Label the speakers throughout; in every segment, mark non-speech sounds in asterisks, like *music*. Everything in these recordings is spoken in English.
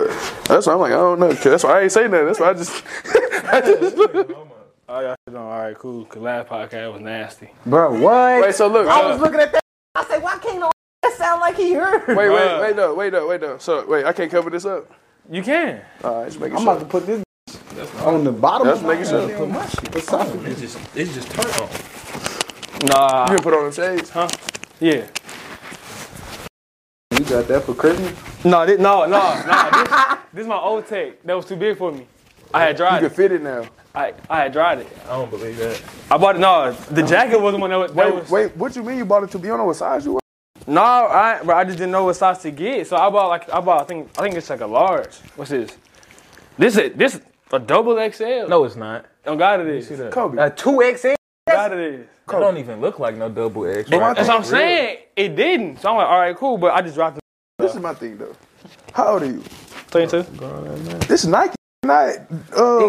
Speaker 1: That's why I'm like, I don't know. 'cause That's why I ain't say nothing. That's why I just, *laughs* I just
Speaker 2: All y'all shit on all right, cool. Cause last podcast was nasty.
Speaker 3: Bro, what?
Speaker 1: wait. So look,
Speaker 3: I
Speaker 1: uh,
Speaker 3: was looking at that. I said, why can't no that sound like he heard?
Speaker 1: wait, wait,
Speaker 2: Bruh.
Speaker 1: wait, no, wait, no, wait, no. So wait, I can't cover this up.
Speaker 2: You can.
Speaker 1: All right, just making
Speaker 3: I'm
Speaker 1: sure.
Speaker 3: about to put this on the bottom.
Speaker 1: That's making sense.
Speaker 3: Put my shit. What's up?
Speaker 4: It's just it's just turn on.
Speaker 2: Nah.
Speaker 1: You can put on the stage.
Speaker 2: Yeah.
Speaker 3: You got that for Christmas?
Speaker 2: No, this, no, no, no. This, this is my old tech. That was too big for me. I had
Speaker 1: You
Speaker 2: dried
Speaker 1: can
Speaker 2: it.
Speaker 1: fit it now.
Speaker 2: I, I had dried it.
Speaker 4: I don't believe that.
Speaker 2: I bought it. No, the jacket wasn't one that was. that
Speaker 1: Wait,
Speaker 2: was-
Speaker 1: wait. What you mean you bought it to be on what size you? Were?
Speaker 2: No, I, bro, I just didn't know what size to get, so I bought like I bought. I think I think it's like a large. What's this? This is this a double XL.
Speaker 4: No, it's not.
Speaker 2: oh God, it is.
Speaker 4: See
Speaker 2: Oh
Speaker 4: that?
Speaker 1: Kobe.
Speaker 3: A 2XL?
Speaker 2: God, it is.
Speaker 4: It don't even look like no double X.
Speaker 1: my
Speaker 4: Right?
Speaker 2: That's
Speaker 4: there.
Speaker 2: what I'm saying. It didn't. So I'm like, all right, cool, but I just dropped it.
Speaker 1: this is my thing though. How old are you?
Speaker 2: 22.
Speaker 1: This Nike, not uh,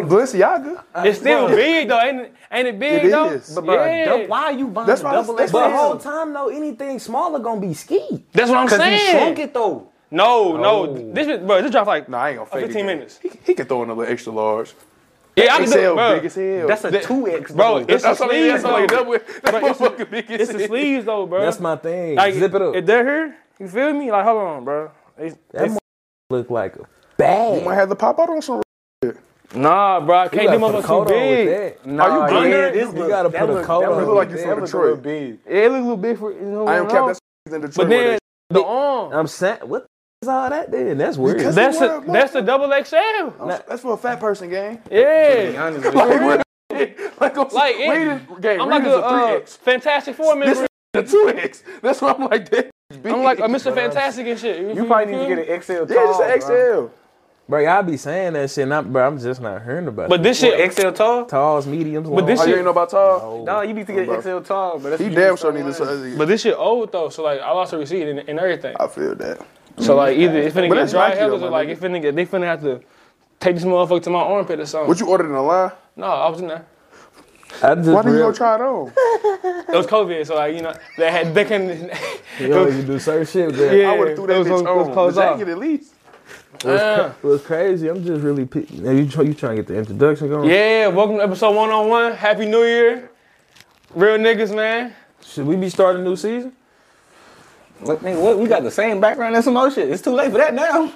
Speaker 1: Balenciaga.
Speaker 2: It's still big though, ain't it? Ain't it big
Speaker 1: It
Speaker 2: though?
Speaker 1: is.
Speaker 3: But bro,
Speaker 2: Yeah.
Speaker 3: dou- why are you buying
Speaker 1: That's
Speaker 3: a
Speaker 1: why I was-
Speaker 3: double
Speaker 1: that's
Speaker 3: XL?
Speaker 1: why I
Speaker 3: But
Speaker 1: was-
Speaker 3: whole time though, anything smaller gonna be ski.
Speaker 2: That's what I'm
Speaker 3: Cause he shrunk
Speaker 2: saying.
Speaker 3: it though.
Speaker 2: No, no,
Speaker 3: Oh.
Speaker 2: this bro, this dropped like
Speaker 1: Nah, I ain't gonna fake it.
Speaker 2: 15
Speaker 1: again.
Speaker 2: minutes.
Speaker 1: He, he could throw in a little extra large.
Speaker 2: Yeah, I can do
Speaker 1: XL,
Speaker 2: it, bro.
Speaker 1: big as hell.
Speaker 3: That's a
Speaker 2: That-
Speaker 3: 2X.
Speaker 2: bro,
Speaker 3: though.
Speaker 2: it's-
Speaker 1: that's
Speaker 2: the
Speaker 1: what I mean, that's
Speaker 2: sleeves,
Speaker 1: like
Speaker 2: though.
Speaker 1: double. That
Speaker 2: Bro, it's the-
Speaker 1: motherfucker big as
Speaker 2: It's the
Speaker 1: hell.
Speaker 2: sleeves though, bro.
Speaker 4: That's my thing.
Speaker 2: Like,
Speaker 4: Zip it up.
Speaker 2: If they're here, you feel me? Like, hold on, bro. It's-
Speaker 4: that
Speaker 2: it's-
Speaker 4: mo- look like a bag.
Speaker 1: Might have to pop out on some.
Speaker 2: nah, bro, I can't do
Speaker 4: gotta put a
Speaker 2: motherfucker
Speaker 4: coat
Speaker 2: too
Speaker 4: on with
Speaker 2: big.
Speaker 4: that. Nah,
Speaker 1: you
Speaker 4: yeah,
Speaker 2: under it?
Speaker 4: this
Speaker 3: That
Speaker 4: you
Speaker 3: look-
Speaker 4: gotta
Speaker 3: that
Speaker 4: put a
Speaker 3: look-
Speaker 4: coat
Speaker 3: that
Speaker 4: on.
Speaker 1: You look like you
Speaker 3: That
Speaker 1: from
Speaker 3: look
Speaker 1: Detroit.
Speaker 3: real big.
Speaker 2: It look a little big for you know.
Speaker 1: I
Speaker 2: what
Speaker 1: am
Speaker 2: I'm
Speaker 1: kept
Speaker 2: on.
Speaker 1: that's in Detroit.
Speaker 2: But
Speaker 1: where
Speaker 2: then the arm.
Speaker 4: I'm saying, what is all that then? That's weird.
Speaker 1: Because-
Speaker 2: That's
Speaker 1: Where-
Speaker 2: a, that's the double XL.
Speaker 1: they- that's for a fat person game.
Speaker 2: Yeah.
Speaker 1: like, what- like, I'm-
Speaker 2: Like, it-
Speaker 1: Reed is- game.
Speaker 2: I'm
Speaker 1: Reed
Speaker 2: like
Speaker 1: is
Speaker 2: a uh,
Speaker 1: a 3X.
Speaker 2: Fantastic Four
Speaker 1: This
Speaker 2: member.
Speaker 1: is a 2X. That's why I'm like, that.
Speaker 2: I'm
Speaker 1: *laughs*
Speaker 2: like a Mr. Fantastic and shit.
Speaker 3: You probably need to get an XL tall.
Speaker 1: Yeah, just an XL.
Speaker 4: bro, y'all be saying that shit, and I'm, bro, I'm just not hearing about
Speaker 2: But
Speaker 4: it.
Speaker 2: this shit,
Speaker 3: XL tall?
Speaker 4: Talls, mediums,
Speaker 2: But
Speaker 4: but
Speaker 2: this
Speaker 4: this
Speaker 1: Oh, you
Speaker 2: shit-
Speaker 1: ain't know about tall?
Speaker 3: No, you need to get an XL tall, but that's
Speaker 1: He
Speaker 3: what
Speaker 1: damn
Speaker 3: you
Speaker 1: sure
Speaker 3: need
Speaker 1: needs
Speaker 3: someone.
Speaker 1: a
Speaker 2: but this shit old though. So like, I lost a receipt and, and everything.
Speaker 1: I feel that.
Speaker 2: So like, either it's finna
Speaker 1: But
Speaker 2: get
Speaker 1: that's
Speaker 2: dry
Speaker 1: Nike,
Speaker 2: hell or
Speaker 1: though, my
Speaker 2: like,
Speaker 1: nigga.
Speaker 2: it finna get, they finna have to take this motherfucker to my armpit or something.
Speaker 1: What you ordered in the line?
Speaker 2: No, I was in there.
Speaker 4: I just
Speaker 1: Why didn't you
Speaker 4: real-
Speaker 1: go try it on?
Speaker 2: It was COVID, so like, you know, they had they couldn't. *laughs*
Speaker 4: Yo, you do certain shit, bro.
Speaker 2: Yeah.
Speaker 1: I would have threw
Speaker 2: it
Speaker 1: that
Speaker 2: was on-
Speaker 1: bitch
Speaker 2: it was
Speaker 1: on.
Speaker 2: closed
Speaker 1: The
Speaker 2: off.
Speaker 1: jacket at least. *laughs*
Speaker 2: Uh,
Speaker 4: It was crazy. I'm just really. Pe- now you, try, you trying to get the introduction going?
Speaker 2: yeah, welcome to episode one on one. Happy New Year, real niggas, man.
Speaker 4: Should we be starting a new season?
Speaker 3: What, nigga, what? We got the same background and some other shit. It's too late for that now.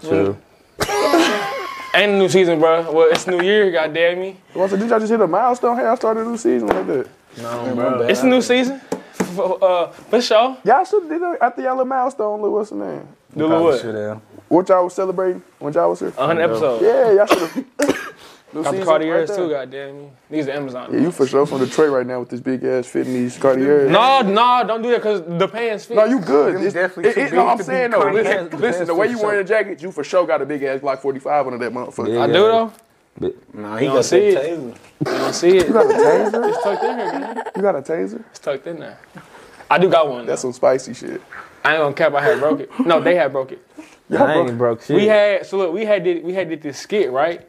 Speaker 4: True.
Speaker 2: Ain't a new season, bro. Well, it's new year, goddamn me.
Speaker 1: Once I did y'all just hit a milestone? Hey, I started a new season like that.
Speaker 3: No, bro.
Speaker 2: It's a new season. F- Uh, for sure.
Speaker 1: Y'all should have did it after y'all little milestone. Look, what's the name?
Speaker 2: Do the what?
Speaker 1: What y'all was celebrating when y'all was here?
Speaker 2: 100 episodes.
Speaker 1: Yeah, y'all should
Speaker 2: *coughs*
Speaker 1: have. *coughs* New
Speaker 2: Got Uh-huh. the
Speaker 1: season
Speaker 2: Cartiers
Speaker 1: right
Speaker 2: too,
Speaker 1: there.
Speaker 2: goddamn me. These are Amazon.
Speaker 1: Yeah, you for sure from Detroit right now with this big ass fit in these Cartiers.
Speaker 2: No, no, don't do that because the pants fit.
Speaker 1: No, you good. It's,
Speaker 3: definitely
Speaker 1: it,
Speaker 3: too
Speaker 1: it, no,
Speaker 3: big
Speaker 1: I'm
Speaker 3: to be
Speaker 1: saying though.
Speaker 3: Cartiers.
Speaker 1: Listen,
Speaker 3: The
Speaker 1: listen, the
Speaker 3: pants
Speaker 1: way
Speaker 3: for
Speaker 1: you wearing a jacket, you for sure got a big ass Glock 45 under that motherfucker.
Speaker 4: Yeah.
Speaker 2: I do though.
Speaker 3: Nah, he
Speaker 2: You
Speaker 3: got
Speaker 2: don't see
Speaker 3: see
Speaker 2: it. You don't see it.
Speaker 1: You got a taser?
Speaker 2: It's tucked in here, man.
Speaker 1: You got a taser?
Speaker 2: It's tucked in there. I do got one.
Speaker 1: That's
Speaker 2: though.
Speaker 1: some spicy shit.
Speaker 2: I ain't gonna cap. I had broke it. No, they had broke it.
Speaker 4: I ain't broke shit.
Speaker 2: We had so look, we had did we had did this skit right.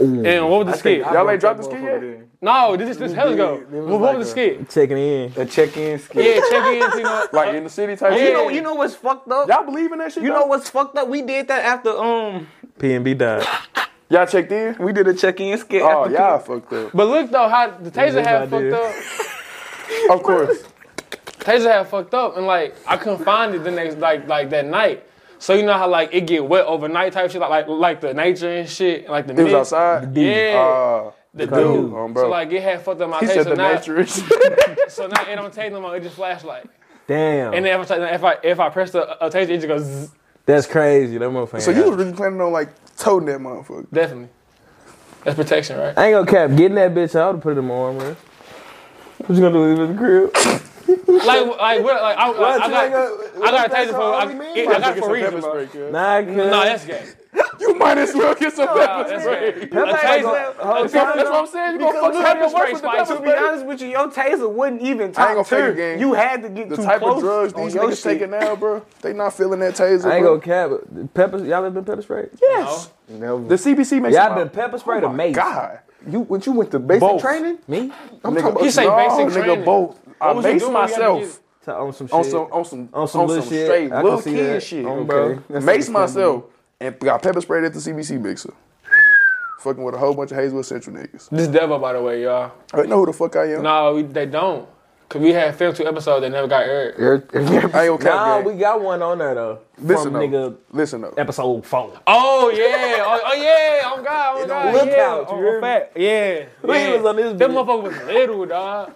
Speaker 2: And what was the skit?
Speaker 1: Y'all ain't dropped the skin yet?
Speaker 2: no, this is this hell go.
Speaker 3: did. It
Speaker 2: Well,
Speaker 3: was
Speaker 2: what
Speaker 3: like
Speaker 2: was the
Speaker 3: a-
Speaker 2: skit?
Speaker 4: checking in.
Speaker 3: A check-in skin.
Speaker 2: Yeah, check in. You know,
Speaker 1: Like in the city type
Speaker 2: Yeah.
Speaker 1: shit?
Speaker 3: You know, you know what's fucked up?
Speaker 1: Y'all believe in that shit?
Speaker 3: You
Speaker 1: though?
Speaker 3: know what's fucked up? We did that after um
Speaker 4: P and B died.
Speaker 1: Y'all checked in?
Speaker 5: *laughs*
Speaker 3: we did a check-in skit.
Speaker 1: Oh,
Speaker 3: after
Speaker 1: y'all
Speaker 2: *laughs*
Speaker 1: fucked up.
Speaker 2: but look though, how the taser
Speaker 4: this
Speaker 2: had
Speaker 4: my
Speaker 2: fucked
Speaker 4: dude.
Speaker 2: up.
Speaker 1: Of course.
Speaker 2: Taser had fucked up, and like I couldn't find it the next like like that night. So you know how like it get wet overnight type shit, like like, like the nature and shit, like the
Speaker 1: It was outside?
Speaker 2: Yeah,
Speaker 1: Uh,
Speaker 2: the dude.
Speaker 1: dude, um, bro.
Speaker 2: So like it had fucked up my
Speaker 1: he
Speaker 2: taser.
Speaker 1: said the
Speaker 2: now,
Speaker 1: nature is.
Speaker 2: So now it don't take no more. It just flashlight.
Speaker 4: Damn.
Speaker 2: And then if I if I if I press the a taser, it just goes zzz,
Speaker 4: That's crazy. That motherfucker.
Speaker 1: so you was really planning on like toting that motherfucker.
Speaker 2: definitely. That's protection, right?
Speaker 4: I ain't gonna cap getting that bitch out to put it in my armor. What you gonna do leave it in the crib?
Speaker 2: Like like what? Like I, like, I
Speaker 1: you
Speaker 2: got
Speaker 1: ain't got-
Speaker 2: I got a
Speaker 1: that's
Speaker 2: taser
Speaker 1: all
Speaker 2: for I,
Speaker 1: we need.
Speaker 2: it- I got it for a reason, bro.
Speaker 1: reason.
Speaker 4: Nah, I can't.
Speaker 2: No, that's gay.
Speaker 1: You might as well get some
Speaker 2: Nah,
Speaker 1: pepper
Speaker 2: that's
Speaker 1: spray.
Speaker 2: gay.
Speaker 3: Pepper
Speaker 2: A
Speaker 3: spray
Speaker 2: taser-
Speaker 3: go- whole
Speaker 2: a taser-
Speaker 3: time,
Speaker 2: That's what I'm saying. You gonna fuck
Speaker 3: look,
Speaker 2: pepper spray
Speaker 3: Like,
Speaker 2: spikes
Speaker 3: to
Speaker 2: up,
Speaker 3: be
Speaker 2: bro.
Speaker 3: honest with you, your taser wouldn't even top
Speaker 1: I ain't gonna fake
Speaker 3: tier.
Speaker 1: it, gang.
Speaker 3: You had to get
Speaker 1: The
Speaker 3: too
Speaker 1: type of
Speaker 3: close
Speaker 1: drugs
Speaker 3: on
Speaker 1: these
Speaker 3: your
Speaker 1: niggas
Speaker 3: shit.
Speaker 1: taking now, bro, they not feeling that taser.
Speaker 4: I ain't
Speaker 1: bro.
Speaker 4: gonna cap. it. Pepper, y'all ever been pepper sprayed?
Speaker 3: Yes.
Speaker 1: The CBC makes
Speaker 4: Y'all
Speaker 1: them
Speaker 4: been
Speaker 1: out.
Speaker 4: pepper sprayed
Speaker 1: Oh
Speaker 4: or
Speaker 1: my
Speaker 4: mace?
Speaker 1: God,
Speaker 3: You when you went to basic
Speaker 1: Both.
Speaker 3: training?
Speaker 4: Me?
Speaker 1: I'm talking about
Speaker 2: You say
Speaker 1: no,
Speaker 2: basic
Speaker 1: nigga,
Speaker 2: training.
Speaker 1: both. I
Speaker 2: was you
Speaker 1: maced
Speaker 2: doing when you had to
Speaker 1: myself
Speaker 4: To, on some shit.
Speaker 1: on some on some
Speaker 4: On some little shit.
Speaker 1: straight
Speaker 4: I can
Speaker 1: little
Speaker 4: see
Speaker 1: kid
Speaker 4: that.
Speaker 1: shit,
Speaker 4: Um,
Speaker 3: bro.
Speaker 1: Mace myself. and got pepper sprayed at the CBC mixer. Fucking with a whole bunch of Hazelwood Central niggas.
Speaker 2: This Devo, by the way, y'all.
Speaker 1: I know who the fuck I am.
Speaker 2: No, we, they don't. Cause we had filmed two episodes that never got aired. *laughs*
Speaker 1: I ain't okay.
Speaker 4: Nah, we got one on there though.
Speaker 1: listen
Speaker 4: from
Speaker 1: though.
Speaker 4: nigga
Speaker 1: Listen though.
Speaker 4: episode four.
Speaker 2: Oh yeah, oh, oh, yeah, oh god, oh god,
Speaker 4: look
Speaker 2: yeah,
Speaker 4: out, you
Speaker 2: oh,
Speaker 4: hear me?
Speaker 2: fat, yeah.
Speaker 4: he
Speaker 2: yeah.
Speaker 4: was on this
Speaker 2: That
Speaker 4: bitch.
Speaker 2: motherfucker was little, dog.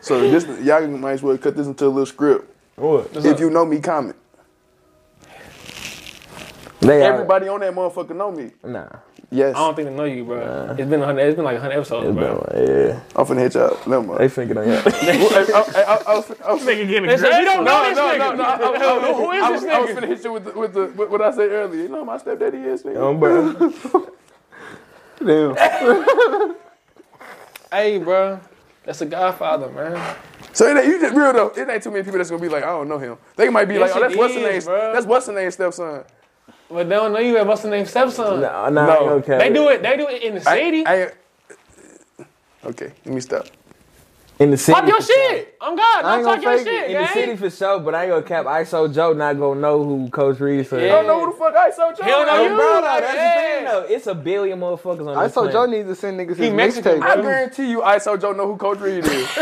Speaker 1: So this y'all might as well cut this into a little script.
Speaker 4: What?
Speaker 1: If you know me, comment.
Speaker 4: They are-
Speaker 1: Everybody on that motherfucker know me.
Speaker 4: Nah.
Speaker 1: Yes.
Speaker 2: I don't think they know you, bro. it's been a hundred, it's been like hundred episodes,
Speaker 4: It's
Speaker 2: bro.
Speaker 4: been like, yeah.
Speaker 1: I'm finna hit y'all. Never
Speaker 4: They
Speaker 1: mind.
Speaker 4: thinking on y'all.
Speaker 2: They said, you don't know this nigga. Who
Speaker 1: I
Speaker 2: is
Speaker 1: was,
Speaker 2: this
Speaker 1: I was
Speaker 2: nigga?
Speaker 1: finna hit you with, the, with, the, with what I said earlier. You know who my stepdaddy is, nigga.
Speaker 4: um, bro. Damn.
Speaker 2: Hey, bro, that's a Godfather, man.
Speaker 1: So it ain't, you just real though. It ain't too many people that's gonna be like, I don't know him. They might be
Speaker 2: Yes,
Speaker 1: like, oh, that's
Speaker 2: it
Speaker 1: what's the
Speaker 2: is,
Speaker 1: name?
Speaker 2: bruh.
Speaker 1: That's what's the name stepson.
Speaker 2: But they don't know you as what's the name stepson.
Speaker 4: Nah, nah,
Speaker 1: No.
Speaker 4: okay.
Speaker 2: They do it. They do it in the city.
Speaker 1: I, okay, let me stop.
Speaker 4: in the city.
Speaker 2: Pop your
Speaker 4: for sure.
Speaker 2: shit. I'm God.
Speaker 4: I
Speaker 2: Don't
Speaker 4: ain't
Speaker 2: talk
Speaker 4: gonna
Speaker 2: your
Speaker 4: fake
Speaker 2: shit,
Speaker 4: it. In the city
Speaker 2: gang.
Speaker 4: for sure, but I ain't gonna cap ISO Joe not gonna know who Coach Reed said.
Speaker 2: Yeah.
Speaker 1: I don't know who the fuck I so Joe.
Speaker 2: Hell no,
Speaker 1: is.
Speaker 2: you-
Speaker 4: Oh, Bro, though, that's
Speaker 2: Yeah.
Speaker 4: the thing though. It's a billion motherfuckers on
Speaker 6: I
Speaker 4: this
Speaker 6: saw Joe
Speaker 4: planet.
Speaker 6: needs to send niggas
Speaker 2: He
Speaker 6: his
Speaker 2: Mexican,
Speaker 6: mixtape.
Speaker 1: I guarantee you, ISO Joe know who Coach Reed is.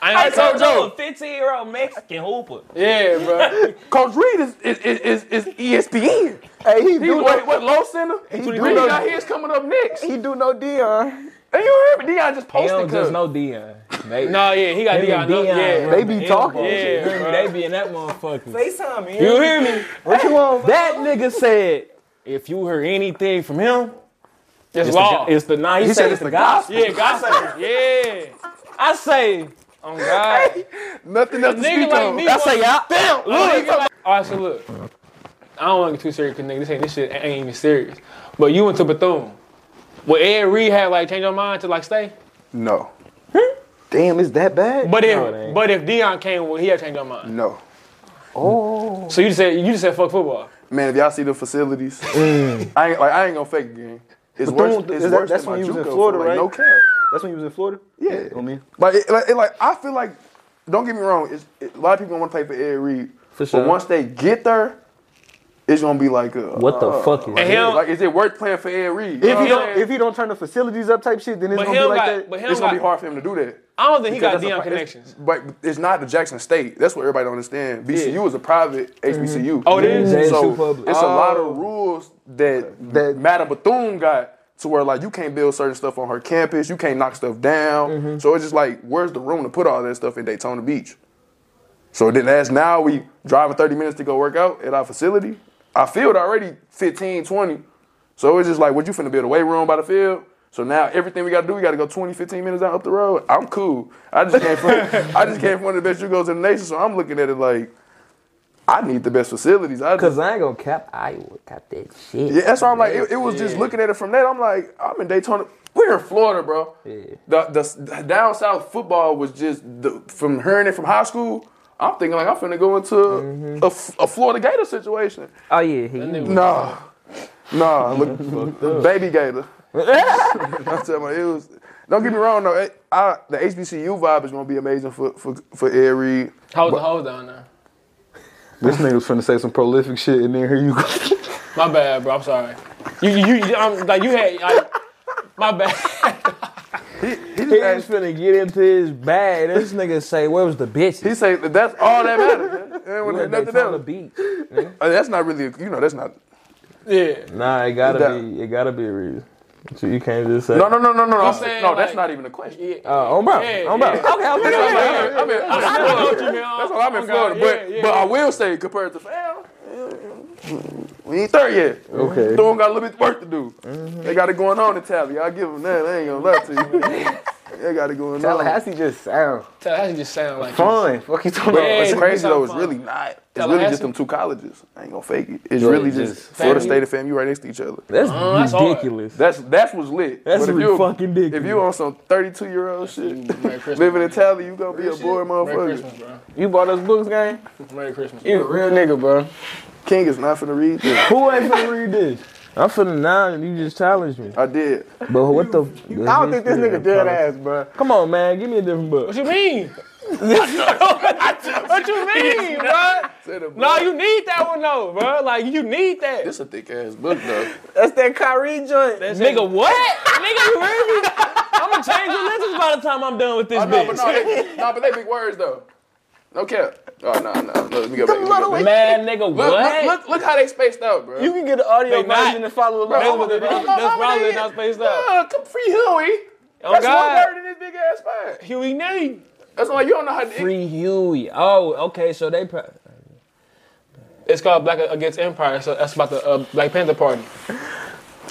Speaker 2: I ain't told
Speaker 4: Joe,
Speaker 2: Joe.
Speaker 4: a 15 year old Mexican hooper.
Speaker 2: Yeah, *laughs* bro.
Speaker 1: Coach Reed is is is, is, E is ESPN.
Speaker 6: Hey, he
Speaker 1: Wait,
Speaker 6: do no,
Speaker 1: what? Low center? He
Speaker 6: do
Speaker 1: Reed
Speaker 6: know-
Speaker 1: out here is coming up next.
Speaker 6: he do no Dion.
Speaker 1: And you heard me? Dion just
Speaker 4: He
Speaker 1: posted.
Speaker 4: don't just
Speaker 1: cuz.
Speaker 4: know Dion. They,
Speaker 2: Nah, yeah, he got
Speaker 4: him
Speaker 2: Dion.
Speaker 4: and
Speaker 2: Dion. Yeah.
Speaker 6: They be talking.
Speaker 2: Yeah, bro.
Speaker 4: They be in that motherfucker.
Speaker 6: FaceTime,
Speaker 2: You hear me?
Speaker 6: What you want?
Speaker 4: That nigga said, if you heard anything from him,
Speaker 2: It's,
Speaker 4: it's
Speaker 2: law.
Speaker 4: the, it's the nah, he, said, it's the gospel.
Speaker 2: yeah, gossip. yeah.
Speaker 4: I say,
Speaker 2: Oh God.
Speaker 1: Nothing else to
Speaker 2: nigga
Speaker 1: speak
Speaker 2: like
Speaker 1: on.
Speaker 2: me.
Speaker 4: I
Speaker 2: want-
Speaker 4: say, y'all. Damn,
Speaker 2: Look, nigga like- all right, so look. I don't want to get too serious because nigga, this ain't this shit ain't even serious. But you went to Bethune. Well, Ed Reed had like changed your mind to like stay.
Speaker 1: No,
Speaker 6: Damn, is that bad?
Speaker 2: But if
Speaker 4: No, it ain't.
Speaker 2: but if Dion came, well, he had changed your mind.
Speaker 1: no.
Speaker 2: So you just said you just said fuck football.
Speaker 1: Man, if y'all see the facilities, I ain't like I ain't gonna fake the game. It's worse.
Speaker 6: Bethune-
Speaker 1: It's
Speaker 6: is that-
Speaker 1: worse
Speaker 6: that's
Speaker 1: than
Speaker 6: when
Speaker 1: my
Speaker 6: you was in
Speaker 1: JUCO,
Speaker 6: Florida,
Speaker 1: like, No
Speaker 6: right?
Speaker 1: cap.
Speaker 6: That's when you was in Florida.
Speaker 1: Yeah.
Speaker 6: I mean,
Speaker 1: Like, it, like, it, like I feel like, don't get me wrong. It's, it, a lot of people want to play for Ed Reed,
Speaker 4: sure.
Speaker 1: but once they get there, it's gonna be like, uh,
Speaker 4: What the
Speaker 1: uh,
Speaker 4: fuck is
Speaker 1: like,
Speaker 2: And him-
Speaker 1: like, is it worth playing for Ed Reed?
Speaker 6: if he
Speaker 2: hell-
Speaker 6: don't, if he don't turn the facilities up, type shit, then it's
Speaker 2: But
Speaker 6: gonna
Speaker 2: him
Speaker 6: be like
Speaker 2: got
Speaker 6: that.
Speaker 2: but him
Speaker 1: it's gonna be
Speaker 2: got-
Speaker 1: hard for him to do that.
Speaker 2: I don't think he got
Speaker 1: Because that's a
Speaker 2: Dion
Speaker 1: pri- it's-
Speaker 2: connections.
Speaker 1: but it's not the Jackson State. That's what everybody don't understand. BCU is a private
Speaker 4: Mm-hmm.
Speaker 1: HBCU.
Speaker 2: Oh, it is? Oh.
Speaker 4: Yeah, it's
Speaker 1: So
Speaker 4: too public.
Speaker 1: it's a lot of rules that that
Speaker 6: That-
Speaker 1: Madam Bethune got to where like you can't build certain stuff on her campus. You can't knock stuff down.
Speaker 4: Mm-hmm.
Speaker 1: So it's just like, where's the room to put all that stuff in Daytona Beach? So then as now we driving 30 minutes to go work out at our facility. Our field already 15, 20. So it's just like, what you finna build a weight room by the field? So now everything we gotta do, we gotta go 20, 15 minutes out up the road. I'm cool. I just came from *laughs* I just came from one of the best you goes in the nation. So I'm looking at it like, I need the best facilities. I just,
Speaker 4: *laughs* Cause I ain't gonna cap Iowa. Cap that shit.
Speaker 1: yeah, that's why I'm like, it, it was just looking at it from that. I'm like, I'm in Daytona. We're in Florida, bro. The, the the down south football was just the, from hearing it from high school. I'm thinking like I'm finna go into
Speaker 4: Mm-hmm.
Speaker 1: a f a a, Florida Gator situation.
Speaker 4: Oh yeah, he.
Speaker 1: Nah, nah,
Speaker 4: *laughs*
Speaker 1: look, baby Gator. I'm telling you, it was. Don't get me wrong though. It, I, the HBCU vibe is gonna be amazing for for for Ed Reed.
Speaker 2: Hold the hoes down there.
Speaker 6: This nigga was finna say some prolific shit, and then here you go.
Speaker 2: My bad, bro. I'm sorry. You you, you I'm, like you had like, my bad. *laughs*
Speaker 1: He just
Speaker 4: He
Speaker 1: asked-
Speaker 4: was finna get into his bag. This nigga say, "Where was the bitch?"
Speaker 1: he say that that's all that
Speaker 4: *laughs*
Speaker 1: matters. It ain't
Speaker 4: Where
Speaker 1: nothing
Speaker 4: Daytona
Speaker 1: else.
Speaker 4: Beach.
Speaker 1: Uh, That's not really, you know, that's not
Speaker 2: yeah.
Speaker 4: Nah, it gotta
Speaker 1: That-
Speaker 4: be. It gotta be a reason. So you can't just say.
Speaker 1: No, no, no, no, no. I'm
Speaker 2: saying,
Speaker 1: saying, no, that's
Speaker 2: like-
Speaker 1: not even a question.
Speaker 2: Yeah.
Speaker 4: Uh, on bro.
Speaker 2: Yeah,
Speaker 4: on bro.
Speaker 2: yeah.
Speaker 4: Okay, okay.
Speaker 1: That's
Speaker 4: okay.
Speaker 1: what I'm in- I'm in-
Speaker 2: I know what you mean.
Speaker 1: that's what I'm in
Speaker 2: Okay,
Speaker 1: Florida. But
Speaker 2: yeah, yeah.
Speaker 1: but I will say compared to Fam, we ain't third yet.
Speaker 6: Okay.
Speaker 1: Thorn got a little bit of work to do. They got it going on in Tally. I'll give them that. I ain't gonna lie to you. they got it going on.
Speaker 6: Tallahassee just sound
Speaker 2: Tallahassee just sound like
Speaker 6: fun. Fuck you talking
Speaker 2: Yeah,
Speaker 6: about?
Speaker 1: It's
Speaker 2: it
Speaker 1: crazy
Speaker 2: sound
Speaker 1: though. It's
Speaker 2: fun.
Speaker 1: really not. It's really
Speaker 2: Tallahassee?
Speaker 1: just them two colleges. I ain't gonna fake it. It's really just,
Speaker 4: just
Speaker 1: Florida
Speaker 2: FAMU.
Speaker 1: State and FAMU right next to each other.
Speaker 4: That's
Speaker 2: Oh, that's hard.
Speaker 4: ridiculous.
Speaker 1: That's that's what's lit.
Speaker 4: That's
Speaker 1: But if
Speaker 4: re-
Speaker 1: you-
Speaker 4: fucking ridiculous.
Speaker 1: If you on some 32 year old shit,
Speaker 2: Merry Christmas.
Speaker 1: *laughs* living in Tally, you gonna be a bored
Speaker 2: Merry
Speaker 1: motherfucker.
Speaker 2: Christmas, bro.
Speaker 6: You bought us books, gang?
Speaker 2: Merry Christmas.
Speaker 6: You a real nigga, bro.
Speaker 1: King is not finna read this.
Speaker 2: *laughs*
Speaker 4: Who ain't finna read this? I'm finna now, and you just challenged me.
Speaker 1: I did.
Speaker 4: But what the?
Speaker 6: I don't think this nigga dead ass, bro.
Speaker 4: Come on, man, give me a different
Speaker 2: *laughs*
Speaker 4: book.
Speaker 2: What you mean? What you mean, bruh? No, you need that one though, bruh. Like you need that.
Speaker 1: This a thick ass book
Speaker 2: *laughs*
Speaker 1: though.
Speaker 3: That's that Kyrie joint.
Speaker 2: Nigga, what? Nigga, you heard me? I'm gonna change the lenses by the time I'm done with this
Speaker 1: Oh, no, but
Speaker 2: bitch.
Speaker 1: no, they, no, but they big words though. No cap. Oh no, no, no. Let me go back. Let me go
Speaker 3: little
Speaker 1: back.
Speaker 2: Mad nigga,
Speaker 1: Look,
Speaker 2: what?
Speaker 1: look, look, look how they spaced out, bro.
Speaker 3: you can get an audio
Speaker 2: They not.
Speaker 3: version and follow along.
Speaker 2: That's what it is.
Speaker 1: No,
Speaker 2: That's
Speaker 1: why would
Speaker 2: probably
Speaker 1: they-
Speaker 2: not spaced out.
Speaker 1: Uh, come free Huey.
Speaker 2: Oh
Speaker 1: That's
Speaker 2: God,
Speaker 1: one word in this big ass spot.
Speaker 2: Huey Nate.
Speaker 1: That's like you don't know how to.
Speaker 3: Free Huey. Oh, okay. So they. Pro-
Speaker 2: It's called Black Against Empire, so that's about the uh, Black Panther Party.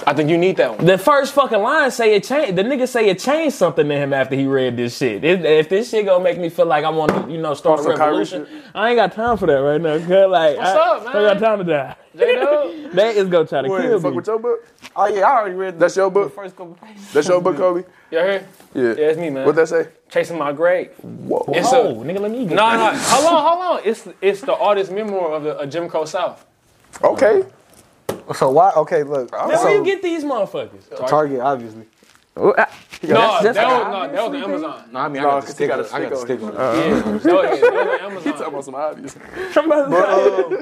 Speaker 2: I think you need that one.
Speaker 3: the first fucking line say it changed. The nigga say it changed something to him after he read this shit. If, if this shit gonna make me feel like I want to, you know, start a
Speaker 1: some Kyrie
Speaker 3: revolution, I ain't got time for that right now. Cause like,
Speaker 2: What's
Speaker 3: I,
Speaker 2: up, man?
Speaker 3: I got time to die.
Speaker 2: J-Dub?
Speaker 3: They is gonna try to
Speaker 1: Wait,
Speaker 3: kill
Speaker 1: fuck
Speaker 3: me.
Speaker 1: with your book.
Speaker 3: Oh yeah, I already
Speaker 1: *laughs*
Speaker 3: read
Speaker 1: That's your book.
Speaker 3: first couple pages.
Speaker 1: That's your book, Kobe.
Speaker 2: You heard?
Speaker 1: Yeah.
Speaker 2: Yeah, it's me, man.
Speaker 1: What that say?
Speaker 2: Chasing my grade.
Speaker 1: Whoa.
Speaker 2: It's
Speaker 3: Oh,
Speaker 2: a,
Speaker 3: nigga, let me get
Speaker 2: no, no, hold on, hold on. It's it's the artist memoir of the uh, Jim Crow South.
Speaker 1: Okay.
Speaker 6: So why? Okay, look.
Speaker 3: Man, where you
Speaker 6: so,
Speaker 3: get these motherfuckers?
Speaker 6: Target, obviously.
Speaker 2: No,
Speaker 6: that's
Speaker 2: that
Speaker 6: an
Speaker 2: was, no, that was on Amazon.
Speaker 6: No, I mean, I
Speaker 1: No,
Speaker 6: got the
Speaker 1: 'cause
Speaker 6: stick
Speaker 1: he
Speaker 6: on
Speaker 1: got
Speaker 6: it.
Speaker 1: a
Speaker 6: I got the stick
Speaker 1: stick
Speaker 6: on it.
Speaker 2: Yeah, that was, that
Speaker 6: *laughs*
Speaker 2: was on
Speaker 1: Talking
Speaker 2: Amazon.
Speaker 1: about some obvious.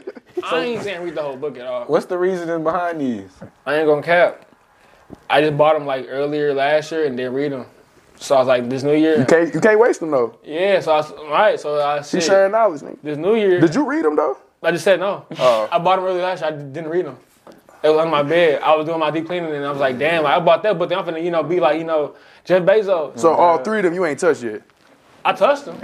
Speaker 6: But, uh,
Speaker 2: I ain't saying read the whole book at all.
Speaker 6: what's the reasoning behind these?
Speaker 2: I ain't gonna cap. I just bought them like earlier last year and didn't read them. So I was like, this new year.
Speaker 1: You can't, you can't waste them though.
Speaker 2: Yeah, so I was, all right, so I
Speaker 1: You
Speaker 2: said,
Speaker 1: sharing knowledge, nigga.
Speaker 2: this new year.
Speaker 1: Did you read them though?
Speaker 2: I just said no.
Speaker 1: Oh.
Speaker 2: I bought them early last year. I d- didn't read them. It was on my bed. I was doing my deep cleaning and I was like, damn, like, I bought that, but then I'm finna, you know, be like, you know, Jeff Bezos.
Speaker 1: So all three of them you ain't touched yet.
Speaker 2: I touched them.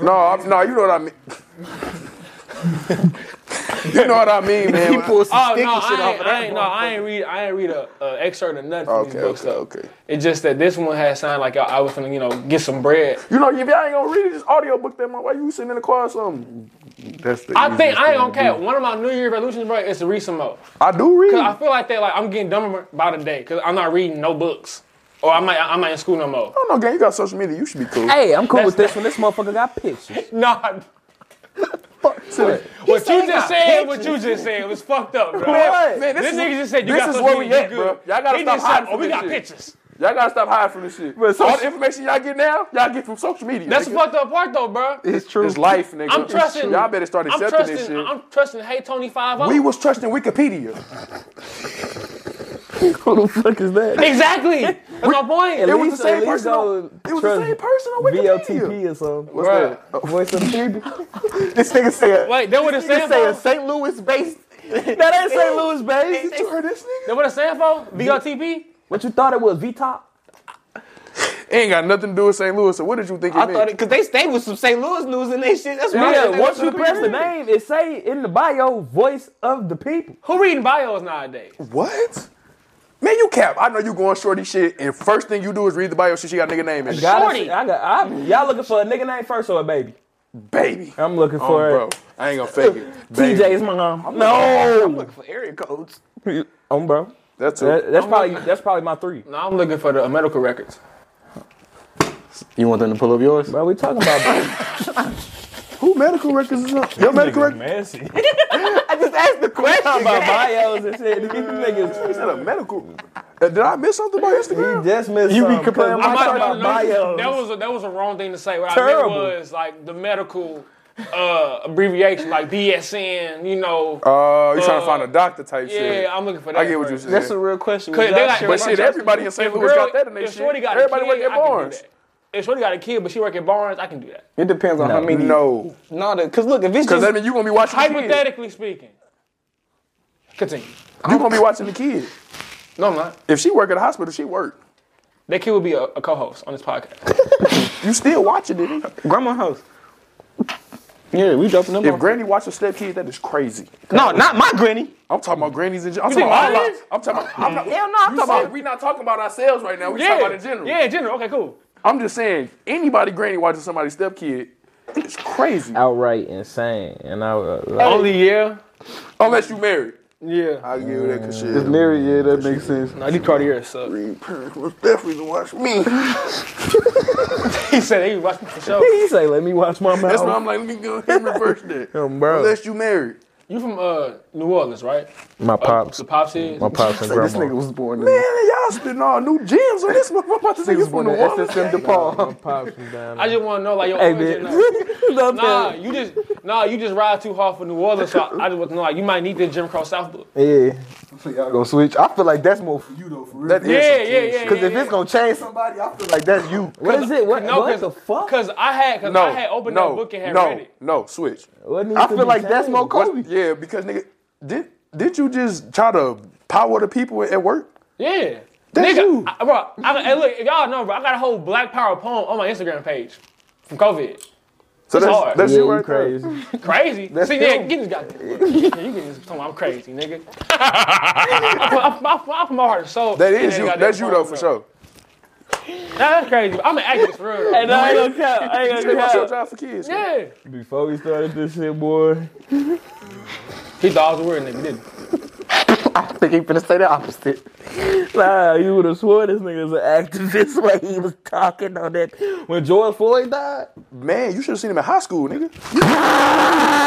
Speaker 1: No, I'm, no, you know what I mean. *laughs* you know what I mean, man.
Speaker 6: He pulled some
Speaker 2: Oh
Speaker 6: sticky
Speaker 2: no,
Speaker 6: shit
Speaker 2: I
Speaker 6: off
Speaker 2: ain't,
Speaker 6: of
Speaker 2: I
Speaker 6: that
Speaker 2: ain't, no, I ain't read, I ain't read a, a excerpt or nothing from
Speaker 1: Okay,
Speaker 2: these books
Speaker 1: okay,
Speaker 2: though.
Speaker 1: okay.
Speaker 2: It's just that this one had sounded like I, I was finna, you know, get some bread.
Speaker 1: You know, if y'all ain't gonna read it, just audiobook that much. Why you sitting in the car or something?
Speaker 6: That's the
Speaker 2: I think
Speaker 6: easiest
Speaker 2: I ain't
Speaker 6: thing
Speaker 2: gonna
Speaker 6: to
Speaker 2: cap. One of my New Year resolutions, bro, is to read some more.
Speaker 1: I do read.
Speaker 2: Cause I feel like that, like I'm getting dumber by the day, cause I'm not reading no books, or I'm not, I'm not in school no more.
Speaker 1: *laughs* I don't know, gang. You got social media. You should be cool.
Speaker 3: Hey, I'm cool
Speaker 2: That's
Speaker 3: with this one. This motherfucker got pictures.
Speaker 2: Nah. What you just said, what you just said was fucked up, bro.
Speaker 1: *laughs* What? Man,
Speaker 2: This,
Speaker 1: this is-
Speaker 2: nigga just said you
Speaker 1: this
Speaker 2: got
Speaker 1: is
Speaker 2: social
Speaker 1: where we
Speaker 2: media, you
Speaker 1: at,
Speaker 2: good.
Speaker 1: bro. Y'all gotta
Speaker 2: He
Speaker 1: stop
Speaker 2: just said,
Speaker 1: hiding
Speaker 2: Oh,
Speaker 1: from
Speaker 2: we
Speaker 1: this
Speaker 2: got
Speaker 1: shit."
Speaker 2: pictures.
Speaker 1: Y'all gotta stop hiding from this shit.
Speaker 6: so-
Speaker 1: All the information y'all get now, y'all get from social media.
Speaker 2: That's
Speaker 1: nigga.
Speaker 2: the fucked up part though, bro.
Speaker 6: do. It's true.
Speaker 1: It's life, nigga.
Speaker 2: I'm trusting.
Speaker 1: Y'all better start
Speaker 2: I'm
Speaker 1: accepting
Speaker 2: trusting,
Speaker 1: this shit.
Speaker 2: I'm trusting. Hey, Tony Five oh.
Speaker 1: we
Speaker 2: O.
Speaker 1: was trusting Wikipedia.
Speaker 4: Who the fuck is that?
Speaker 2: Exactly. That's my point.
Speaker 1: It
Speaker 4: At
Speaker 1: was the
Speaker 4: least-
Speaker 1: same
Speaker 4: at least
Speaker 1: person.
Speaker 4: go
Speaker 1: On, it was the
Speaker 4: trust
Speaker 1: same person on Wikipedia.
Speaker 4: VLTP or something.
Speaker 1: What's
Speaker 2: Bruh.
Speaker 1: that? Oh,
Speaker 4: Voice of the
Speaker 1: *laughs*
Speaker 6: This nigga said.
Speaker 2: Wait, that what it
Speaker 6: This nigga
Speaker 2: stand
Speaker 6: say a
Speaker 2: for?
Speaker 6: St. Louis based. *laughs*
Speaker 4: That ain't St. Louis, baby.
Speaker 1: you heard this nigga?
Speaker 2: That what it stand for? VRTP?
Speaker 4: What you thought it was? V top.
Speaker 1: It ain't got nothing to do with St. Louis. So what did you think it
Speaker 3: I
Speaker 1: meant?
Speaker 3: thought it because they stayed with some St. Louis news and they shit. That's why.
Speaker 4: Yeah,
Speaker 1: that's
Speaker 4: once you
Speaker 1: what
Speaker 4: press
Speaker 1: it
Speaker 4: the
Speaker 1: is.
Speaker 4: name, it say in the bio, voice of the people.
Speaker 2: Who reading bios nowadays?
Speaker 1: What? Man, you cap. I know you going shorty shit, and first thing you do is read the bio. She, she got nigga name in it.
Speaker 4: Gotta
Speaker 2: Shorty.
Speaker 4: say- I got, I, y'all looking for a nigga name first or a baby?
Speaker 1: Baby.
Speaker 4: I'm looking
Speaker 1: Oh,
Speaker 4: for
Speaker 1: bro.
Speaker 4: it.
Speaker 1: I ain't gonna fake it. *laughs* Baby.
Speaker 4: TJ's mom. no,
Speaker 6: For area codes.
Speaker 4: um, bro.
Speaker 1: That's
Speaker 4: That,
Speaker 1: it.
Speaker 4: that's probably that's probably my three.
Speaker 2: No, I'm looking for the uh, medical records.
Speaker 6: You want them to pull up yours?
Speaker 4: Bro, we talking about
Speaker 1: Who medical records is up? Your medical records?
Speaker 4: messy.
Speaker 6: I just asked the question.
Speaker 4: about *laughs* bios and shit. These niggas
Speaker 1: Is that a medical? Uh, Did I miss something by Instagram?
Speaker 4: just missed.
Speaker 6: You be
Speaker 4: something, 'cause
Speaker 6: comparing
Speaker 4: we
Speaker 6: my-
Speaker 4: talking about
Speaker 2: no,
Speaker 4: bios.
Speaker 2: that was a, that was a wrong thing to say. What
Speaker 4: Terrible.
Speaker 2: I meant was like the medical uh, abbreviation, like DSN. You know.
Speaker 1: Oh, you trying
Speaker 2: Uh,
Speaker 1: to find a doctor type shit?
Speaker 2: yeah, I'm looking for that.
Speaker 1: I get what you
Speaker 2: first.
Speaker 1: said.
Speaker 3: That's a real question.
Speaker 2: Cause they like-
Speaker 1: but shit, everybody in St. Louis got that in their
Speaker 2: if
Speaker 1: shit.
Speaker 2: Shorty got
Speaker 1: Everybody
Speaker 2: a kid,
Speaker 1: work at
Speaker 2: I can do
Speaker 1: Barnes.
Speaker 2: that. If Shorty got a kid, but she work at Barnes, I can do that.
Speaker 6: It depends on how many.
Speaker 1: No,
Speaker 3: no, because look, if it's just
Speaker 1: because that means you gonna be watching. the kid.
Speaker 2: Hypothetically speaking. Continue.
Speaker 1: you gonna be watching the kid.
Speaker 2: No, I'm not.
Speaker 1: If she work at a hospital, she work.
Speaker 2: That kid will be a, a co-host on this podcast.
Speaker 1: You still watching it?
Speaker 6: Grandma house. Yeah, we dropping them
Speaker 1: If
Speaker 6: off.
Speaker 1: Granny watches step kids, that is crazy.
Speaker 3: no, not my granny.
Speaker 1: I'm talking about grannies in general. I'm
Speaker 2: think
Speaker 1: talking about.
Speaker 2: mine
Speaker 1: all
Speaker 2: is?
Speaker 1: our- I'm talking about. I'm not,
Speaker 3: Hell no, I'm
Speaker 1: you
Speaker 3: talking
Speaker 1: said
Speaker 3: about-
Speaker 1: we not talking about ourselves right now. We talking about in general.
Speaker 2: Yeah, in general. Okay, cool.
Speaker 1: I'm just saying anybody granny watching somebody's step kid, it's crazy.
Speaker 4: outright insane, and I uh, like,
Speaker 2: Only yeah.
Speaker 1: Unless you married.
Speaker 2: Yeah.
Speaker 1: I give you that cause shit.
Speaker 6: Married, yeah, that makes sense.
Speaker 2: No, these Cartier suck.
Speaker 1: parents was definitely to watch me.
Speaker 2: *laughs* He said they watch me for show.
Speaker 4: he say, "Let me watch my
Speaker 1: *laughs*
Speaker 4: mouth."
Speaker 1: That's why I'm like, let me go ahead and reverse that.
Speaker 4: Um, bro.
Speaker 1: Unless you married.
Speaker 2: You from uh, New Orleans, right?
Speaker 6: My
Speaker 2: Uh,
Speaker 6: pops.
Speaker 2: The pops is.
Speaker 6: My pops and
Speaker 1: Say
Speaker 6: grandma.
Speaker 1: this
Speaker 6: This nigga was born in.
Speaker 1: Man, y'all spitting all new gems on this *laughs* motherfucker. This nigga's from
Speaker 6: born
Speaker 1: the
Speaker 6: in
Speaker 1: water.
Speaker 6: SSM DePaul.
Speaker 4: Pops from down.
Speaker 2: I just want to know like your
Speaker 4: Hey,
Speaker 2: origin.
Speaker 4: man.
Speaker 2: like-
Speaker 4: Don't
Speaker 2: Nah,
Speaker 4: tell-
Speaker 2: you just nah, you just ride too hard for New Orleans. So I, I just want to know like you might need the Jim Crow South book.
Speaker 6: Yeah. Y'all gonna switch. I feel like that's more for you though, for real.
Speaker 1: That is
Speaker 2: Yeah,
Speaker 1: some
Speaker 2: yeah,
Speaker 1: king
Speaker 2: yeah,
Speaker 1: shit.
Speaker 6: Cause if
Speaker 2: yeah.
Speaker 6: it's gonna change somebody, I feel like that's you.
Speaker 4: What is it? What, what the fuck?
Speaker 2: Because I had because
Speaker 1: No,
Speaker 2: I had opened
Speaker 1: no,
Speaker 2: that book and had
Speaker 1: no,
Speaker 2: read it.
Speaker 1: no, switch.
Speaker 4: What needs
Speaker 6: I
Speaker 4: to
Speaker 6: feel
Speaker 4: be
Speaker 6: like that's
Speaker 4: changed?
Speaker 6: more
Speaker 1: What's-
Speaker 6: Kobe.
Speaker 1: yeah, because nigga, did did you just try to power the people at work?
Speaker 2: Yeah.
Speaker 1: That's
Speaker 2: Nigga,
Speaker 1: you.
Speaker 2: I, bro, I, hey, look, if y'all know, bro, I got a whole Black Power poem on my Instagram page from COVID.
Speaker 1: So
Speaker 2: It's
Speaker 1: that's
Speaker 2: hard.
Speaker 1: that's
Speaker 4: Yeah,
Speaker 1: you
Speaker 4: you
Speaker 1: right there.
Speaker 4: crazy.
Speaker 2: Crazy. See, yeah,
Speaker 6: him.
Speaker 2: get this goddamn. book. yeah, you get this. Tell me I'm crazy, nigga. I, put, I, put- I, put- I put my heart and soul.
Speaker 1: That
Speaker 2: in
Speaker 1: is you.
Speaker 2: goddamn
Speaker 1: That's you
Speaker 2: poem,
Speaker 1: though for
Speaker 2: bro.
Speaker 1: sure.
Speaker 2: Nah, that's crazy. I'm an activist for real.
Speaker 4: And
Speaker 2: though.
Speaker 4: I ain't gonna cap. I *laughs* ain't
Speaker 1: Hey,
Speaker 4: gonna
Speaker 1: my show
Speaker 4: cap.
Speaker 1: job for kids. man.
Speaker 2: Yeah.
Speaker 4: Before we started this shit, boy.
Speaker 2: He thought I was a weird nigga, didn't he?
Speaker 6: I think he finna say the opposite.
Speaker 4: Nah, you would have swore this nigga was an activist *laughs* way he was talking on that. When George Floyd died,
Speaker 1: Man, you should have seen him in high school, nigga.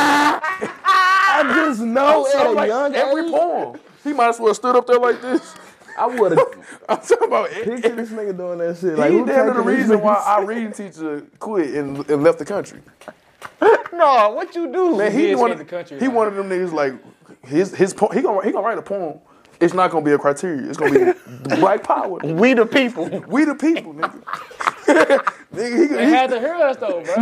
Speaker 4: I just know
Speaker 1: I'm
Speaker 4: at a
Speaker 1: like,
Speaker 4: young
Speaker 1: every
Speaker 4: age,
Speaker 1: poem. He might as well stood up there like this. *laughs*
Speaker 4: I would have
Speaker 1: I'm talking about it.
Speaker 4: pictured this nigga doing that shit.
Speaker 1: Like,
Speaker 4: Like,
Speaker 1: he
Speaker 4: who
Speaker 1: damn near the
Speaker 4: taking these
Speaker 1: reason why
Speaker 4: niggas?
Speaker 1: our reading teacher quit and, and left the country.
Speaker 2: No, what you do?
Speaker 1: Man, he,
Speaker 2: he
Speaker 1: one of
Speaker 2: the country.
Speaker 1: he
Speaker 2: man.
Speaker 1: one of them niggas like his his po- he gonna he gonna write a poem. It's not gonna be a criteria. It's gonna be black power.
Speaker 6: We the people.
Speaker 1: We the people, nigga. nigga, he,
Speaker 2: They
Speaker 1: he-
Speaker 2: had to hear us though, bro.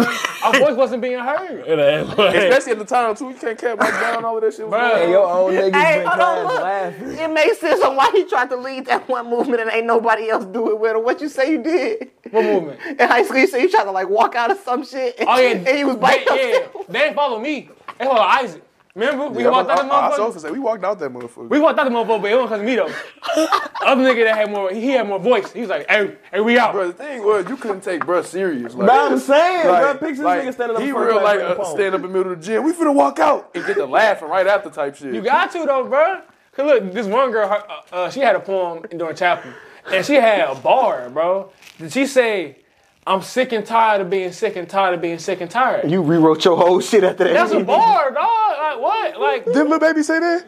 Speaker 2: Our voice wasn't being heard.
Speaker 1: especially at the time too. You can't cap like down all of that shit. was
Speaker 2: Bruh.
Speaker 1: going on.
Speaker 4: And your own niggas
Speaker 6: Hey,
Speaker 4: been
Speaker 6: hold on,
Speaker 4: crying
Speaker 6: look.
Speaker 4: laughing.
Speaker 6: It makes sense on why he tried to lead that one movement and ain't nobody else do it with him. What you say you did?
Speaker 2: What movement?
Speaker 6: In high school, you said you tried to like walk out of some shit.
Speaker 2: Oh yeah,
Speaker 6: and he was biting
Speaker 2: They, yeah,
Speaker 6: himself.
Speaker 2: they didn't follow me. They followed Isaac. Remember, we
Speaker 1: Yeah,
Speaker 2: walked out the
Speaker 1: I'm- I, I, I,
Speaker 2: motherfucker.
Speaker 1: said, we walked out that motherfucker.
Speaker 2: We walked out the motherfucker, but it wasn't cause of me though. Other nigga that had more, he had more voice. He was like, "Hey, hey, we out."
Speaker 1: Bruh, the thing was, you couldn't take bruh serious. Like,
Speaker 4: Nah, *laughs* I'm saying,
Speaker 1: like-
Speaker 4: bro. Picture
Speaker 1: like,
Speaker 4: this nigga standing up
Speaker 1: He
Speaker 4: in front
Speaker 1: real
Speaker 4: of
Speaker 1: like
Speaker 4: a
Speaker 1: uh, stand up in the middle of the gym. We finna walk out and get to laughing right after type shit.
Speaker 2: You got to though, bro. Cause look, this one girl, her, uh, uh, she had a poem during chapel, and she had a bar, bro. Did she say, "I'm sick and tired of being sick and tired of being sick and tired"?
Speaker 6: You rewrote your whole shit after that.
Speaker 2: That's a bar, dog. Like what?
Speaker 1: *laughs*
Speaker 2: Like
Speaker 1: Didn't little baby say that?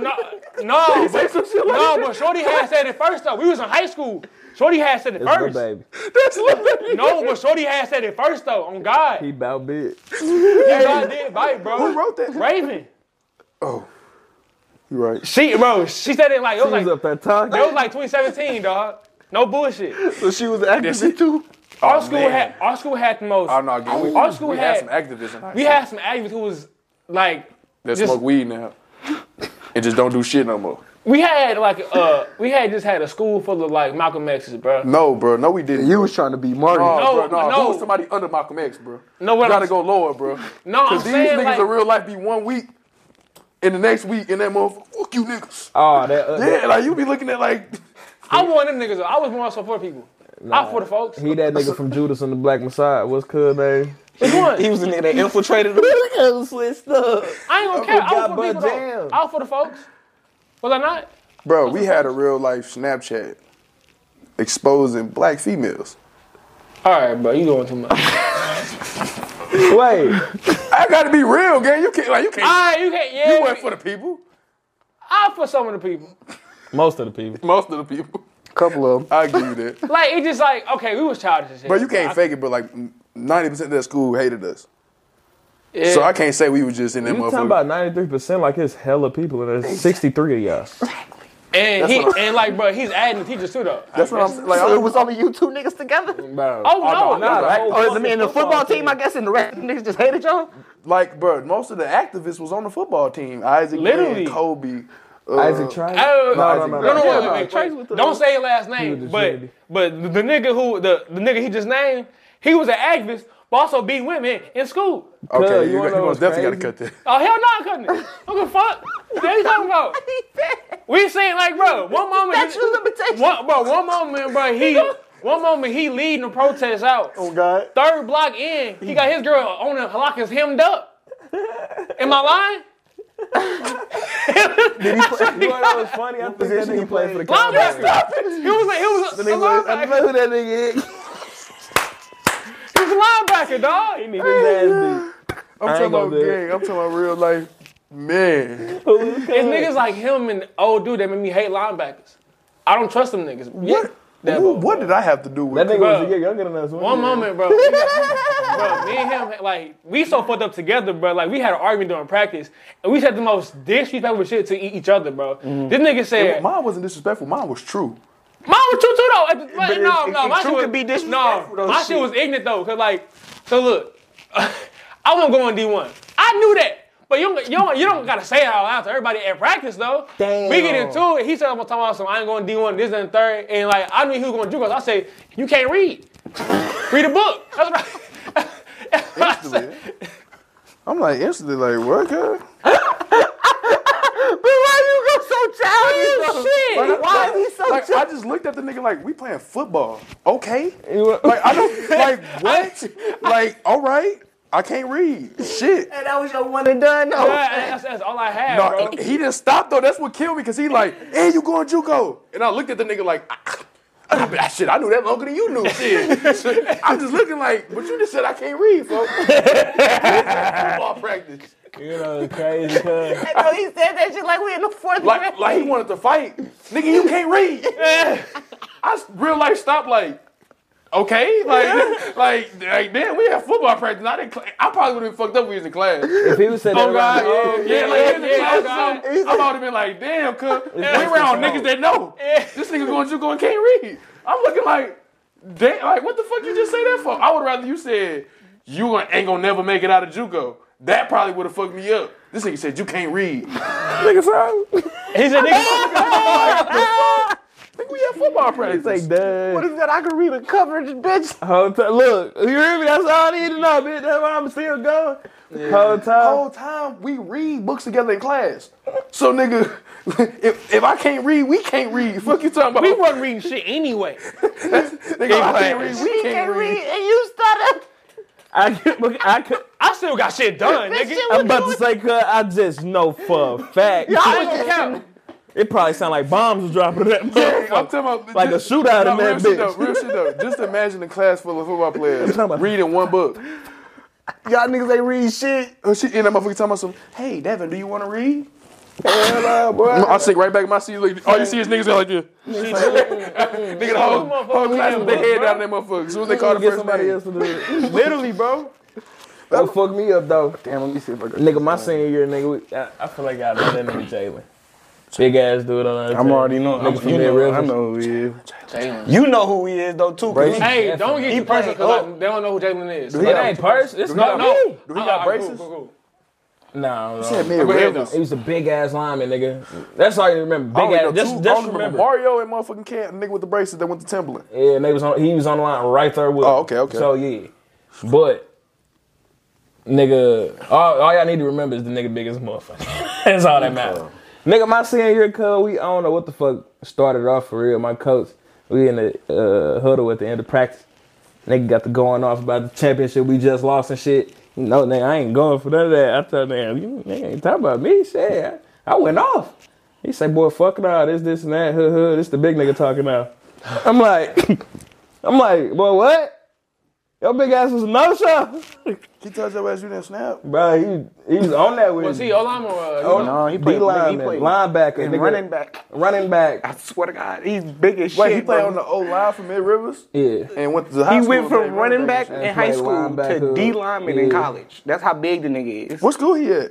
Speaker 2: No, no, but, no, but Shorty had said it first though. We was in high school. Shorty had said it
Speaker 4: Little
Speaker 2: first.
Speaker 4: baby.
Speaker 1: That's little baby.
Speaker 2: No, but Shorty had said it first though. On God,
Speaker 4: He
Speaker 2: he
Speaker 4: about big.
Speaker 2: goddamn bite, bro.
Speaker 1: Who wrote that?
Speaker 2: Raven.
Speaker 1: You right.
Speaker 2: She, bro, she said it like it was
Speaker 4: He was
Speaker 2: like
Speaker 4: up there talking.
Speaker 2: it was like 2017, dog. No bullshit.
Speaker 6: So she was an activist too.
Speaker 2: Our school
Speaker 1: man.
Speaker 2: had our school had the most.
Speaker 1: I'm not getting.
Speaker 2: Our school
Speaker 1: we
Speaker 2: had-
Speaker 1: had some activism.
Speaker 2: we had some activists who was like
Speaker 1: that
Speaker 2: just-
Speaker 1: smoke weed now *gasps* and just don't do shit no more.
Speaker 2: we had like uh we had just had a school full of like Malcolm X's, bro.
Speaker 1: No, bro. No, we didn't.
Speaker 6: You was trying to be Martin.
Speaker 1: no,
Speaker 2: No,
Speaker 1: bro, no.
Speaker 2: no.
Speaker 1: Who was somebody under Malcolm X, bro?
Speaker 2: No, what
Speaker 1: you gotta
Speaker 2: I'm-
Speaker 1: go lower, bro.
Speaker 2: No, I'm
Speaker 1: Cause these
Speaker 2: saying
Speaker 1: niggas
Speaker 2: like
Speaker 1: in real life be one week, and the next week in that motherfucker, fuck you niggas.
Speaker 4: Oh, that. Uh,
Speaker 1: Yeah, like you be looking at like
Speaker 2: I want them niggas. I was more so for people. Not for the folks.
Speaker 4: He that nigga from Judas and the Black Messiah. What's good name?
Speaker 2: Which one?
Speaker 6: was a nigga that infiltrated *laughs* the
Speaker 4: Nigga switched up.
Speaker 2: I ain't gonna care. I was for
Speaker 4: but
Speaker 2: the people. though.
Speaker 4: damn.
Speaker 2: I was for the folks. Was I not?
Speaker 1: *laughs* Bro, we had a real life Snapchat exposing black females.
Speaker 2: All right, bro. You doing too much. All
Speaker 4: Wait,
Speaker 1: I gotta be real, gang. You can't like you can't
Speaker 2: right, you can't. Yeah,
Speaker 1: you went for the people.
Speaker 2: I for some of the people.
Speaker 4: most of the people.
Speaker 1: Most of the people.
Speaker 6: couple of them.
Speaker 1: I give you *laughs* that.
Speaker 2: Like it just like okay, we was childish and shit.
Speaker 1: But you can't fake it, but like 90% of that school hated us.
Speaker 2: Yeah.
Speaker 1: So I can't say we was just in that
Speaker 4: You
Speaker 1: motherfucker.
Speaker 4: talking about ninety three percent? Like it's hella people, and there's sixty three of y'all.
Speaker 2: and he
Speaker 1: what
Speaker 2: and like bro, he's adding the teachers too though.
Speaker 1: That's what I'm saying. Like,
Speaker 6: So it
Speaker 1: I-
Speaker 6: was only you two niggas together.
Speaker 2: Oh no, no,
Speaker 1: no, no,
Speaker 2: right.
Speaker 6: Or I mean, the football team, I guess, and the rest of the niggas just hated y'all.
Speaker 1: like, bro, most of the activists was on the football team. Isaac,
Speaker 2: Literally.
Speaker 1: Literally. Kobe. uh,
Speaker 4: Isaac tried.
Speaker 2: Oh,
Speaker 1: No, no, no,
Speaker 2: no, no,
Speaker 1: no.
Speaker 2: wait,
Speaker 1: Yeah,
Speaker 2: wait,
Speaker 1: no,
Speaker 2: wait,
Speaker 6: Trace
Speaker 2: wait.
Speaker 6: with the-
Speaker 2: Don't say his last name,
Speaker 4: with the
Speaker 2: but
Speaker 4: Trinity.
Speaker 2: but the- the nigga who the, the nigga he just named, he was an activist, but also beat women in school.
Speaker 4: Cuz,
Speaker 1: Okay,
Speaker 4: you
Speaker 1: you,
Speaker 4: wanna
Speaker 1: you
Speaker 4: know
Speaker 1: most
Speaker 4: what's
Speaker 1: definitely
Speaker 4: crazy?
Speaker 1: gotta cut that.
Speaker 2: Oh hell no,
Speaker 4: *laughs*
Speaker 2: I couldn't. What the fuck? What are you talking about? We seen like bro,
Speaker 4: *laughs*
Speaker 2: one moment
Speaker 6: That's your limitation.
Speaker 2: one, bro, one moment, bro, he
Speaker 4: *laughs*
Speaker 2: one moment he leading the protest out.
Speaker 6: Oh God.
Speaker 2: Third block in, he got his girl on the block is hemmed up. Am I
Speaker 4: *laughs*
Speaker 2: lying?
Speaker 4: You know that was funny. I think that
Speaker 6: Position he
Speaker 4: nigga played for the
Speaker 2: Linebacker.
Speaker 4: Cowboys.
Speaker 2: He was like, he was a, a
Speaker 6: I
Speaker 2: linebacker.
Speaker 6: know who that nigga is.
Speaker 2: He was a linebacker, dog. *laughs*
Speaker 4: He need his ass beat.
Speaker 1: I'm talking
Speaker 4: ain't gonna
Speaker 1: about
Speaker 4: do it.
Speaker 1: gang. I'm talking about real life Man,
Speaker 2: It's niggas like him and the old dude that make me hate linebackers. I don't trust them niggas. Yeah. That
Speaker 1: Ooh, what did I have to do with
Speaker 4: That nigga
Speaker 2: Bruh.
Speaker 4: was a year younger than us.
Speaker 2: One moment, bro. We got- bro, me and him, like, we so fucked up together, bro. Like, we had an argument during practice, and we said the most disrespectful shit to e- each other, bro. This nigga said, "Mom
Speaker 1: Mine wasn't disrespectful. Mine was true.
Speaker 2: was true too, though." At the-
Speaker 6: But
Speaker 2: no,
Speaker 6: it-
Speaker 2: no,
Speaker 6: it-
Speaker 2: my shit
Speaker 6: it true
Speaker 2: was,
Speaker 6: could be disrespectful,
Speaker 2: No,
Speaker 6: though,
Speaker 2: my
Speaker 6: shit.
Speaker 2: shit was ignorant though, cause like, so look, *laughs* I won't go on D one. I knew that. But you don't, you, don't, you don't gotta say it out loud to everybody at practice though.
Speaker 6: Damn.
Speaker 2: We get into it. He said I'm gonna talk about some. I ain't going D one, this and the third, and like I knew he was going to do because I say you can't read. *laughs* read a book. That's *laughs* right. I said,
Speaker 4: *laughs*
Speaker 1: I'm like instantly like, what? Girl?
Speaker 6: But why you go so childish?
Speaker 2: Shit.
Speaker 6: though? Why is he so
Speaker 1: Like, I
Speaker 6: childish?
Speaker 1: just looked at the nigga like, we playing football, okay? Like I
Speaker 4: *laughs*
Speaker 1: don't like what? like all right, I can't read. Shit.
Speaker 6: And that was your one and done, though.
Speaker 2: Yeah, that's, that's all I had,
Speaker 1: No,
Speaker 2: bro.
Speaker 1: he didn't stop though. That's what killed me because he like, hey, you going JUCO? And I looked at the nigga like, ah, I, I, shit, I knew that longer than you knew. Shit, I'm just looking like, but you just said I can't read, folks. Football practice.
Speaker 3: You know, it's crazy. cuz.
Speaker 4: *laughs*
Speaker 6: I know he said that shit like we in the fourth grade.
Speaker 1: Like, like he wanted to fight. Nigga, you can't read. I s- real life stopped like, okay, like, *laughs* like, like, damn, we had football practice. I didn't. Cl- I probably would have fucked up. If we was in class.
Speaker 3: If he was sitting
Speaker 1: Oh
Speaker 3: there
Speaker 1: God,
Speaker 3: around the
Speaker 1: yeah, yeah, like
Speaker 2: yeah,
Speaker 1: in the
Speaker 2: yeah, oh,
Speaker 1: class
Speaker 2: God.
Speaker 1: or something, I might have been like, damn, cuz we around niggas that know. This nigga going juco and can't read. I'm looking like, damn, like what the fuck you just say that for? I would rather you said you gonna- ain't gonna never make it out of JUCO. That probably would have fucked me up. This nigga said you can't read. nigga, sorry.
Speaker 2: He said, nigga,
Speaker 1: Nigga, we had football practice.
Speaker 4: Like, duh.
Speaker 6: What is that? I can read a coverage, bitch.
Speaker 4: Whole time, look, you hear me? That's all I need to know, bitch. That's why I'm still going. Whole
Speaker 1: the
Speaker 4: time.
Speaker 1: whole time we read books together in class. So nigga, *laughs* if, if I can't read, we can't read. Fuck you talking about?
Speaker 2: we wasn't reading shit anyway.
Speaker 1: nigga, I can't read.
Speaker 6: She
Speaker 1: We
Speaker 6: can't read, and you started.
Speaker 4: I could, look, *laughs* I could,
Speaker 2: I still got shit done,
Speaker 6: That
Speaker 2: nigga.
Speaker 6: shit was
Speaker 4: I'm about to say, cuz I just know for a fact.
Speaker 6: Y'all
Speaker 2: Don't
Speaker 6: just-
Speaker 2: count.
Speaker 4: It probably sound like bombs was dropping in that
Speaker 1: Hey, I'm
Speaker 4: motherfucker.
Speaker 1: talking about
Speaker 4: Like a shootout
Speaker 1: real
Speaker 4: in that
Speaker 1: shit
Speaker 4: bitch.
Speaker 1: though,
Speaker 4: *laughs*
Speaker 1: real shit though. Just imagine a class full of football players
Speaker 4: talking about-
Speaker 1: reading one book.
Speaker 6: Y'all niggas ain't read shit.
Speaker 1: And she and that motherfucker talking about some. Hey, Devin, do you want to read? Hell, uh, boy. I sit right back in my seat. Like, all you see is niggas that like this. Nigga, the whole, whole class with their head down in that motherfucker. As soon as they call the
Speaker 4: Get
Speaker 1: first
Speaker 4: somebody
Speaker 1: name.
Speaker 4: else to do
Speaker 1: *laughs*
Speaker 4: it.
Speaker 2: Literally, bro.
Speaker 4: That fucked me up though. Damn,
Speaker 1: Let me see if I can.
Speaker 4: nigga, my senior year, nigga, we,
Speaker 3: I, I feel like I know that nigga Jalen. Big ass dude on
Speaker 4: I'm already know. I'm,
Speaker 3: from
Speaker 4: you
Speaker 3: Mid
Speaker 4: know, I
Speaker 3: Rivers.
Speaker 4: know who he is.
Speaker 7: You know who he is though too. 'cause
Speaker 4: Brady.
Speaker 7: he-
Speaker 2: Hey, don't get your person
Speaker 7: playing
Speaker 6: Oh.
Speaker 2: because like, they don't know who Jalen is.
Speaker 3: It ain't purse. It's
Speaker 2: no,
Speaker 3: not.
Speaker 2: no.
Speaker 1: Do he got
Speaker 2: Uh-uh,
Speaker 1: braces?
Speaker 2: cool, cool, cool.
Speaker 3: No,
Speaker 1: Yeah,
Speaker 3: no.
Speaker 1: man,
Speaker 2: Go ahead,
Speaker 1: Ravens.
Speaker 3: He was a big ass lineman, nigga. That's all you remember.
Speaker 1: Oh, I only
Speaker 3: Big
Speaker 1: know
Speaker 3: ass. Just,
Speaker 1: two- I
Speaker 3: just
Speaker 1: only
Speaker 3: remember.
Speaker 1: remember Mario and motherfucking Cam, nigga with the braces that went to Timberland.
Speaker 3: Yeah, and they was on, he was on the line right there with.
Speaker 1: Oh,
Speaker 3: him.
Speaker 1: okay, okay.
Speaker 3: So yeah, but nigga, all, all y'all need to remember is the nigga biggest
Speaker 4: *laughs*
Speaker 3: motherfucker. That's all that matters.
Speaker 4: Nigga, my senior year, cuz we I don't know what the fuck started off for real. My coach, we in the uh, huddle at the end of practice. Nigga got to going off about the championship we just lost and shit. You know, nigga, I ain't going for none of that. I told nigga, you nigga ain't talking about me, shit. I, I went off. He say, boy, fuck it all, this, this, and that, huh, huh. This the big nigga talking now. I'm like, *laughs* I'm like, boy, what? Your big ass was no show.
Speaker 1: He tells your ass you didn't snap.
Speaker 4: Bro, he, he was on that with
Speaker 2: Was
Speaker 4: me.
Speaker 2: he O-line or uh,
Speaker 4: Oh,
Speaker 2: no.
Speaker 4: no, he played lineman, linebacker,
Speaker 6: and
Speaker 4: nigga.
Speaker 6: running back.
Speaker 4: running back.
Speaker 6: I swear to God, he's big as
Speaker 1: Wait,
Speaker 6: shit.
Speaker 1: he played
Speaker 6: bro.
Speaker 1: on the O line from Mid Rivers
Speaker 4: Yeah.
Speaker 1: and went to high
Speaker 6: He
Speaker 1: school.
Speaker 6: went
Speaker 1: and played
Speaker 6: from running back
Speaker 1: and
Speaker 6: in
Speaker 1: shit.
Speaker 6: high
Speaker 4: played
Speaker 6: school to
Speaker 4: linebacker.
Speaker 6: D lineman in
Speaker 4: Yeah.
Speaker 6: college. That's how big the nigga is.
Speaker 1: What school he at?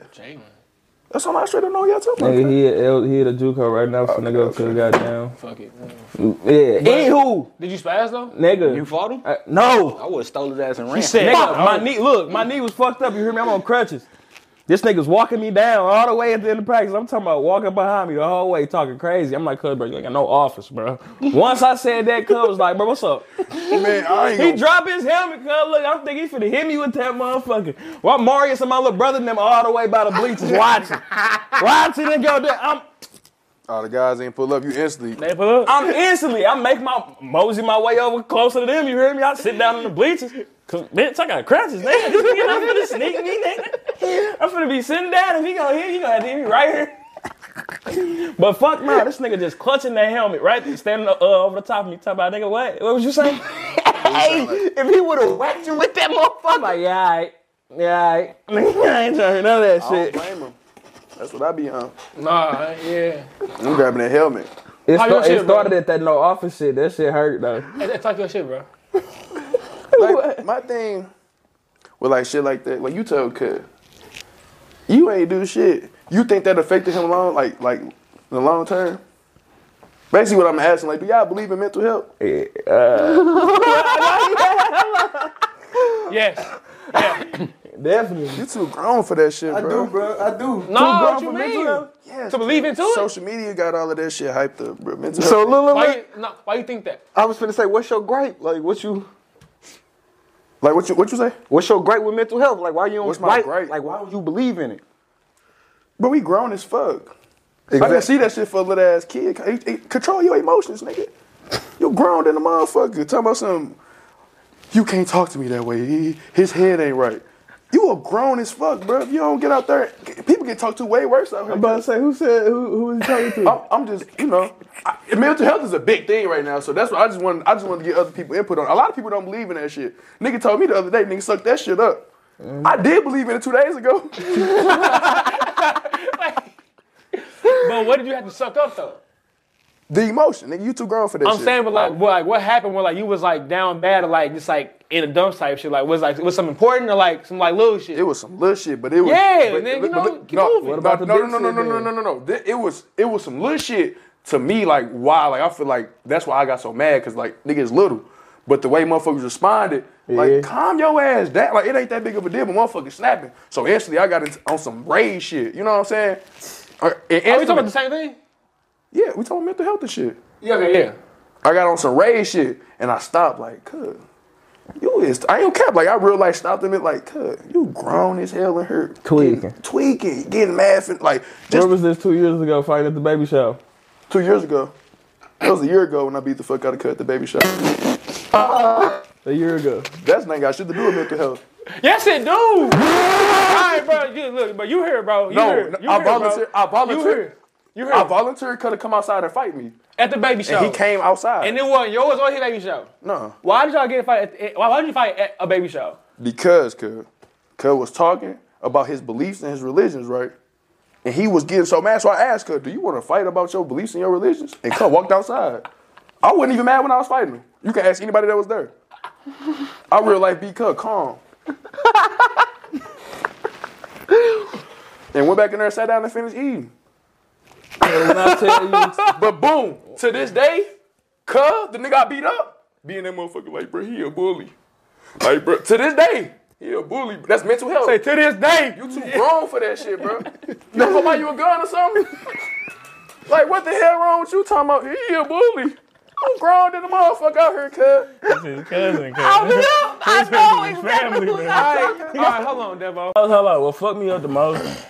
Speaker 1: That's all I straight don't know. Y'all talking about.
Speaker 4: Nigga, he at, L- he at a JUCO right now. Finna go to the goddamn.
Speaker 2: Fuck it.
Speaker 4: Yeah. Anywho,
Speaker 2: Did you spaz though?
Speaker 4: nigga.
Speaker 7: You fought him?
Speaker 4: Uh, no.
Speaker 7: I would have stole his ass and ran.
Speaker 4: Nigga, my knee. Look, my knee was fucked up. You hear me? I'm on crutches. This nigga's walking me down all the way at the end of practice. I'm talking about walking behind me the whole way, talking crazy. I'm like, cuz, bro, you ain't got no office, bro. Once I said that, cuz was like, bro, what's up?
Speaker 1: Man, I ain't
Speaker 4: He
Speaker 1: gonna,
Speaker 4: dropped his helmet, cuz look, I'm thinking he finna hit me with that motherfucker. While Marius and my little brother and them all the way by the bleachers watching. watching and go down. I'm
Speaker 1: Oh, the guys ain't pull up. You instantly.
Speaker 2: They pull up.
Speaker 4: I'm instantly, I make my mosey my way over closer to them, you hear me? I sit down in the bleachers. Cause bitch, I got crutches, nigga. This nigga not finna sneak me, nigga. I'm finna be sitting down. If he gonna hit, he gonna have to hit me right here. But fuck no, this nigga just clutching that helmet right there, standing uh, over the top of me, talking about nigga, what? What was you *laughs* saying?
Speaker 6: Hey, if he would have whacked you with that motherfucker,
Speaker 4: *laughs* Oh, Like, yeah, all right. Yeah, all right. I ain't trying to hear none of that shit.
Speaker 1: Blame him. That's what I be on.
Speaker 2: Nah, yeah.
Speaker 1: I'm grabbing that helmet.
Speaker 4: It,
Speaker 2: How
Speaker 4: sta-
Speaker 2: your shit,
Speaker 4: it started
Speaker 2: bro?
Speaker 4: at that no office shit. That shit hurt though.
Speaker 2: Hey, hey, talk your shit, bro.
Speaker 1: Like, my thing with like shit like that, like you tell Cud, you ain't do shit. You think that affected him long, like like in the long term? Basically, what I'm asking, like, do y'all believe in mental health?
Speaker 2: Yes.
Speaker 4: Definitely.
Speaker 1: You too grown for that shit,
Speaker 5: I
Speaker 1: bro.
Speaker 5: do, bro. I do.
Speaker 2: No, what you mean?
Speaker 1: Yes,
Speaker 2: To believe
Speaker 1: bro.
Speaker 2: into it?
Speaker 1: Social media got all of that shit hyped up, bro. Mental
Speaker 5: So
Speaker 1: health.
Speaker 5: look, look,
Speaker 2: Why
Speaker 5: look.
Speaker 2: you, no, why you think that?
Speaker 5: I was finna say, what's your gripe? Like, what you,
Speaker 1: like, what you what you say?
Speaker 5: what's your gripe with mental health? Like, why you don't?
Speaker 1: What's my
Speaker 5: why,
Speaker 1: gripe?
Speaker 5: Like, why would you believe in it?
Speaker 1: But we grown as fuck. I didn't see that shit for a little ass kid. Hey, hey, Control your emotions, nigga. You're grown than a motherfucker. Talking about some, you can't talk to me that way. He- his head ain't right. You are grown as fuck, bro. If you don't get out there, people get talked to way worse out here.
Speaker 4: I'm about to say who said who who was he talking to?
Speaker 1: I'm, I'm just, you know, I, mental health is a big thing right now. So that's what I just wanted. I just wanted to get other people input on. it. A lot of people don't believe in that shit. Nigga told me the other day, nigga suck that shit up.
Speaker 4: Mm-hmm.
Speaker 1: I did believe in it two days ago. *laughs*
Speaker 2: But what did you have to suck up though?
Speaker 1: the emotion, nigga, you too grown for that.
Speaker 2: I'm
Speaker 1: shit.
Speaker 2: saying, but like, what, like, what happened when like you was like down bad, or like just like in a dump type shit? Like, was like was something important or like some like little shit?
Speaker 1: It was some little shit, but it was
Speaker 2: Yeah,
Speaker 1: but,
Speaker 2: and then, you
Speaker 1: but-
Speaker 2: know,
Speaker 1: but-
Speaker 2: keep
Speaker 1: no,
Speaker 2: moving.
Speaker 1: no,
Speaker 2: What
Speaker 4: about the
Speaker 1: no,
Speaker 4: dick
Speaker 1: no, no,
Speaker 4: shit
Speaker 1: no, no, no,
Speaker 4: then?
Speaker 1: no, no, Th- It was it was some little shit to me. Like why? Like I feel like that's why I got so mad because like niggas little, but the way motherfuckers responded,
Speaker 4: Yeah.
Speaker 1: like calm your ass down. Like it ain't that big of a deal, but motherfuckers snapping. So instantly I got into, on some rage shit. You know what I'm saying? Uh, and
Speaker 2: Are we talking about
Speaker 1: instantly-
Speaker 2: the same thing?
Speaker 1: yeah, we talking mental health and shit.
Speaker 2: Yeah, okay, yeah.
Speaker 1: I got on some rage shit and I stopped like, cuz, you is I ain't cap. Like I real like stopped him at like, cuz, you grown as hell and hurt.
Speaker 4: Tweaking.
Speaker 1: Tweaking, getting mad for, like just
Speaker 4: Where was this two years ago fighting at the baby shower?
Speaker 1: two years ago. That was a year ago when I beat the fuck out of cut at the baby shop.
Speaker 4: A year ago.
Speaker 1: That's not got shit to do with mental health.
Speaker 2: Yes, it do. All right, bro. You, look, but you here, bro. You
Speaker 1: No,
Speaker 2: here. You
Speaker 1: I
Speaker 2: here, bro.
Speaker 1: volunteer- I volunteer-
Speaker 2: You here. You here.
Speaker 1: I volunteered cut to come outside and fight me.
Speaker 2: at the baby shower.
Speaker 1: And he came outside.
Speaker 2: And it wasn't yours or his baby shower.
Speaker 1: no.
Speaker 2: Why did y'all get a fight? At, eh, why, why did you fight at a baby shower?
Speaker 1: Because cuz cuz was talking about his beliefs and his religions, right? And he was getting so mad, so I asked her, "Do you want to fight about your beliefs and your religions?" And cuz walked outside. I wasn't even mad when I was fighting him. You can ask anybody that was there. I real life be cuz calm. and went back in there, and sat down, and finished eating.
Speaker 4: When I tell you,
Speaker 1: But boom, to this day, cuz the nigga I beat up, being that motherfucker like, bro, he a bully. Like, bro, to this day, he a bully. That's mental health.
Speaker 2: *laughs* to this day.
Speaker 1: You too grown for that shit, bro. You gonna buy you a gun or something? like, what the hell wrong with you talking about? He a bully. I'm grown than a motherfucker out here, cuz.
Speaker 3: cousin.
Speaker 6: I know exactly
Speaker 2: All
Speaker 6: who y'all
Speaker 2: right, hold on, Devo.
Speaker 4: hello, well fuck me up the most.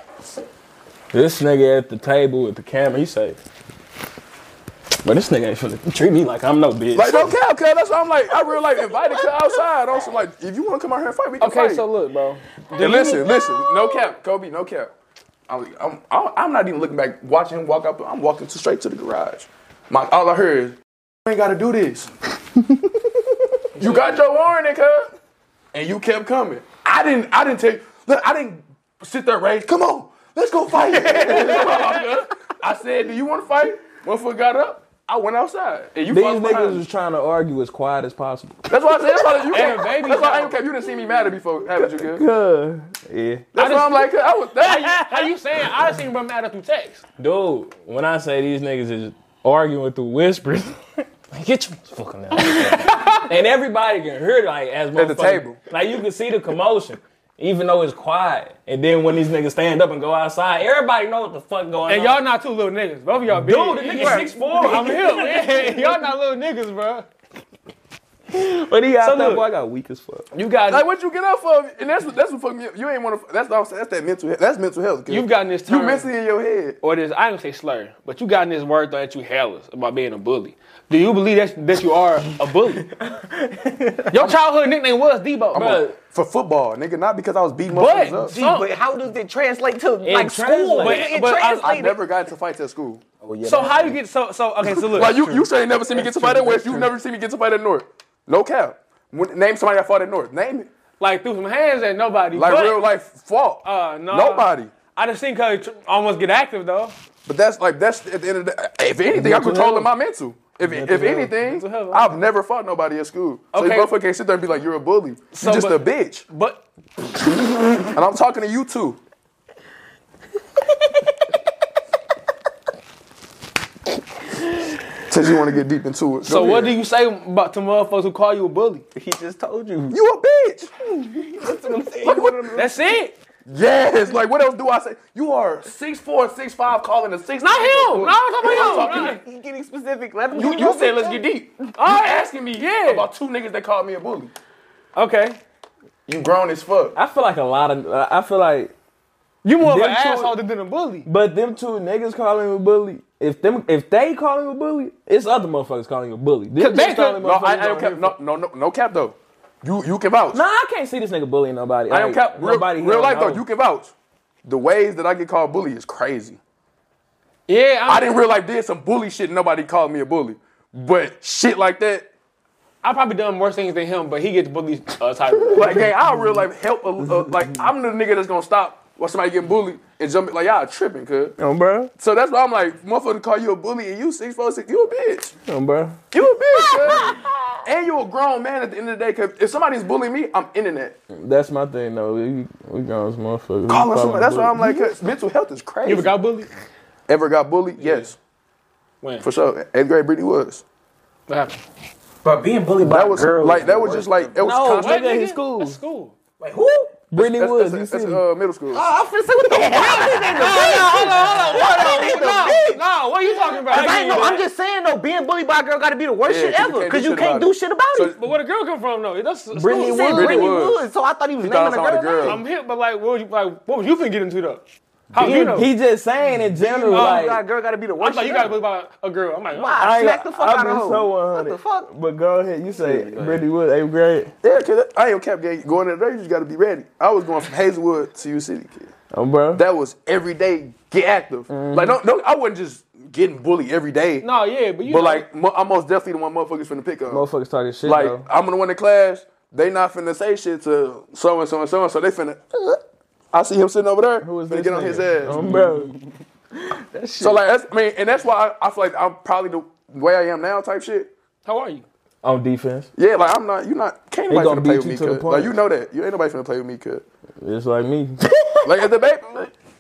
Speaker 4: This nigga at the table with the camera, he say, but this nigga ain't finna treat me like I'm no bitch.
Speaker 1: Like, no cap, cuz. That's why I'm like, I real like invited cuz outside. Also, like, if you wanna come out here and fight, we can
Speaker 2: Okay,
Speaker 1: fight.
Speaker 2: so look, bro.
Speaker 1: and listen, listen, no cap, Kobe, no cap. I'm, I'm, I'm I'm not even looking back, watching him walk up. I'm walking to, straight to the garage. My, all I heard is, you ain't gotta do
Speaker 4: *laughs*
Speaker 1: this. you got your warning, cuz. And you kept coming. I didn't, I didn't take, look, I didn't sit there rage. Come on, let's go
Speaker 4: *laughs*
Speaker 1: fight. I said, do you wanna fight? Motherfucker got up. I went outside. And you
Speaker 4: These
Speaker 1: followed behind
Speaker 4: niggas
Speaker 1: me.
Speaker 4: was trying to argue as quiet as possible.
Speaker 1: *laughs* That's why I said, that's why
Speaker 4: *laughs*
Speaker 2: And
Speaker 1: you can't,
Speaker 2: baby
Speaker 1: that's why I
Speaker 2: shower.
Speaker 1: ain't cap. You didn't see me mad at me before, haven't you, cuz?
Speaker 4: Uh, yeah.
Speaker 1: That's why I'm like, cuz, I was, that,
Speaker 2: *laughs* How you saying? I seen him matter through text.
Speaker 3: Dude, when I say these niggas is arguing through whispers, *laughs* like, get your fucking out.
Speaker 1: *laughs*
Speaker 3: and everybody can hear like as
Speaker 1: At the
Speaker 3: motherfucking-
Speaker 1: table.
Speaker 3: Like you can see the commotion, even though it's quiet. And then when these niggas stand up and go outside, everybody know what the fuck going
Speaker 2: And
Speaker 3: on.
Speaker 2: y'all not two little niggas. Both of y'all big.
Speaker 3: Dude, the nigga
Speaker 2: Bruh,
Speaker 3: 6'4".
Speaker 2: *laughs* I'm
Speaker 4: *laughs*
Speaker 2: him. man. *laughs* y'all not little niggas, bro.
Speaker 4: But he out there,
Speaker 2: look-
Speaker 4: boy, I got weak as fuck.
Speaker 2: You got
Speaker 1: Like what you get up for? And that's what that's what fucked me up. You ain't want to. That's what I'm saying. That's that mental. he- That's mental health. Kid.
Speaker 2: You've gotten this
Speaker 1: You
Speaker 2: term.
Speaker 1: mentally in your head.
Speaker 2: or this I don't say slur, but you gotten this word though that you hairless about being a bully. Do you believe that that you are a bully? Your childhood nickname was Debo, bro.
Speaker 1: For football, nigga, not because I was beating
Speaker 2: But,
Speaker 1: motherfuckers up.
Speaker 2: some-
Speaker 6: But how does it translate to like school?
Speaker 3: translates.
Speaker 6: It
Speaker 2: But- but I- I
Speaker 1: I
Speaker 6: translated.
Speaker 1: never got into fights at school.
Speaker 2: so how you get so so okay? So look,
Speaker 1: Like you, you sure ain't never seen me get to fight at West. You never seen me get to fight at North. No cap. When, name somebody I fought at North. Name it.
Speaker 2: like threw some hands at nobody.
Speaker 1: Like
Speaker 2: but,
Speaker 1: real life fault.
Speaker 2: Uh, nah.
Speaker 1: Nobody.
Speaker 2: I just seen Cuddy tr- almost get active though.
Speaker 1: But that's like that's at the end of the day. If anything, I'm controlling my mental. If, if anything,
Speaker 2: Mental health.
Speaker 1: I've never fought nobody at school. So
Speaker 2: Okay.
Speaker 1: you motherfucker can't sit there and be like, you're a bully. You're
Speaker 2: So,
Speaker 1: just
Speaker 2: but-
Speaker 1: a bitch.
Speaker 2: But
Speaker 1: And I'm talking to you too. Says you want to get deep into it.
Speaker 2: so what do you say about to motherfuckers who call you a bully?
Speaker 7: He just told you.
Speaker 1: You a bitch.
Speaker 2: That's it.
Speaker 1: *laughs* Yes. Like what else do I say? You are six four, six five, calling a six.
Speaker 2: Not him. No, I'm talking about him. Nah.
Speaker 6: He's getting specific. Let him
Speaker 1: You,
Speaker 6: get
Speaker 1: you
Speaker 6: moving.
Speaker 1: said let's get deep. You Oh, asking me
Speaker 2: Yeah.
Speaker 1: about two niggas that called me a bully.
Speaker 2: Okay.
Speaker 1: You grown as fuck.
Speaker 4: I feel like a lot of. I feel like,
Speaker 2: You more of
Speaker 4: Them
Speaker 2: an
Speaker 4: two-
Speaker 2: asshole than a bully.
Speaker 4: but them two niggas calling him a bully. If them, if they calling him a bully, it's other motherfuckers calling him a bully. This
Speaker 2: they
Speaker 4: just calling
Speaker 1: No, I,
Speaker 4: motherfuckers
Speaker 1: I
Speaker 4: don't
Speaker 1: am cap.
Speaker 4: hear
Speaker 1: No, no, no, no cap though. You you can vouch.
Speaker 4: Nah, I can't see this nigga bullying nobody.
Speaker 1: I am
Speaker 4: Like,
Speaker 1: cap. Real,
Speaker 4: nobody he
Speaker 1: real
Speaker 4: don't
Speaker 1: life
Speaker 4: know.
Speaker 1: though, you can vouch. The ways that I get called bully is crazy.
Speaker 2: Yeah,
Speaker 1: I
Speaker 2: I,
Speaker 1: didn't real life did some bully shit. and Nobody called me a bully, but shit like that.
Speaker 2: I probably done worse things than him, but he gets bullied uh, type.
Speaker 1: Like, hey, I real life help. A, a, like, I'm the nigga that's gonna stop while somebody getting bullied and jump. Like, y'all tripping, cuz.
Speaker 4: Come, bro.
Speaker 1: So that's why I'm like, motherfucker, call you a bully and you six four six. You a bitch.
Speaker 4: Come, bro.
Speaker 1: You a bitch, cuz.
Speaker 4: *laughs*
Speaker 1: and you a grown man at the end of the day. Cause if somebody's bullying me, I'm ending that.
Speaker 4: That's my thing, though. We, we gone as motherfuckers.
Speaker 1: Calling
Speaker 4: We calling
Speaker 1: somebody. That's
Speaker 4: bully.
Speaker 1: why I'm like, cuz mental health is crazy.
Speaker 2: You ever *laughs* got bullied?
Speaker 1: Ever got bullied? Yes.
Speaker 2: When?
Speaker 1: For sure. Eighth grade Brittany was.
Speaker 2: What happened?
Speaker 8: But being bullied by
Speaker 1: That was
Speaker 8: girls,
Speaker 1: like that was just like it was
Speaker 4: No,
Speaker 1: constant.
Speaker 4: nigga,
Speaker 2: Nigga,
Speaker 4: his school.
Speaker 2: That's school.
Speaker 8: Wait, who?
Speaker 4: Brittany
Speaker 1: That's,
Speaker 4: Woods.
Speaker 1: that's-
Speaker 4: You
Speaker 1: that's,
Speaker 4: see?
Speaker 1: uh, middle school.
Speaker 6: I'm finna say what the
Speaker 2: No, no, what are you talking about?
Speaker 6: I ain't know. I'm just saying though, being bullied by a girl gotta be the worst
Speaker 1: Yeah,
Speaker 6: shit
Speaker 1: 'cause you
Speaker 6: ever.
Speaker 1: can't
Speaker 6: Cause
Speaker 1: do
Speaker 6: you
Speaker 1: shit
Speaker 6: can't
Speaker 1: about
Speaker 6: do
Speaker 1: it.
Speaker 6: shit about
Speaker 1: *laughs* So-
Speaker 6: it.
Speaker 2: But where the girl come from though? That's
Speaker 6: He
Speaker 2: Brittany
Speaker 6: said
Speaker 1: Brittany
Speaker 6: Brittany
Speaker 1: Woods.
Speaker 6: Woods, so I thought he was
Speaker 1: thought
Speaker 6: naming
Speaker 1: I was
Speaker 6: a girl.
Speaker 1: talking about the
Speaker 2: I'm
Speaker 6: name.
Speaker 2: hit, but like, what was you like? What was you finna get into though? How you,
Speaker 4: he,
Speaker 2: know?
Speaker 4: he just saying in general,
Speaker 2: know,
Speaker 4: like,
Speaker 6: That girl gotta be the
Speaker 2: I'm
Speaker 6: worst.
Speaker 2: like, you
Speaker 6: shit
Speaker 2: gotta
Speaker 6: ever.
Speaker 2: be about a girl. I'm like,
Speaker 6: Wow,
Speaker 4: I ain't-
Speaker 6: smack the fuck
Speaker 4: I've
Speaker 6: out
Speaker 4: been
Speaker 6: of her.
Speaker 4: so 100.
Speaker 6: What the fuck?
Speaker 4: But go ahead, you say Brittany Woods, eighth grade.
Speaker 1: Yeah, cause that- I ain't kept getting, going in there. You just gotta be ready. I was going from Hazelwood to U City, kid.
Speaker 4: Oh, bro.
Speaker 1: That was every day. Get active. Like no, no, I wasn't just getting bullied every day.
Speaker 2: no, yeah, but you.
Speaker 1: but
Speaker 2: know,
Speaker 1: like mo- I'm most definitely the one motherfuckers finna pick up.
Speaker 4: Motherfuckers talking shit,
Speaker 1: like
Speaker 4: though.
Speaker 1: I'm the one in class. They not finna say shit to so and so and so and so. They finna. "Uh, I see him sitting over there. Who
Speaker 4: is
Speaker 1: finna
Speaker 4: this
Speaker 1: get on
Speaker 4: nigga?
Speaker 1: his ass?
Speaker 4: Oh, bro.
Speaker 1: So like that's I mean, and that's why I, I feel like I'm probably the way I am now type shit.
Speaker 2: how are you?
Speaker 4: On defense.
Speaker 1: Yeah, like I'm not. You're not. Can't nobody
Speaker 4: gonna
Speaker 1: finna play with
Speaker 4: beat you
Speaker 1: me,
Speaker 4: to the
Speaker 1: cuz.
Speaker 4: punch.
Speaker 1: Like you know that. You ain't nobody finna play with me, cuz.
Speaker 4: It's like me.
Speaker 1: Like at the baby,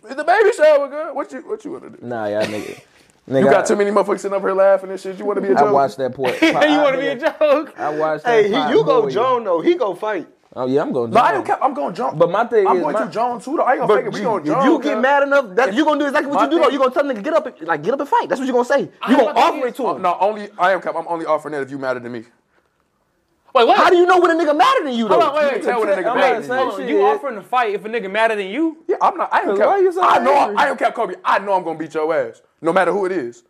Speaker 1: at the baby shower, girl. What you what you wanna do?
Speaker 4: nah, y'all nigga.
Speaker 1: You got too many motherfuckers sitting up here laughing and shit. You wanna be a
Speaker 4: I
Speaker 1: joke?
Speaker 4: watched that point.
Speaker 2: you want to be a joke?
Speaker 4: I watched that.
Speaker 5: Hey,
Speaker 4: pot
Speaker 5: he, you go
Speaker 4: boy.
Speaker 5: John though. He go fight.
Speaker 4: Oh, yeah, I'm going
Speaker 1: No, I don't care. I'm going John.
Speaker 4: But my thing
Speaker 1: I'm
Speaker 4: is,
Speaker 1: going
Speaker 4: my-
Speaker 1: to John too. Though I ain't gonna fake it. We going John.
Speaker 5: if you get
Speaker 1: cuz.
Speaker 5: mad enough, that you gonna do exactly what
Speaker 1: My
Speaker 5: you do though.
Speaker 1: thing-
Speaker 5: You gonna tell them to get up, and, like get up and fight. That's what you gonna say. You
Speaker 2: know
Speaker 5: gonna
Speaker 2: what
Speaker 5: offer
Speaker 2: that
Speaker 5: it to
Speaker 1: Oh,
Speaker 5: him.
Speaker 1: no, only I am cap. I'm only offering that if you madder than me.
Speaker 2: Wait, what?
Speaker 5: How do you know when a nigga madder than you though?
Speaker 2: Hold on, wait,
Speaker 1: You
Speaker 2: wait,
Speaker 1: can tell when a nigga
Speaker 4: I'm
Speaker 1: madder than
Speaker 4: not
Speaker 1: you.
Speaker 4: saying
Speaker 2: Hold on,
Speaker 4: shit.
Speaker 2: You offering to fight if a nigga madder than you?
Speaker 1: Yeah, I'm not. I am
Speaker 4: why you so
Speaker 1: I know.
Speaker 4: angry?
Speaker 1: I am cap, Kobe. I know I'm gonna beat your ass, no matter who it is.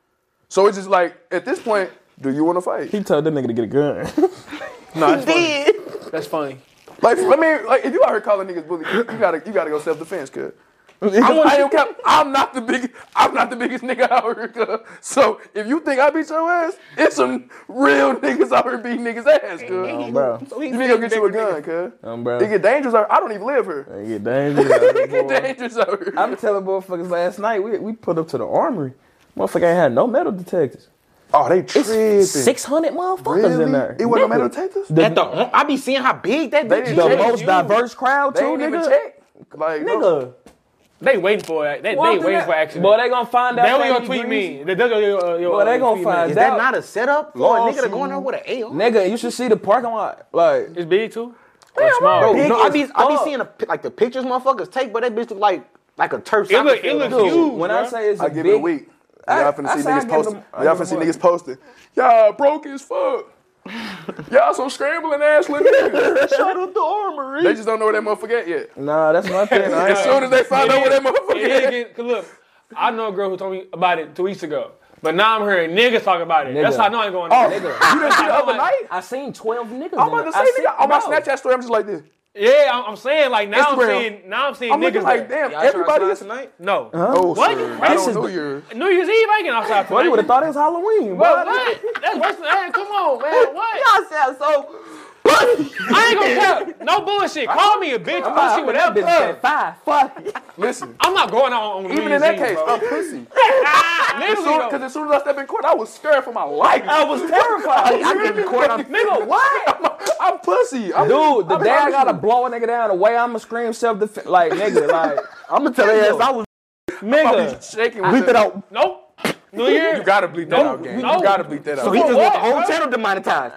Speaker 1: So it's just like at this point, do you want to fight?
Speaker 4: He told that nigga to get a *laughs* gun.
Speaker 2: No, that's funny.
Speaker 6: Did.
Speaker 2: That's funny.
Speaker 1: Like, I mean, like if you out here calling niggas bully, you gotta you gotta go self defense,
Speaker 4: *laughs*
Speaker 1: cuz. I wanna- I don't care. I'm not the big. I'm not the biggest nigga out here. Cause. So if you think I beat your ass, it's some real niggas out here beating niggas ass, cuz.
Speaker 4: bro.
Speaker 1: You need to go get you a gun, cuz.
Speaker 4: Um, bro.
Speaker 1: It get dangerous. Out I don't even live here.
Speaker 4: It get dangerous. out here,
Speaker 1: *laughs* It get
Speaker 4: boy.
Speaker 1: dangerous out here.
Speaker 4: I'm telling motherfuckers last night, we, we put up to the armory. Motherfucker ain't had no metal detectors.
Speaker 1: oh, they tripping.
Speaker 4: Six hundred motherfuckers
Speaker 1: really?
Speaker 4: in there.
Speaker 1: It wasn't no
Speaker 4: Nigga,
Speaker 1: metal detectors.
Speaker 4: The,
Speaker 6: At the, I be seeing how big that
Speaker 1: They
Speaker 6: bitch
Speaker 1: didn't check
Speaker 6: is.
Speaker 4: the
Speaker 1: it.
Speaker 4: most
Speaker 1: You-
Speaker 4: diverse crowd
Speaker 1: They
Speaker 4: too,
Speaker 1: ain't even
Speaker 4: nigga.
Speaker 1: check. Like, no.
Speaker 4: Nigga,
Speaker 2: They waiting for it. They, they
Speaker 4: Walking
Speaker 2: waiting
Speaker 4: that-
Speaker 2: for action.
Speaker 4: Boy, they gonna find out.
Speaker 2: That what
Speaker 4: that
Speaker 2: your
Speaker 4: he
Speaker 2: tweet
Speaker 4: greasy.
Speaker 2: mean. That- that's what your, uh, your,
Speaker 4: Boy, they
Speaker 2: uh,
Speaker 4: gonna
Speaker 2: tweet
Speaker 4: find
Speaker 2: mean.
Speaker 6: Is
Speaker 4: out.
Speaker 6: that not a setup for a nigga to go in there
Speaker 4: Lawsuit.
Speaker 6: with an AR?
Speaker 4: Nigga, you should see the parking lot. Like,
Speaker 2: It's big too. Or small.
Speaker 6: Bro,
Speaker 4: big
Speaker 6: no, I
Speaker 4: as
Speaker 6: be I be
Speaker 4: fuck.
Speaker 6: seeing the pi- like the pictures motherfuckers take, but that bitch look like like a turf.
Speaker 2: it
Speaker 6: soccer
Speaker 2: look it
Speaker 6: field.
Speaker 2: look
Speaker 4: dude,
Speaker 2: huge.
Speaker 4: when I
Speaker 2: bruh.
Speaker 4: say it's a
Speaker 1: I give
Speaker 4: big,
Speaker 1: it a week.
Speaker 4: I-
Speaker 1: Y'all finna
Speaker 4: I
Speaker 1: see
Speaker 4: say I
Speaker 1: niggas
Speaker 4: give
Speaker 1: posting.
Speaker 4: them- I
Speaker 1: Y'all
Speaker 4: give
Speaker 1: finna see
Speaker 4: them one.
Speaker 1: niggas posting. Y'all broke as fuck. Y'all some scrambling ass little niggas. Shut up the armory. They just don't know where that motherfucker at yet.
Speaker 4: Nah, that's my thing. I
Speaker 1: As
Speaker 4: ain't-
Speaker 1: soon as they find out where that
Speaker 2: It is
Speaker 1: motherfucker at.
Speaker 2: getting- 'cause look, I know a girl who told me about it two weeks ago, but now I'm hearing niggas talk about it. That's how I know I ain't going.
Speaker 1: Oh,
Speaker 2: there.
Speaker 1: *laughs* you didn't see the other night?
Speaker 4: I seen twelve niggas.
Speaker 1: I'm about to say, nigga, on my Snapchat story, I'm just like this.
Speaker 2: Yeah, I'm, I'm saying like now
Speaker 1: Instagram.
Speaker 2: I'm seeing now I'm seeing
Speaker 1: I'm
Speaker 2: niggas
Speaker 1: looking like,
Speaker 2: there.
Speaker 1: damn, everybody is.
Speaker 7: tonight.
Speaker 2: No,
Speaker 1: Oh,
Speaker 2: What?
Speaker 1: sir.
Speaker 2: You
Speaker 1: I
Speaker 2: racist.
Speaker 1: don't know you.
Speaker 2: New Year's Eve I ain't getting outside.
Speaker 4: Boy, you would have
Speaker 2: tonight.
Speaker 4: thought it was
Speaker 2: Bro,
Speaker 6: *laughs*
Speaker 4: Halloween. boy.
Speaker 2: what? That's worse than hey, come on, man. What?
Speaker 6: Y'all sound so
Speaker 5: pussy.
Speaker 2: I ain't gonna cap. No bullshit. Call me a bitch, pussy, whatever.
Speaker 5: Said five. Fuck.
Speaker 1: Listen,
Speaker 2: I'm not going out on
Speaker 1: even in that case, I'm pussy.
Speaker 2: Ah,
Speaker 1: *laughs* Because as soon as I step in court, I was scared for my life.
Speaker 3: I
Speaker 4: *laughs*
Speaker 3: was terrified.
Speaker 1: I get in court, I'm,
Speaker 3: Nigga, what?
Speaker 1: I'm, I'm pussy. I'm,
Speaker 4: Dude, the
Speaker 1: I'm
Speaker 4: day I
Speaker 1: honest
Speaker 4: gotta
Speaker 1: with
Speaker 4: blow a nigga down, the way I'ma scream self defense, like nigga, like
Speaker 5: I'm gonna tell her ass I was
Speaker 1: you. I'll
Speaker 4: nigga,
Speaker 1: be shaking with
Speaker 5: bleeped
Speaker 1: that.
Speaker 5: it out.
Speaker 2: Nope. New Year.
Speaker 1: You gotta bleep that out, gang.
Speaker 2: no.
Speaker 1: You gotta bleep that out.
Speaker 5: So he just
Speaker 2: what,
Speaker 5: got the whole
Speaker 2: bro?
Speaker 5: channel demonetized.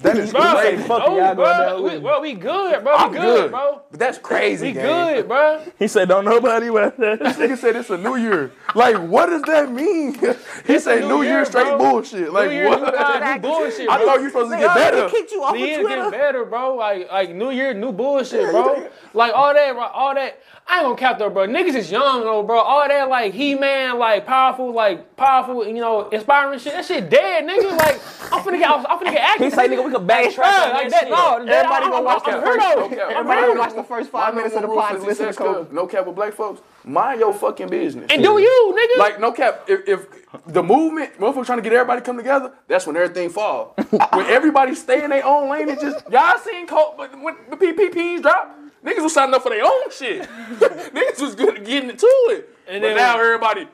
Speaker 1: that is
Speaker 2: Bro,
Speaker 1: crazy.
Speaker 4: fuck y'all
Speaker 2: no,
Speaker 4: going
Speaker 2: bro.
Speaker 4: down with
Speaker 2: We,
Speaker 4: me.
Speaker 2: bro, we good, bro.
Speaker 1: I'm
Speaker 2: we
Speaker 1: good,
Speaker 2: good, bro.
Speaker 1: But that's crazy,
Speaker 2: We
Speaker 1: gang.
Speaker 2: good, bro.
Speaker 4: he said don't nobody *laughs* with that.
Speaker 1: This nigga said it's a new year. Like, what does that mean? *laughs* he said
Speaker 2: a
Speaker 1: new,
Speaker 2: new
Speaker 1: year,
Speaker 2: year,
Speaker 1: straight
Speaker 2: bro.
Speaker 1: bullshit. Like,
Speaker 2: New Year, new
Speaker 1: what?
Speaker 2: God, new bullshit,
Speaker 1: *laughs* I
Speaker 2: bro.
Speaker 1: thought you supposed to
Speaker 6: They
Speaker 1: get better.
Speaker 6: already kicked you off
Speaker 2: The
Speaker 6: of
Speaker 2: year getting
Speaker 6: Twitter.
Speaker 2: better, bro. Like, like New Year, new bullshit,
Speaker 4: *laughs*
Speaker 2: bro. Like all that, bro, all that. I ain't gonna cap though, bro. Niggas is young though, bro. All that like He Man, like powerful, like powerful, you know, inspiring shit. That shit dead, nigga. Like I'm finna get, I'm finna get active.
Speaker 4: He say nigga, we could backtrack
Speaker 2: Bruh,
Speaker 4: on
Speaker 2: like
Speaker 4: that
Speaker 2: that.
Speaker 4: shit.
Speaker 2: No, that,
Speaker 5: Everybody
Speaker 2: I-
Speaker 5: gonna
Speaker 2: I'm-
Speaker 5: watch
Speaker 2: I'm
Speaker 5: that
Speaker 2: hurt,
Speaker 5: first.
Speaker 2: though.
Speaker 1: Okay, I'm
Speaker 2: Everybody
Speaker 1: hurt.
Speaker 2: gonna
Speaker 5: watch the first five
Speaker 1: My
Speaker 5: minutes of
Speaker 1: number
Speaker 5: the
Speaker 1: one
Speaker 5: pod and
Speaker 1: rule
Speaker 5: listen to
Speaker 1: for success
Speaker 5: Kobe.
Speaker 1: club, No cap with black folks. Mind your fucking business.
Speaker 2: And do you, nigga?
Speaker 1: *laughs* like no cap. If, if the movement, motherfucker, trying to get everybody to come together, that's when everything fall. when everybody stay in their own lane, it just y'all seen Col- but when the PPPs drop, niggas was signing up for their own shit. niggas was good at getting into it. And
Speaker 2: then-
Speaker 1: but now everybody.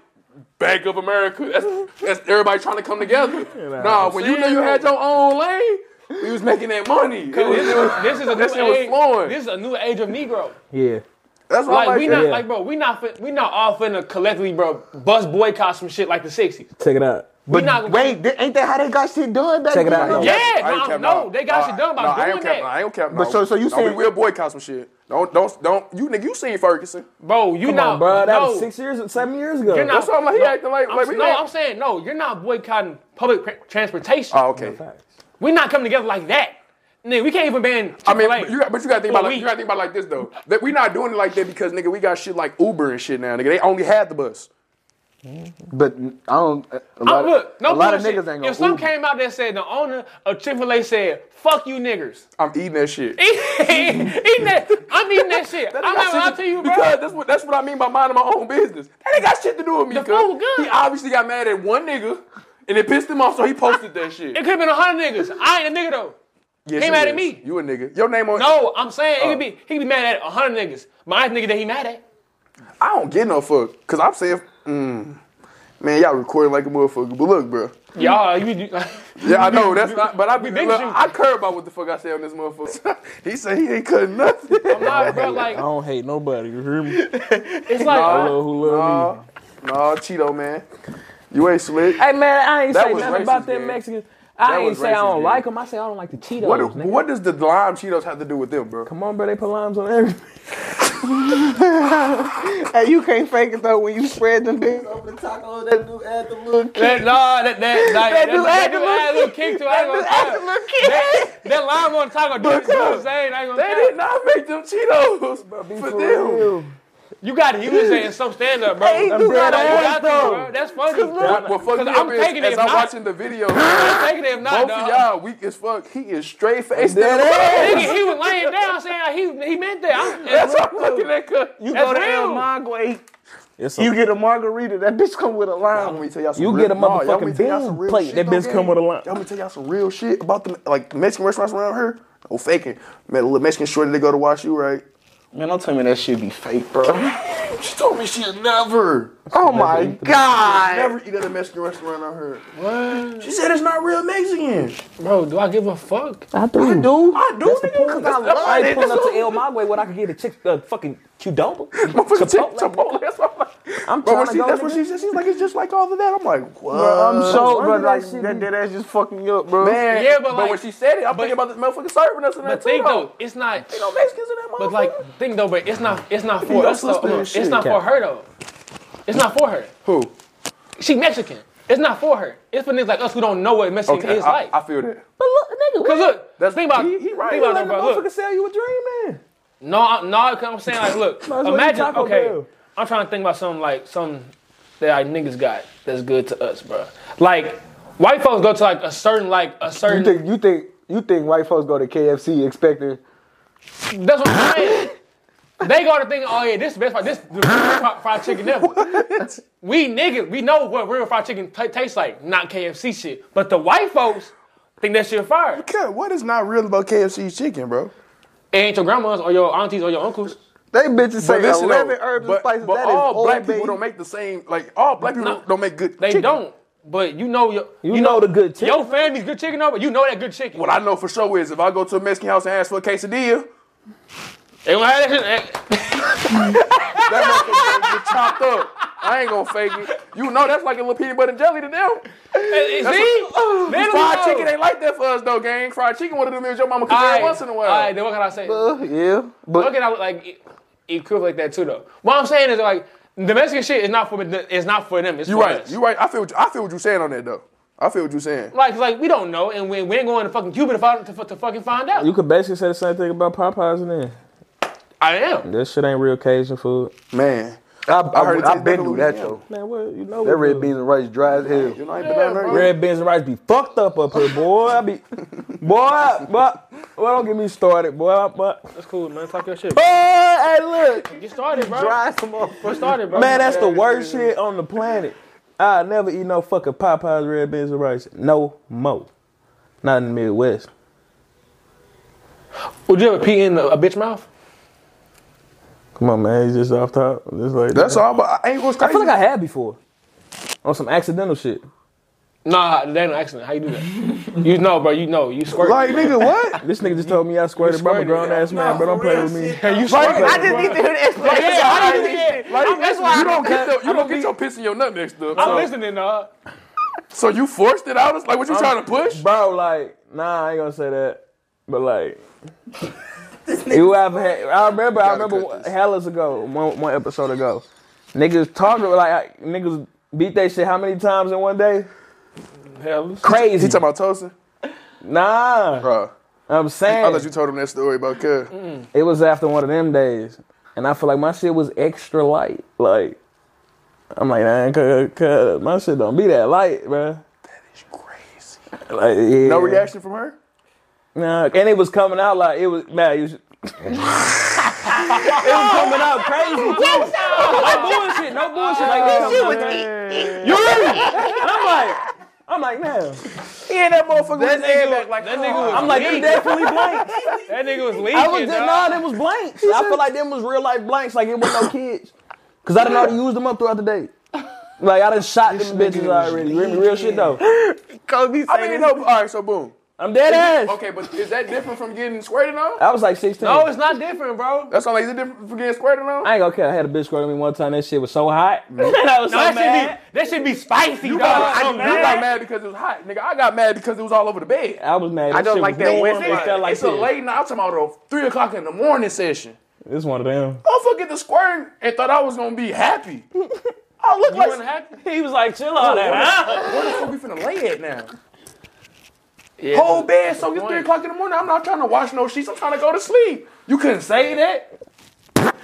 Speaker 1: Bank of America. That's, that's everybody trying to come together. nah, when you knew you had your own lane, we was making that money. It was- it was-
Speaker 2: this is a
Speaker 1: that shit
Speaker 2: new
Speaker 1: was
Speaker 2: age.
Speaker 1: flowing.
Speaker 2: This is a new age of Negro.
Speaker 4: Yeah.
Speaker 1: that's why
Speaker 2: Like
Speaker 1: I'm
Speaker 2: we not
Speaker 4: yeah.
Speaker 2: like bro, we not fin- we not all finna collectively bro bust boycott some shit like the sixties.
Speaker 4: Check it out.
Speaker 2: But not gonna-
Speaker 5: Wait, th- ain't that how they got shit done back
Speaker 4: Check it
Speaker 5: then?
Speaker 4: out, though.
Speaker 2: Yeah,
Speaker 1: I ain't
Speaker 2: no,
Speaker 1: cap,
Speaker 2: no, they got
Speaker 1: Nah,
Speaker 2: shit done by
Speaker 1: nah, I
Speaker 2: doing
Speaker 1: ain't
Speaker 2: that.
Speaker 1: cap, I ain't cap. No.
Speaker 5: But so- so you
Speaker 1: no,
Speaker 5: saying-
Speaker 1: we will boycott some shit. Don't don't don't. You nigga, you seen Ferguson?
Speaker 2: bro, you
Speaker 4: *laughs* Come
Speaker 2: not
Speaker 4: on, bro. That
Speaker 2: no,
Speaker 4: was six years, seven years ago.
Speaker 2: You're not,
Speaker 1: That's why I'm like, he
Speaker 2: no,
Speaker 1: acting like-
Speaker 2: I'm,
Speaker 1: like we
Speaker 2: no,
Speaker 1: not-
Speaker 2: I'm saying no. You're not boycotting public pra- transportation.
Speaker 1: Oh, okay.
Speaker 2: we not coming together like that. Nigga, we can't even ban.
Speaker 1: I
Speaker 2: Chick-fil-A.
Speaker 1: mean, but you, got- but you gotta think
Speaker 2: For a
Speaker 1: about like,
Speaker 2: week.
Speaker 1: you gotta think about it like this though. That we not doing it like that because nigga, we got shit like Uber and shit now. Nigga, they only had the bus.
Speaker 5: But I don't.
Speaker 6: uh,
Speaker 5: A a
Speaker 2: I-
Speaker 5: lot,
Speaker 2: look, no
Speaker 5: a lot of
Speaker 2: bullshit.
Speaker 5: niggas ain't gonna.
Speaker 2: If some
Speaker 5: Uber.
Speaker 2: came out there said the owner of Chick Fil A said, "Fuck you, niggers," *laughs*
Speaker 1: I'm eating that shit.
Speaker 2: eating that, I'm eating that
Speaker 1: *laughs*
Speaker 2: shit. I'm not gonna lie to you, bro.
Speaker 1: Because that's what that's what I mean by minding my own business. That ain't got shit to do with me.
Speaker 2: The
Speaker 1: cuz.
Speaker 2: food good.
Speaker 1: He obviously got mad at one nigga, and it pissed him off, so he posted that shit.
Speaker 2: It could have been a hundred niggas. I ain't a nigga though.
Speaker 1: Yes,
Speaker 2: he
Speaker 1: you
Speaker 2: mad at
Speaker 1: is.
Speaker 2: me.
Speaker 1: You a nigga? Your name on?
Speaker 2: No, I'm saying it could
Speaker 1: Oh.
Speaker 2: be he could be mad at a hundred niggas. My nigga that he mad at.
Speaker 1: I don't get no fuck. Cause I'm saying, mm, man, y'all recording like a motherfucker. But look, bro.
Speaker 2: Y'all, you, *laughs*
Speaker 1: *laughs*
Speaker 2: you like,
Speaker 1: Yeah, I know that's not. But I be
Speaker 2: big
Speaker 1: look,
Speaker 2: shoes.
Speaker 1: I care about what the fuck I say on this motherfucker. *laughs* he said he ain't
Speaker 2: *laughs*
Speaker 1: cutting nothing.
Speaker 2: I'm not, bro. Like
Speaker 4: I don't hate nobody. You hear *laughs* me?
Speaker 2: it's like
Speaker 4: Hello, who love me?
Speaker 1: no, no, Cheeto man, you ain't slick.
Speaker 4: Hey man, I ain't
Speaker 1: That
Speaker 4: say
Speaker 1: was
Speaker 4: nothing
Speaker 1: racist,
Speaker 4: about them
Speaker 1: gang.
Speaker 4: Mexicans. I
Speaker 1: That
Speaker 4: ain't
Speaker 1: was
Speaker 4: say I
Speaker 1: racist,
Speaker 4: don't
Speaker 1: gang.
Speaker 4: like 'em. like them. I say I don't like the Cheetos.
Speaker 1: What, do-
Speaker 4: nigga.
Speaker 1: what does the lime Cheetos have to do with them, bro?
Speaker 4: Come on, bro. They put limes on everything.
Speaker 6: Hey, you can't fake it though when you spread them bitches.
Speaker 5: Over the taco, that new anthem, little kid.
Speaker 2: that. Nah, that that like,
Speaker 6: That
Speaker 2: that,
Speaker 6: do
Speaker 2: that,
Speaker 6: add
Speaker 2: do
Speaker 6: a
Speaker 2: add a
Speaker 6: little-
Speaker 2: little kick to it. I ain't gonna
Speaker 6: That's a
Speaker 2: cap.
Speaker 6: little kid.
Speaker 2: That, that line on top of dude, dude saying I ain't gonna
Speaker 1: They
Speaker 2: cap.
Speaker 1: did not make them Cheetos for them.
Speaker 2: You got to use that in some stand up, bro.
Speaker 6: Hey,
Speaker 2: You
Speaker 6: dude,
Speaker 2: got
Speaker 6: that
Speaker 2: to, bro. That's funny.
Speaker 1: What, what fucked me
Speaker 2: I'm
Speaker 1: up is,
Speaker 2: taking it
Speaker 1: as
Speaker 2: if
Speaker 1: I'm
Speaker 2: not.
Speaker 1: watching
Speaker 2: *laughs*
Speaker 1: the video,
Speaker 2: I'm taking it if not,
Speaker 1: both
Speaker 2: dog.
Speaker 1: of y'all weak as fuck. He is straight faced.
Speaker 2: Nigga, he was laying down saying he he meant that. I'm, that's
Speaker 1: I'm looking at cut.
Speaker 5: You
Speaker 2: That's
Speaker 5: go to
Speaker 2: real.
Speaker 5: El Mangue,
Speaker 4: It's a-
Speaker 5: you get a margarita. That bitch come with a
Speaker 1: I'm
Speaker 5: lime.
Speaker 1: gonna tell y'all some
Speaker 4: You
Speaker 1: real,
Speaker 4: get a
Speaker 1: Nah, y'all want me
Speaker 4: motherfucking
Speaker 1: to tell y'all
Speaker 4: bean
Speaker 1: some real
Speaker 4: plate.
Speaker 1: shit
Speaker 4: That
Speaker 1: though,
Speaker 4: bitch
Speaker 1: gang?
Speaker 4: come with a lime.
Speaker 1: Y'all gonna tell y'all some real shit about the like Mexican restaurants around here. No faking. Met a little Mexican shorty to go to watch you, right?
Speaker 7: Man, don't tell me that shit be fake, bro.
Speaker 1: She told me she'll never,
Speaker 5: Oh my god!
Speaker 1: never eat at a Mexican restaurant out here. What? She said it's not real Mexican.
Speaker 2: Bro, do I give a fuck?
Speaker 4: I do. I
Speaker 5: Dude,
Speaker 1: I do, nigga, because I love
Speaker 4: I ain't
Speaker 1: it.
Speaker 4: pulling up to El Maguey when I could get a chick, uh, fucking
Speaker 1: *laughs*
Speaker 4: Qdoba.
Speaker 1: Motherfucker,
Speaker 4: Chipotle.
Speaker 1: Chipotle. Chipotle. That's what I'm like.
Speaker 4: I'm
Speaker 1: Bro,
Speaker 4: trying
Speaker 1: when
Speaker 4: to
Speaker 1: she,
Speaker 4: go.
Speaker 1: that's what
Speaker 4: nigga.
Speaker 1: she said. She's like, it's just like all of that. I'm like, what?
Speaker 5: I'm so
Speaker 4: why
Speaker 5: bro.
Speaker 4: did
Speaker 5: Like
Speaker 4: that shit
Speaker 5: that,
Speaker 4: be-
Speaker 5: that ass just fucking you up, bro.
Speaker 1: Man,
Speaker 2: Yeah, but like-
Speaker 1: when she said it, I'm
Speaker 2: but-
Speaker 1: thinking about this motherfucker serving us in that
Speaker 2: But
Speaker 1: too.
Speaker 2: think
Speaker 1: though.
Speaker 2: though, it's not.
Speaker 1: Ain't no Mexicans in that motherfucker.
Speaker 2: But like, think though, but it's not. It's not for
Speaker 1: Your
Speaker 2: us though.
Speaker 1: sister and
Speaker 2: It's
Speaker 1: shit,
Speaker 2: not for
Speaker 4: Cap.
Speaker 2: her though. It's not for her.
Speaker 1: who?
Speaker 2: She Mexican. It's not for her. It's for niggas like us who don't know what Mexican
Speaker 1: Okay,
Speaker 2: is
Speaker 1: I,
Speaker 2: like.
Speaker 1: I feel that.
Speaker 4: But look, nigga,
Speaker 2: Cause
Speaker 4: what?
Speaker 2: look, that's, think about
Speaker 1: he- he right.
Speaker 2: Think
Speaker 1: He
Speaker 2: about
Speaker 4: Let
Speaker 2: it,
Speaker 4: the
Speaker 2: bro.
Speaker 4: motherfucker
Speaker 2: Look,
Speaker 4: sell you a dream, man.
Speaker 2: no, I- no, i I'm saying like,
Speaker 4: *laughs*
Speaker 2: look,
Speaker 4: well eat
Speaker 2: imagine.
Speaker 4: Taco
Speaker 2: Okay,
Speaker 4: Bell.
Speaker 2: I'm trying to think about something like something that our niggas got that's good to us, bro. Like white folks go to like a certain like a
Speaker 5: You
Speaker 2: certain.
Speaker 5: think you think you think white folks go to KFC expecting?
Speaker 2: That's what I'm saying. they got to think, oh yeah, this is the best fried, this the best fried, fried chicken ever. we niggas, we know what real fried chicken ta tastes like, not KFC shit. But the white folks Think that shit fire.
Speaker 1: Yeah, what is not real about KFC's chicken, bro?
Speaker 2: It ain't your grandma's or your aunties or your uncles.
Speaker 5: They bitches say
Speaker 1: listen, though,
Speaker 5: 11 herbs and
Speaker 1: but-
Speaker 5: spices.
Speaker 1: But
Speaker 5: That is
Speaker 1: all
Speaker 5: old
Speaker 1: black people
Speaker 5: baby.
Speaker 1: don't make the same. Like all black people
Speaker 2: No.
Speaker 1: don't- don't make good.
Speaker 2: They
Speaker 1: chicken.
Speaker 2: don't. But you know your, you,
Speaker 4: know the good chicken.
Speaker 2: Your family's good chicken over. You know that good chicken.
Speaker 1: What I know for sure is if I go to a Mexican house and ask for a quesadilla,
Speaker 2: They gonna have that shit. eh,
Speaker 1: that motherfucker gonna get chopped up. I ain't gonna fake it. You know that's like a little peanut butter and jelly to them.
Speaker 2: eh, eh,
Speaker 1: That's
Speaker 2: See?
Speaker 1: what-
Speaker 2: Let 'em
Speaker 1: fried
Speaker 2: know.
Speaker 1: chicken ain't like that for us though, gang. Fried chicken one of the meals your mama cook
Speaker 2: All
Speaker 1: every
Speaker 2: right.
Speaker 1: once in a while.
Speaker 2: All right, then what can I say?
Speaker 5: Uh, yeah,
Speaker 2: What
Speaker 5: but
Speaker 2: can I like e- equivalent that too though? What I'm saying is like the Mexican shit is not for the- it's not for them. It's
Speaker 1: You
Speaker 2: for
Speaker 1: right.
Speaker 2: us.
Speaker 1: You right. I feel. what you- I feel what you're saying on that though. I feel what you're saying.
Speaker 2: Like, like we don't know, and we, we ain't going to fucking Cuba to, find, to, fu- to fucking find out.
Speaker 4: You could basically say the same thing about Popeyes and then.
Speaker 2: I am.
Speaker 4: That shit ain't real Cajun food.
Speaker 1: Man,
Speaker 5: I, I,
Speaker 1: heard
Speaker 5: I,
Speaker 1: it tastes
Speaker 5: been
Speaker 1: better
Speaker 5: through
Speaker 1: with
Speaker 5: that
Speaker 1: it.
Speaker 5: though.
Speaker 4: Man, what you know?
Speaker 5: That
Speaker 4: we
Speaker 5: red
Speaker 4: do.
Speaker 5: beans and rice dry as hell.
Speaker 1: you know I ain't been down there. yet.
Speaker 4: Red beans and rice be fucked up up here, boy.
Speaker 5: *laughs*
Speaker 4: I be, boy, boy, boy, don't get me started, boy.
Speaker 5: *laughs*
Speaker 4: But, boy,
Speaker 2: That's cool, man. Talk your shit.
Speaker 4: hey, look,
Speaker 2: Get started, bro.
Speaker 5: Dry some more.
Speaker 2: Get started, bro.
Speaker 4: man, that's the worst shit on the planet. I never eat no fucking Popeyes red beans and rice, no mo. Not in the Midwest.
Speaker 2: Would you ever pee in a, a bitch mouth?
Speaker 4: Come on, man, he's just off top, just like
Speaker 1: That's all. But I ain't what's
Speaker 4: I
Speaker 1: crazy.
Speaker 4: feel like I had before, on some accidental shit.
Speaker 2: Nah, that ain't an accident. How you do that? you know, bro. You know, you squirt.
Speaker 1: Like, nigga, what?
Speaker 4: This nigga just told me I squirted, bro. I'm a
Speaker 2: squirted.
Speaker 4: grown ass man, bro. Don't play with *laughs* me.
Speaker 2: you squirt.
Speaker 6: I just need to hear the explanation.
Speaker 2: yeah, how you do that?
Speaker 6: That's why I'm- that's why
Speaker 1: You
Speaker 6: I-
Speaker 1: don't get the, you don't get your piss in your nut next up.
Speaker 2: I'm
Speaker 1: So,
Speaker 2: listening, dog.
Speaker 1: so you forced it out? It's like what you trying to push?
Speaker 4: Bro, like, nah, I ain't gonna say that. But
Speaker 1: *laughs*
Speaker 4: like, you have. had- I remember.
Speaker 1: Gotta
Speaker 4: I
Speaker 1: cut
Speaker 4: remember
Speaker 1: this.
Speaker 4: hell is ago, one, one episode ago. Niggas talking like I- niggas beat that shit. How many times in one day?
Speaker 2: Hell,
Speaker 4: Crazy.
Speaker 1: You talking about toasting?
Speaker 4: nah,
Speaker 1: Bro,
Speaker 4: I'm
Speaker 1: I
Speaker 4: saying
Speaker 1: thought you told him that story about Kev.
Speaker 4: it was after one of them days, and I feel like my shit was extra light. Like, I'm like, nah, cuz, cuz my shit don't be that light, bro.
Speaker 1: Crazy.
Speaker 4: Like, yeah.
Speaker 1: No reaction from her?
Speaker 4: Nah, and it was coming out like it was man, it was, *laughs* it was coming out crazy.
Speaker 2: *laughs*
Speaker 4: too. no bullshit, no bullshit. Like this
Speaker 6: She
Speaker 4: shit
Speaker 6: was
Speaker 4: was.
Speaker 6: eating.
Speaker 4: I'm like, I'm like, man,
Speaker 1: Yeah, that motherfucker
Speaker 2: that nigga, was, that nigga was
Speaker 4: I'm like, them
Speaker 2: leaking.
Speaker 4: definitely
Speaker 2: *laughs*
Speaker 4: blanks.
Speaker 2: that nigga was leaking.
Speaker 4: I was just,
Speaker 2: dawg.
Speaker 4: nah, them was blanks. I feel like them was real life blanks. Like it wasn't no kids, cause I didn't already use them up throughout the day. Like I done shot them bitches already. Real, real shit though.
Speaker 6: Kobe said,
Speaker 1: I mean, no. All right, so boom.
Speaker 4: I'm dead ass.
Speaker 1: Okay, but is that different from getting squirted on?
Speaker 4: I was like 16.
Speaker 2: No, Oh, it's not different, bro.
Speaker 1: That's all. Like, is it different from getting squirted on?
Speaker 4: I ain't gonna care. I had a bitch squirting me one time. That shit was so hot. and I was so
Speaker 2: No, that
Speaker 4: mad.
Speaker 2: should be that should be spicy, dog.
Speaker 1: I,
Speaker 2: I'm
Speaker 1: you
Speaker 2: mad.
Speaker 1: got mad because it was hot, nigga. I got mad because it was all over the bed.
Speaker 4: I was mad. I
Speaker 6: don't like that
Speaker 4: warm.
Speaker 6: Wednesday.
Speaker 4: It felt like
Speaker 1: it's a
Speaker 4: shit.
Speaker 1: late night. I'm talking about a three o'clock in the morning session.
Speaker 4: It's one of them.
Speaker 1: Motherfucker get the squirting and thought I was gonna be
Speaker 4: *laughs*
Speaker 1: happy. I look
Speaker 2: You
Speaker 1: like
Speaker 2: wasn't happy?
Speaker 4: He was like, chill out
Speaker 1: where,
Speaker 4: that.
Speaker 1: the, where the fuck we finna lay at now? Whole bed, so it's three
Speaker 2: point.
Speaker 1: o'clock in the morning. I'm not trying to wash no sheets. I'm trying to go to sleep. You couldn't say that.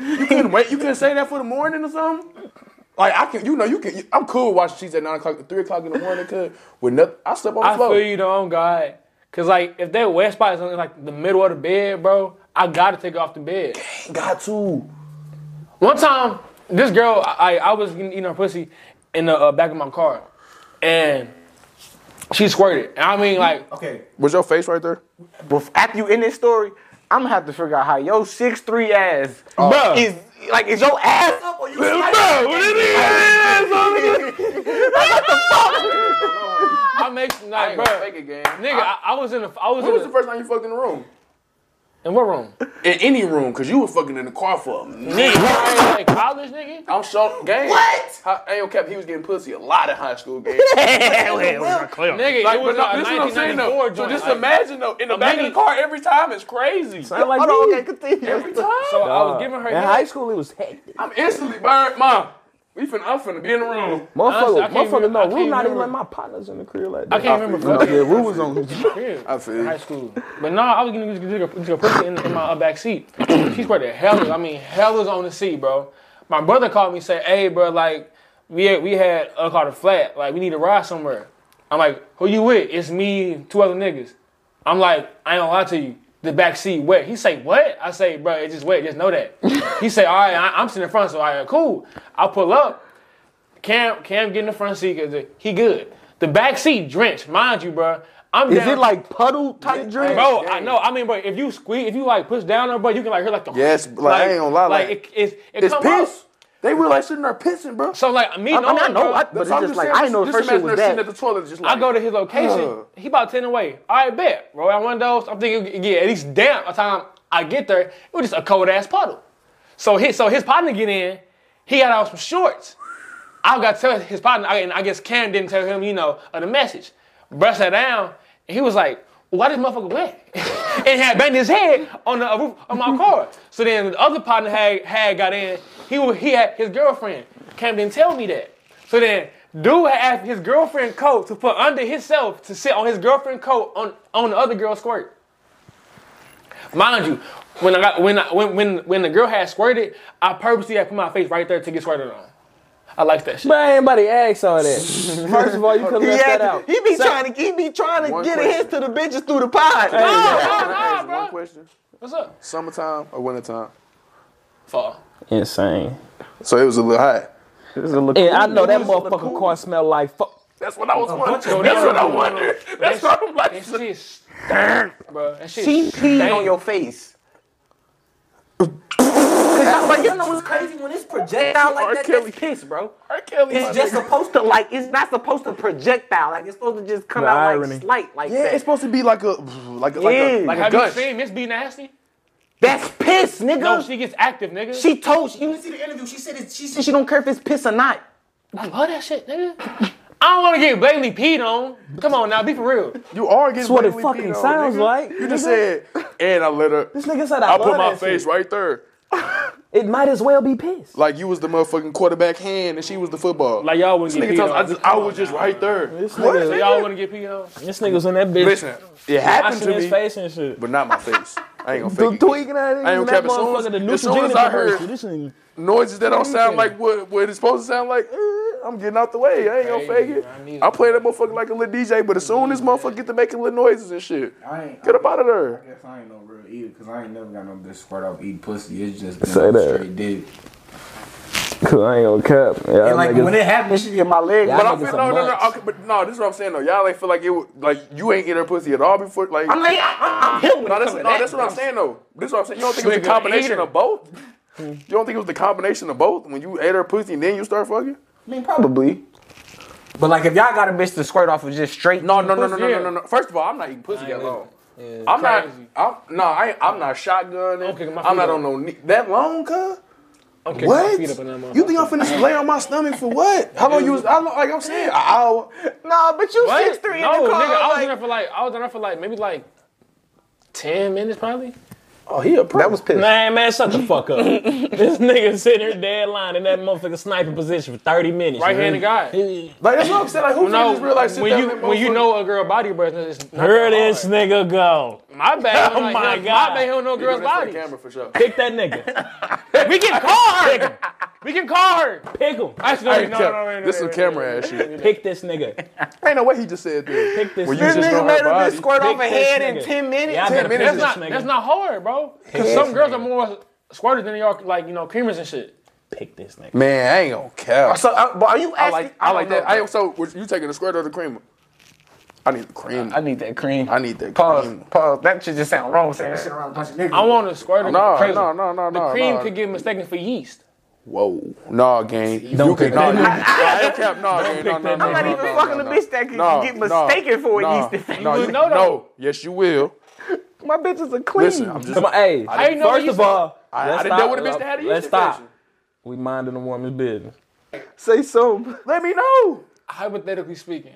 Speaker 1: You couldn't wait. You couldn't say that for the morning or something. Like I can, you know, you can. I'm cool washing sheets at nine o'clock, three o'clock in the morning. Cause with nothing, I slept on the
Speaker 2: I
Speaker 1: *laughs* floor.
Speaker 2: feel you though, on God. Cause like if that wet spot is on like the middle of the bed, bro, I gotta take it off the bed.
Speaker 1: Got to.
Speaker 2: One time, this girl, I I I was eating her pussy in the uh, back of my car, and she squirted. And I mean like
Speaker 7: Okay.
Speaker 1: Was your face right there?
Speaker 7: Bef- after you end this story, I'm gonna have to figure out how your six three ass
Speaker 2: Bruh.
Speaker 7: is like is your ass up or you
Speaker 1: *laughs*
Speaker 2: I make like bro,
Speaker 1: Fake it, gang.
Speaker 2: nigga, I, I was in the I was
Speaker 1: When
Speaker 2: in
Speaker 1: was
Speaker 2: the,
Speaker 1: the first time you fucked in the room?
Speaker 2: in what room?
Speaker 1: In any room, cause you was fucking in the car for a minute.
Speaker 2: I ain't like college, nigga.
Speaker 1: I'm sure, gang.
Speaker 6: What?
Speaker 1: I, I ain't kept. He was getting pussy a lot in high school, gang.
Speaker 2: Nigga,
Speaker 1: Like,
Speaker 2: it was uh,
Speaker 1: but no,
Speaker 2: a
Speaker 1: this is what I'm
Speaker 2: 1994
Speaker 1: saying though.
Speaker 2: joint.
Speaker 1: So just
Speaker 2: like,
Speaker 1: imagine though, in the back of
Speaker 2: nigga-
Speaker 1: the car every time it's crazy.
Speaker 4: I'm like,
Speaker 6: Hold on,
Speaker 4: "Dude."
Speaker 6: okay, continue.
Speaker 2: So I was giving her
Speaker 4: in
Speaker 2: head.
Speaker 4: high school. It was hectic.
Speaker 1: I'm instantly burned, mom. We finna, I'm finna be in the room.
Speaker 2: Honestly, I
Speaker 4: Motherfucker,
Speaker 2: can't
Speaker 4: motherfucker,
Speaker 2: even- I
Speaker 4: no,
Speaker 2: can't
Speaker 4: we not
Speaker 2: remember.
Speaker 4: even like my partners in the crib like
Speaker 2: I
Speaker 4: that.
Speaker 2: can't remember fucking
Speaker 5: Yeah, we was on.
Speaker 2: *laughs* crib.
Speaker 1: I feel
Speaker 2: high school. *laughs* But no, I was getting this nigga- this nigga pussy in, in my uh, back seat. She squirted hell. I mean, hell is on the seat, bro. My brother called me and said, "Hey, bro, like we had, we had a car to flat. Like we need to ride somewhere." I'm like, "Who you with?" It's me, two other niggas. I'm like, "I ain't gonna lie to you." The back seat wet. He say, "What?" I say, "Bro, it's just wet. Just know
Speaker 5: *laughs*
Speaker 2: that." he say, "All right, I, I'm sitting in front, so all right, cool." I pull up. Cam, Cam get in the front seat because he good. The The back seat drenched, mind you, bro. I'm
Speaker 5: Is
Speaker 2: down-
Speaker 5: it like puddle type drink?
Speaker 2: Bro, I know. I mean, bro, if you squeeze, if you like push down on, it, bro, you can like hear like the
Speaker 1: Yes, like, I ain't gonna lie, like,
Speaker 2: it, it's it
Speaker 1: It's
Speaker 2: come
Speaker 1: piss.
Speaker 2: Out.
Speaker 1: They really like sitting there pissing, bro.
Speaker 2: So like me,
Speaker 5: I mean, I
Speaker 2: knowing,
Speaker 5: know,
Speaker 2: bro,
Speaker 5: I- but it's
Speaker 1: I'm
Speaker 5: just like, I didn't know the
Speaker 1: just
Speaker 5: first shit
Speaker 1: imagine
Speaker 5: was
Speaker 1: her
Speaker 5: that.
Speaker 1: sitting at the toilet, just like
Speaker 2: I go
Speaker 1: *laughs*
Speaker 2: to his location.
Speaker 1: Ugh.
Speaker 2: He about ten away. I bet, bro. I one of those. I'm thinking, yeah, at least damn. By the time I get there, it was just a cold ass puddle. So his so his partner get in. He had on some shorts. I got to tell his partner, I- and I guess Cam didn't tell him, you know, of the message. Brush that down, and he was like, "Why this motherfucker wet?" *laughs* and had banged his head on the roof of my car. So then the other partner had had got in. He wa- he had his girlfriend. Cam didn't tell me that. So then dude had asked his girlfriend coat to put under himself to sit on his girlfriend coat on on the other girl's squirt. Mind you, when I got when I, when when when the girl had squirted, I purposely had put my face right there to get squirted on. I like that shit.
Speaker 4: But ain't nobody asked all that. First of all, you could have
Speaker 5: He,
Speaker 4: left
Speaker 5: had-
Speaker 4: that out.
Speaker 5: he be trying to he be trying to
Speaker 1: One
Speaker 5: get a
Speaker 1: question.
Speaker 5: hint to the bitches through the pod.
Speaker 2: Oh,
Speaker 1: Can I
Speaker 2: oh,
Speaker 1: ask
Speaker 2: oh, bro.
Speaker 1: one question?
Speaker 2: What's up?
Speaker 1: Summertime or wintertime?
Speaker 2: Fall.
Speaker 4: Insane.
Speaker 1: So it was a little hot.
Speaker 4: And I know that motherfucking car smelled like fuck.
Speaker 1: That's what I was
Speaker 2: So
Speaker 1: wondering.
Speaker 2: that's what I
Speaker 1: wondered. That's what I'm like.
Speaker 2: That shit stank, bro. That shit she
Speaker 7: on your face.
Speaker 6: But you know what's crazy when it's projectile like that? That's piss, bro.
Speaker 1: R. Kelly.
Speaker 6: It's just supposed to like it's not supposed to projectile. Like it's supposed to just come
Speaker 4: The
Speaker 6: out
Speaker 4: irony.
Speaker 6: like slight like
Speaker 1: Yeah,
Speaker 6: that.
Speaker 1: it's supposed to be like a like a, like a,
Speaker 6: Yeah.
Speaker 1: like a
Speaker 2: Have you
Speaker 1: gush.
Speaker 2: seen Miss B Nasty?
Speaker 6: That's piss, nigga.
Speaker 2: No, she gets active, nigga.
Speaker 6: She told you didn't see the interview. She said it, she said she don't care if it's piss or not.
Speaker 2: I love that shit, nigga. I don't want to get blatantly peed on. Come on now, be for real.
Speaker 1: You are getting That's
Speaker 4: what it fucking sounds like,
Speaker 1: You just
Speaker 4: nigga.
Speaker 1: said, and I let her.
Speaker 4: This nigga said I,
Speaker 1: I
Speaker 4: love
Speaker 1: put my
Speaker 4: that
Speaker 1: face
Speaker 4: shit.
Speaker 1: right there.
Speaker 4: It might as well be pissed.
Speaker 1: Like you was the motherfucking quarterback hand and she was the football.
Speaker 2: Like y'all wouldn't
Speaker 1: this
Speaker 2: get
Speaker 1: nigga
Speaker 2: peed
Speaker 1: tells,
Speaker 2: on.
Speaker 1: I, just, I was just right there.
Speaker 4: This nigga,
Speaker 2: So y'all wouldn't get peed on.
Speaker 4: this nigga was in that bitch.
Speaker 1: Listen, it happened
Speaker 4: washing
Speaker 1: to
Speaker 4: his
Speaker 1: me,
Speaker 4: face and shit.
Speaker 1: but not my face. I
Speaker 4: *laughs*
Speaker 1: ain't gonna
Speaker 4: The
Speaker 1: fake it.
Speaker 4: tweaking out of
Speaker 1: I ain't gonna cap
Speaker 4: that
Speaker 1: it. Soon as-
Speaker 4: motherfucker, the
Speaker 1: as soon as
Speaker 4: Neutrogena
Speaker 1: I heard-
Speaker 4: commercial. This nigga-
Speaker 1: Noises that don't sound like what what it's supposed to sound like. eh, I'm getting out the way. I ain't gonna
Speaker 2: Crazy,
Speaker 1: fake it.
Speaker 2: bro. I need
Speaker 1: I play that motherfucker like a little DJ, but as soon as motherfucker get to making little noises and shit, get up out of there.
Speaker 8: guess I ain't no real eater because I ain't never got no bitch squirt off eating pussy. It's just been
Speaker 4: Say that.
Speaker 8: straight dick.
Speaker 4: Cause I ain't gonna cap. Yeah,
Speaker 8: And like when it happened, she in my leg.
Speaker 1: But I
Speaker 4: niggas
Speaker 1: feel
Speaker 4: are
Speaker 1: no, no, no.
Speaker 4: months.
Speaker 1: Okay, but no, this is what I'm saying though. Y'all ain't feel like it. would- Like you ain't in her pussy at all before. Like
Speaker 6: I'm like, I, am *laughs* him when
Speaker 1: no,
Speaker 6: it
Speaker 1: that's,
Speaker 6: comes
Speaker 1: no,
Speaker 6: to
Speaker 1: that's
Speaker 6: that.
Speaker 1: what I'm saying though. This is what I'm saying. You don't think it was a
Speaker 2: Nigga,
Speaker 1: combination
Speaker 2: eater.
Speaker 1: of both? You don't think it was the combination of both? When you ate her pussy and then you start fucking?
Speaker 8: I mean, probably.
Speaker 7: But like, if y'all got a bitch to squirt off with just straight,
Speaker 1: No, no, no, no,
Speaker 2: Pussy,
Speaker 1: no,
Speaker 2: yeah.
Speaker 1: no, no, no. First of all, I'm not eating pussy that long. I'm
Speaker 2: Crazy.
Speaker 1: not. I'm, no, I ain't, I'm not shotgunning.
Speaker 2: Okay, my
Speaker 1: I'm
Speaker 2: feet
Speaker 1: not
Speaker 2: up.
Speaker 1: on no knee. that long, cuz.
Speaker 2: I'm kicking my
Speaker 1: What?
Speaker 2: feet up in that motherfucker.
Speaker 1: You think I'm finna lay on my stomach for what? How long you? was- How long? Like I'm saying, an hour.
Speaker 5: Nah, but you
Speaker 2: What?
Speaker 5: six three
Speaker 2: no,
Speaker 5: in the car.
Speaker 2: nigga, I was in
Speaker 5: like,
Speaker 2: there for like I was in there for like maybe like ten minutes probably.
Speaker 1: Oh, he a pro.
Speaker 5: that was pissed.
Speaker 3: Man, man, shut the fuck up. this nigga sitting here dead line in that motherfucking sniping position for 30 minutes.
Speaker 2: Right hand guy.
Speaker 1: like that's what I'm saying. Like who
Speaker 2: No,
Speaker 1: just realized
Speaker 2: when you when you know a girl body, bro, it's not that
Speaker 3: Here this
Speaker 2: hard.
Speaker 3: nigga go.
Speaker 2: My bad.
Speaker 3: Oh
Speaker 2: like,
Speaker 3: my
Speaker 2: my
Speaker 3: God.
Speaker 2: My bad. He don't know girls'
Speaker 1: body
Speaker 2: bodies.
Speaker 1: camera for sure.
Speaker 3: Pick that nigga.
Speaker 2: We can call her. we can call her.
Speaker 3: Pick him.
Speaker 2: Actually,
Speaker 1: Hey,
Speaker 2: no, no,
Speaker 1: Kev,
Speaker 2: no, no, no,
Speaker 1: this
Speaker 2: no,
Speaker 1: some
Speaker 2: no,
Speaker 1: camera
Speaker 2: no,
Speaker 1: ass shit.
Speaker 3: Pick this nigga.
Speaker 1: Ain't no way he just said this.
Speaker 3: Pick this
Speaker 1: Well, you
Speaker 3: nigga.
Speaker 1: just don't
Speaker 5: made
Speaker 1: have
Speaker 5: a bitch
Speaker 1: bodies.
Speaker 5: squirt off a
Speaker 3: Pick
Speaker 5: head
Speaker 3: this
Speaker 5: in
Speaker 3: nigga.
Speaker 5: ten minutes.
Speaker 3: Yeah, I better pick
Speaker 1: minutes
Speaker 3: this
Speaker 2: That's not
Speaker 3: nigga.
Speaker 2: that's not hard, bro. Because some girls are more squirters than they are like you know creamers and shit.
Speaker 3: Pick this nigga.
Speaker 1: Man, I ain't gonna care.
Speaker 7: So, uh, but are you
Speaker 1: I
Speaker 7: asking?
Speaker 1: like I, like
Speaker 7: don't
Speaker 1: that.
Speaker 7: know.
Speaker 1: I so was you taking the squirt or the creamer? I need the cream.
Speaker 7: I need that cream.
Speaker 1: I need that
Speaker 7: Pause.
Speaker 1: cream.
Speaker 7: Pause. That should just sound wrong. Saying that shit.
Speaker 2: I want a squirter.
Speaker 1: No,
Speaker 2: creamer.
Speaker 1: no, no, no,
Speaker 2: The
Speaker 1: no,
Speaker 2: cream
Speaker 1: no.
Speaker 2: could get mistaken for yeast.
Speaker 1: Whoa, nah, gang. you
Speaker 3: pick
Speaker 1: can nah, I ain't cap, nah, gang. No, no, no,
Speaker 3: that
Speaker 1: no,
Speaker 3: nigga. I'm not
Speaker 1: no,
Speaker 7: even
Speaker 1: no,
Speaker 7: fucking a
Speaker 1: no, no.
Speaker 7: bitch that could
Speaker 1: Nah,
Speaker 7: get
Speaker 1: nah,
Speaker 7: mistaken for a
Speaker 1: nah.
Speaker 7: yeast infection.
Speaker 1: No,
Speaker 2: You
Speaker 1: you,
Speaker 2: know, though.
Speaker 1: no, yes, you will.
Speaker 5: My bitches are clean.
Speaker 1: Listen, I'm just.
Speaker 4: Come on, hey.
Speaker 2: I ain't know
Speaker 4: First
Speaker 2: you
Speaker 4: of all,
Speaker 1: I,
Speaker 4: let's
Speaker 1: I didn't
Speaker 4: stop.
Speaker 1: know what a bitch that had a yeast
Speaker 4: Let's stop.
Speaker 1: infection.
Speaker 4: We minding a woman's business.
Speaker 5: Say so.
Speaker 1: Let me know.
Speaker 2: Hypothetically speaking,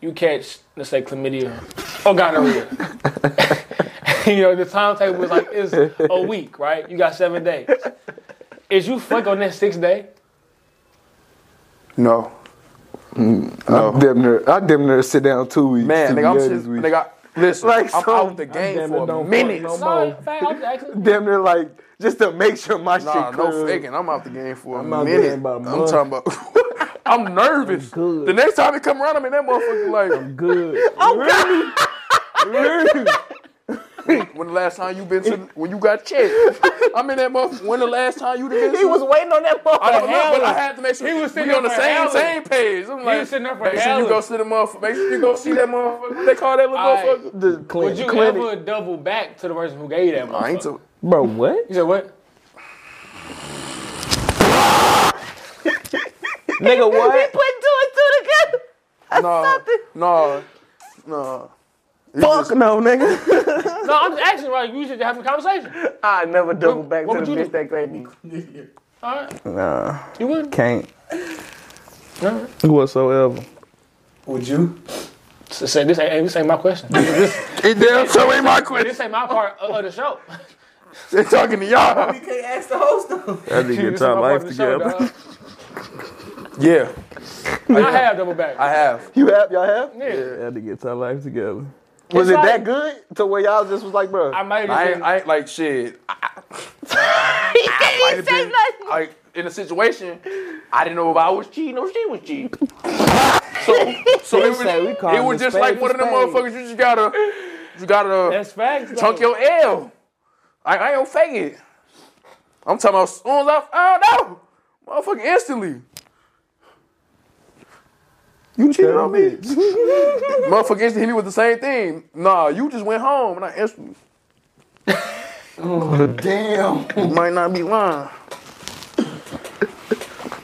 Speaker 2: you catch let's say chlamydia or gonorrhea. *laughs* you know the timetable is like it's a week, right? You got seven days. Is you flick on that sixth day?
Speaker 1: No,
Speaker 5: Damn near, I damn near sit down two weeks.
Speaker 1: man,
Speaker 5: to
Speaker 1: nigga, I'm
Speaker 5: be honest
Speaker 1: just,
Speaker 5: with you.
Speaker 1: nigga. Listen,
Speaker 5: Like,
Speaker 1: I'm
Speaker 5: so-
Speaker 1: out the
Speaker 4: damn
Speaker 1: game
Speaker 4: near
Speaker 1: for
Speaker 4: don't
Speaker 1: a
Speaker 4: fuck
Speaker 1: minute.
Speaker 4: no
Speaker 2: Sorry, in fact, I was actually-
Speaker 5: damn near like just to make sure my
Speaker 1: Nah,
Speaker 5: shit
Speaker 1: no
Speaker 5: clear.
Speaker 1: faking. I'm out the game for a
Speaker 4: I'm out the
Speaker 1: minute.
Speaker 4: game by a
Speaker 1: I'm
Speaker 4: month.
Speaker 1: talking about. *laughs* I'm nervous.
Speaker 4: good.
Speaker 1: the next time it *laughs* come around, I'm in that motherfucker like.
Speaker 4: Good. Oh, God.
Speaker 1: Oh, *laughs* When the last time you been to when you got checked? I'm in that month. When the last time you done been?
Speaker 6: He was waiting on that
Speaker 1: I
Speaker 6: motherfucker.
Speaker 1: don't know, but I had to make sure
Speaker 2: He was sitting
Speaker 1: we on the
Speaker 2: there for
Speaker 1: same
Speaker 2: Allen.
Speaker 1: same page. I'm like,
Speaker 2: was sitting there for
Speaker 1: make sure you
Speaker 2: Allen.
Speaker 1: go see the motherfucker. Make sure you go see that motherfucker. What they call that little
Speaker 2: Alright.
Speaker 1: motherfucker?
Speaker 5: The
Speaker 2: Would
Speaker 5: clinic.
Speaker 2: you
Speaker 5: clinic.
Speaker 2: ever double back to the person who gave you that
Speaker 1: I
Speaker 2: money?
Speaker 1: ain't. Too,
Speaker 4: Bro, what?
Speaker 2: You said what?
Speaker 4: *laughs* Nigga,
Speaker 6: He
Speaker 4: what?
Speaker 6: put two and two together. That's
Speaker 1: no,
Speaker 6: something.
Speaker 1: no, no. You
Speaker 5: Fuck no, nigga.
Speaker 2: No, I'm just asking. Like you should have a conversation.
Speaker 7: I never double
Speaker 2: What-
Speaker 7: back
Speaker 2: what
Speaker 7: to
Speaker 2: would
Speaker 7: the
Speaker 2: you
Speaker 7: bitch
Speaker 2: do?
Speaker 7: that claimed me.
Speaker 2: *laughs* All right,
Speaker 4: Nah,
Speaker 2: you wouldn't.
Speaker 4: can't.
Speaker 2: All right.
Speaker 4: Whatsoever.
Speaker 8: Would you?
Speaker 2: So, say this ain't this ain't my question. This,
Speaker 1: It damn so ain't my question.
Speaker 2: this ain't my part of, of the show.
Speaker 1: They talking to y'all.
Speaker 6: can't ask the host though.
Speaker 4: That
Speaker 2: This
Speaker 4: nigga
Speaker 2: ain't my part of the show, dog.
Speaker 1: Yeah,
Speaker 2: I have double back.
Speaker 1: I have.
Speaker 5: You have, y'all have?
Speaker 2: yeah.
Speaker 4: That nigga tie life together.
Speaker 5: Was
Speaker 2: It's
Speaker 5: it
Speaker 2: like-
Speaker 5: that good to where y'all just was like, bro?
Speaker 2: I might
Speaker 1: I
Speaker 2: have
Speaker 1: ain't,
Speaker 2: just
Speaker 1: I ain't like shit. I,
Speaker 6: He
Speaker 7: Ah,
Speaker 6: can't even
Speaker 1: I've
Speaker 6: say
Speaker 1: been,
Speaker 6: nothing. *laughs*
Speaker 1: Like in a situation, I didn't know if I was cheating or she was cheating. So, so it was,
Speaker 4: say we calling
Speaker 1: it was
Speaker 4: a
Speaker 1: just
Speaker 4: spade
Speaker 1: like
Speaker 4: a
Speaker 1: one of them
Speaker 4: spade.
Speaker 1: motherfuckers. You just gotta, you gotta.
Speaker 2: that's facts. though.
Speaker 1: Chunk your L. I, I ain't gonna fake it. I'm talking about as soon as I found out, motherfucker, instantly. You cheated on me. *laughs* motherfucker instantly hit me with the same thing. Nah, you just went home and I instantly.
Speaker 5: Damn.
Speaker 1: You might not be lying.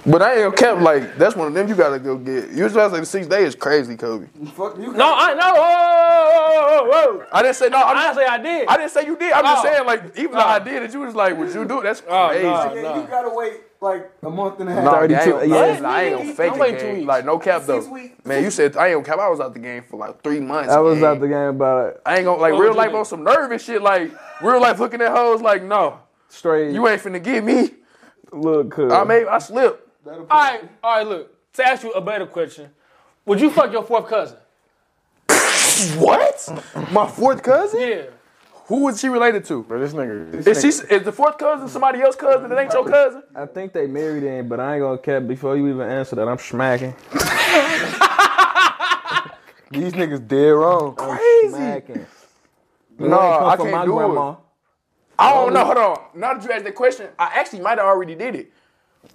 Speaker 1: But I ain't kept like that's one of them you gotta go get. You just like six days is crazy, Kobe.
Speaker 8: Fuck you.
Speaker 2: No, I no. Whoa, whoa, whoa, whoa, whoa.
Speaker 1: I didn't say no. I'm just,
Speaker 2: Honestly, I did.
Speaker 1: I didn't say you did. I'm just
Speaker 2: No.
Speaker 1: saying like even the idea that you was like, would you do it? That's
Speaker 2: Oh,
Speaker 1: crazy.
Speaker 2: no,
Speaker 8: Yeah,
Speaker 2: no.
Speaker 8: you gotta wait like a month and a half.
Speaker 1: No,
Speaker 4: 32
Speaker 1: I ain't,
Speaker 4: yeah.
Speaker 1: I ain't gonna fake
Speaker 2: I'm
Speaker 1: it.
Speaker 2: waiting two
Speaker 1: gang.
Speaker 2: weeks.
Speaker 1: Like no cap though.
Speaker 8: Six weeks.
Speaker 1: Man, you said I ain't gonna cap. I was out the game for like three months.
Speaker 4: I was
Speaker 1: gang.
Speaker 4: out the game about
Speaker 1: I ain't gonna like
Speaker 2: What
Speaker 1: real
Speaker 2: would you
Speaker 1: life
Speaker 2: do?
Speaker 1: on some nervous shit. Like real life looking at hoes. Like no,
Speaker 4: straight
Speaker 1: you ain't finna get me.
Speaker 4: look cuz.
Speaker 1: I may I slip.
Speaker 2: All right, all right. Look, to ask you a better question, would you fuck your fourth cousin?
Speaker 1: What? My fourth cousin?
Speaker 2: Yeah.
Speaker 1: Who is she related to?
Speaker 5: Bro, this nigga.
Speaker 1: Is she is the fourth cousin somebody else's cousin that ain't your cousin?
Speaker 4: I think they married in, but I ain't gonna cap before you even answer that. I'm smacking.
Speaker 5: These niggas dead wrong.
Speaker 1: Crazy.
Speaker 4: Smacking.
Speaker 1: No, I can't do it. I don't know. Hold on. Now that you asked that question, I actually might have already did it,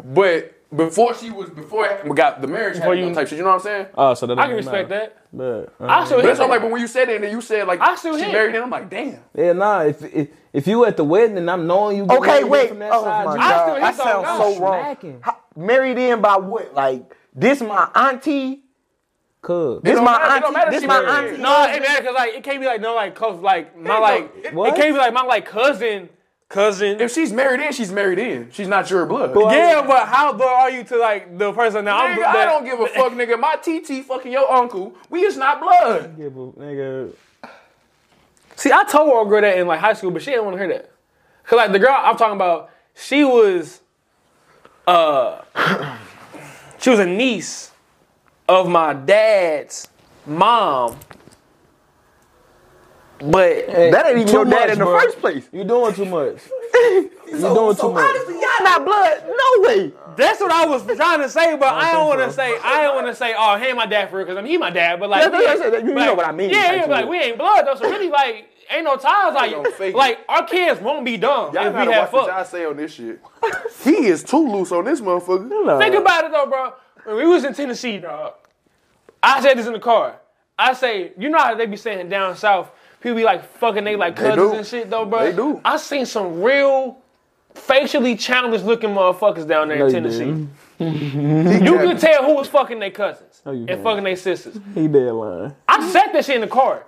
Speaker 1: but before she was before we got the marriage
Speaker 2: Before you-
Speaker 1: happened, type shit. You know what I'm saying?
Speaker 4: Oh, so that
Speaker 2: I can respect that.
Speaker 4: But, uh,
Speaker 2: I still
Speaker 1: But
Speaker 2: hit
Speaker 1: that's what I'm
Speaker 2: her.
Speaker 1: like, but when you said it and then you said like
Speaker 2: I still
Speaker 1: she
Speaker 2: hit.
Speaker 1: married him, I'm like, damn.
Speaker 4: yeah, nah. If, if if you at the wedding and I'm knowing you, getting
Speaker 5: Okay,
Speaker 4: married
Speaker 5: wait.
Speaker 4: From that
Speaker 5: Oh,
Speaker 4: side,
Speaker 5: my
Speaker 4: you
Speaker 2: I
Speaker 5: God.
Speaker 2: still hit
Speaker 5: That
Speaker 2: her.
Speaker 5: sounds
Speaker 2: I'm
Speaker 5: so wrong.
Speaker 4: smacking.
Speaker 7: Married in by what? Like this my auntie?
Speaker 4: Cuz.
Speaker 1: It
Speaker 7: This
Speaker 1: don't
Speaker 7: my
Speaker 1: matter- it don't
Speaker 7: auntie.
Speaker 1: matter
Speaker 7: This
Speaker 1: she
Speaker 7: my
Speaker 1: married.
Speaker 7: auntie.
Speaker 2: No, it matter because like it can't be like no like cause like my like it
Speaker 4: What?
Speaker 2: can't be like my like cousin cousin.
Speaker 1: If she's married in, she's married in. She's not your blood.
Speaker 2: yeah, but how blood are you to like the person that I'm?
Speaker 1: Nigga, I don't give a fuck, nigga. My TT fucking your uncle. We is not blood.
Speaker 4: Yeah, but nigga.
Speaker 2: See, I told her girl that in like high school, but she didn't want to hear that. Cause like the girl I'm talking about, she was, uh, *clears throat* she was a niece of my dad's mom. But
Speaker 7: That ain't even
Speaker 4: Too
Speaker 7: your dad
Speaker 4: much,
Speaker 7: in the
Speaker 4: bro.
Speaker 7: first place.
Speaker 4: You doing too *laughs* much. You doing too much.
Speaker 7: Honestly, y'all not blood. No way.
Speaker 2: That's what I was trying to say,
Speaker 7: *laughs*
Speaker 2: but I don't
Speaker 4: think
Speaker 2: want to
Speaker 4: so.
Speaker 2: say I don't want to say, oh, he ain't my dad for real, because I mean he my dad, but like,
Speaker 7: Yeah,
Speaker 2: we
Speaker 7: that's-
Speaker 2: ain't-
Speaker 7: that's- you
Speaker 2: like,
Speaker 7: know what I mean,
Speaker 2: Yeah, yeah,
Speaker 7: actually.
Speaker 2: but, like we ain't blood though, so really like ain't no ties like
Speaker 1: fake
Speaker 2: like our kids won't be dumb
Speaker 1: Y'all
Speaker 2: if
Speaker 1: gotta
Speaker 2: we
Speaker 1: watch
Speaker 2: have
Speaker 1: what y'all
Speaker 2: fuck.
Speaker 1: say on this shit. *laughs* he is too loose on this motherfucker.
Speaker 2: Think about it though, bro. When we was in Tennessee, dog, I said this in the car. I say, you know how they be saying down south, people be like fucking they like cousins
Speaker 1: do.
Speaker 2: and shit though, bro.
Speaker 1: They do.
Speaker 2: I seen some real facially challenged looking motherfuckers down there in Tennessee. You, *laughs* could tell who was fucking their cousins
Speaker 4: you
Speaker 2: and
Speaker 4: didn't.
Speaker 2: fucking their sisters.
Speaker 4: He dead lying.
Speaker 2: I said that shit in the car.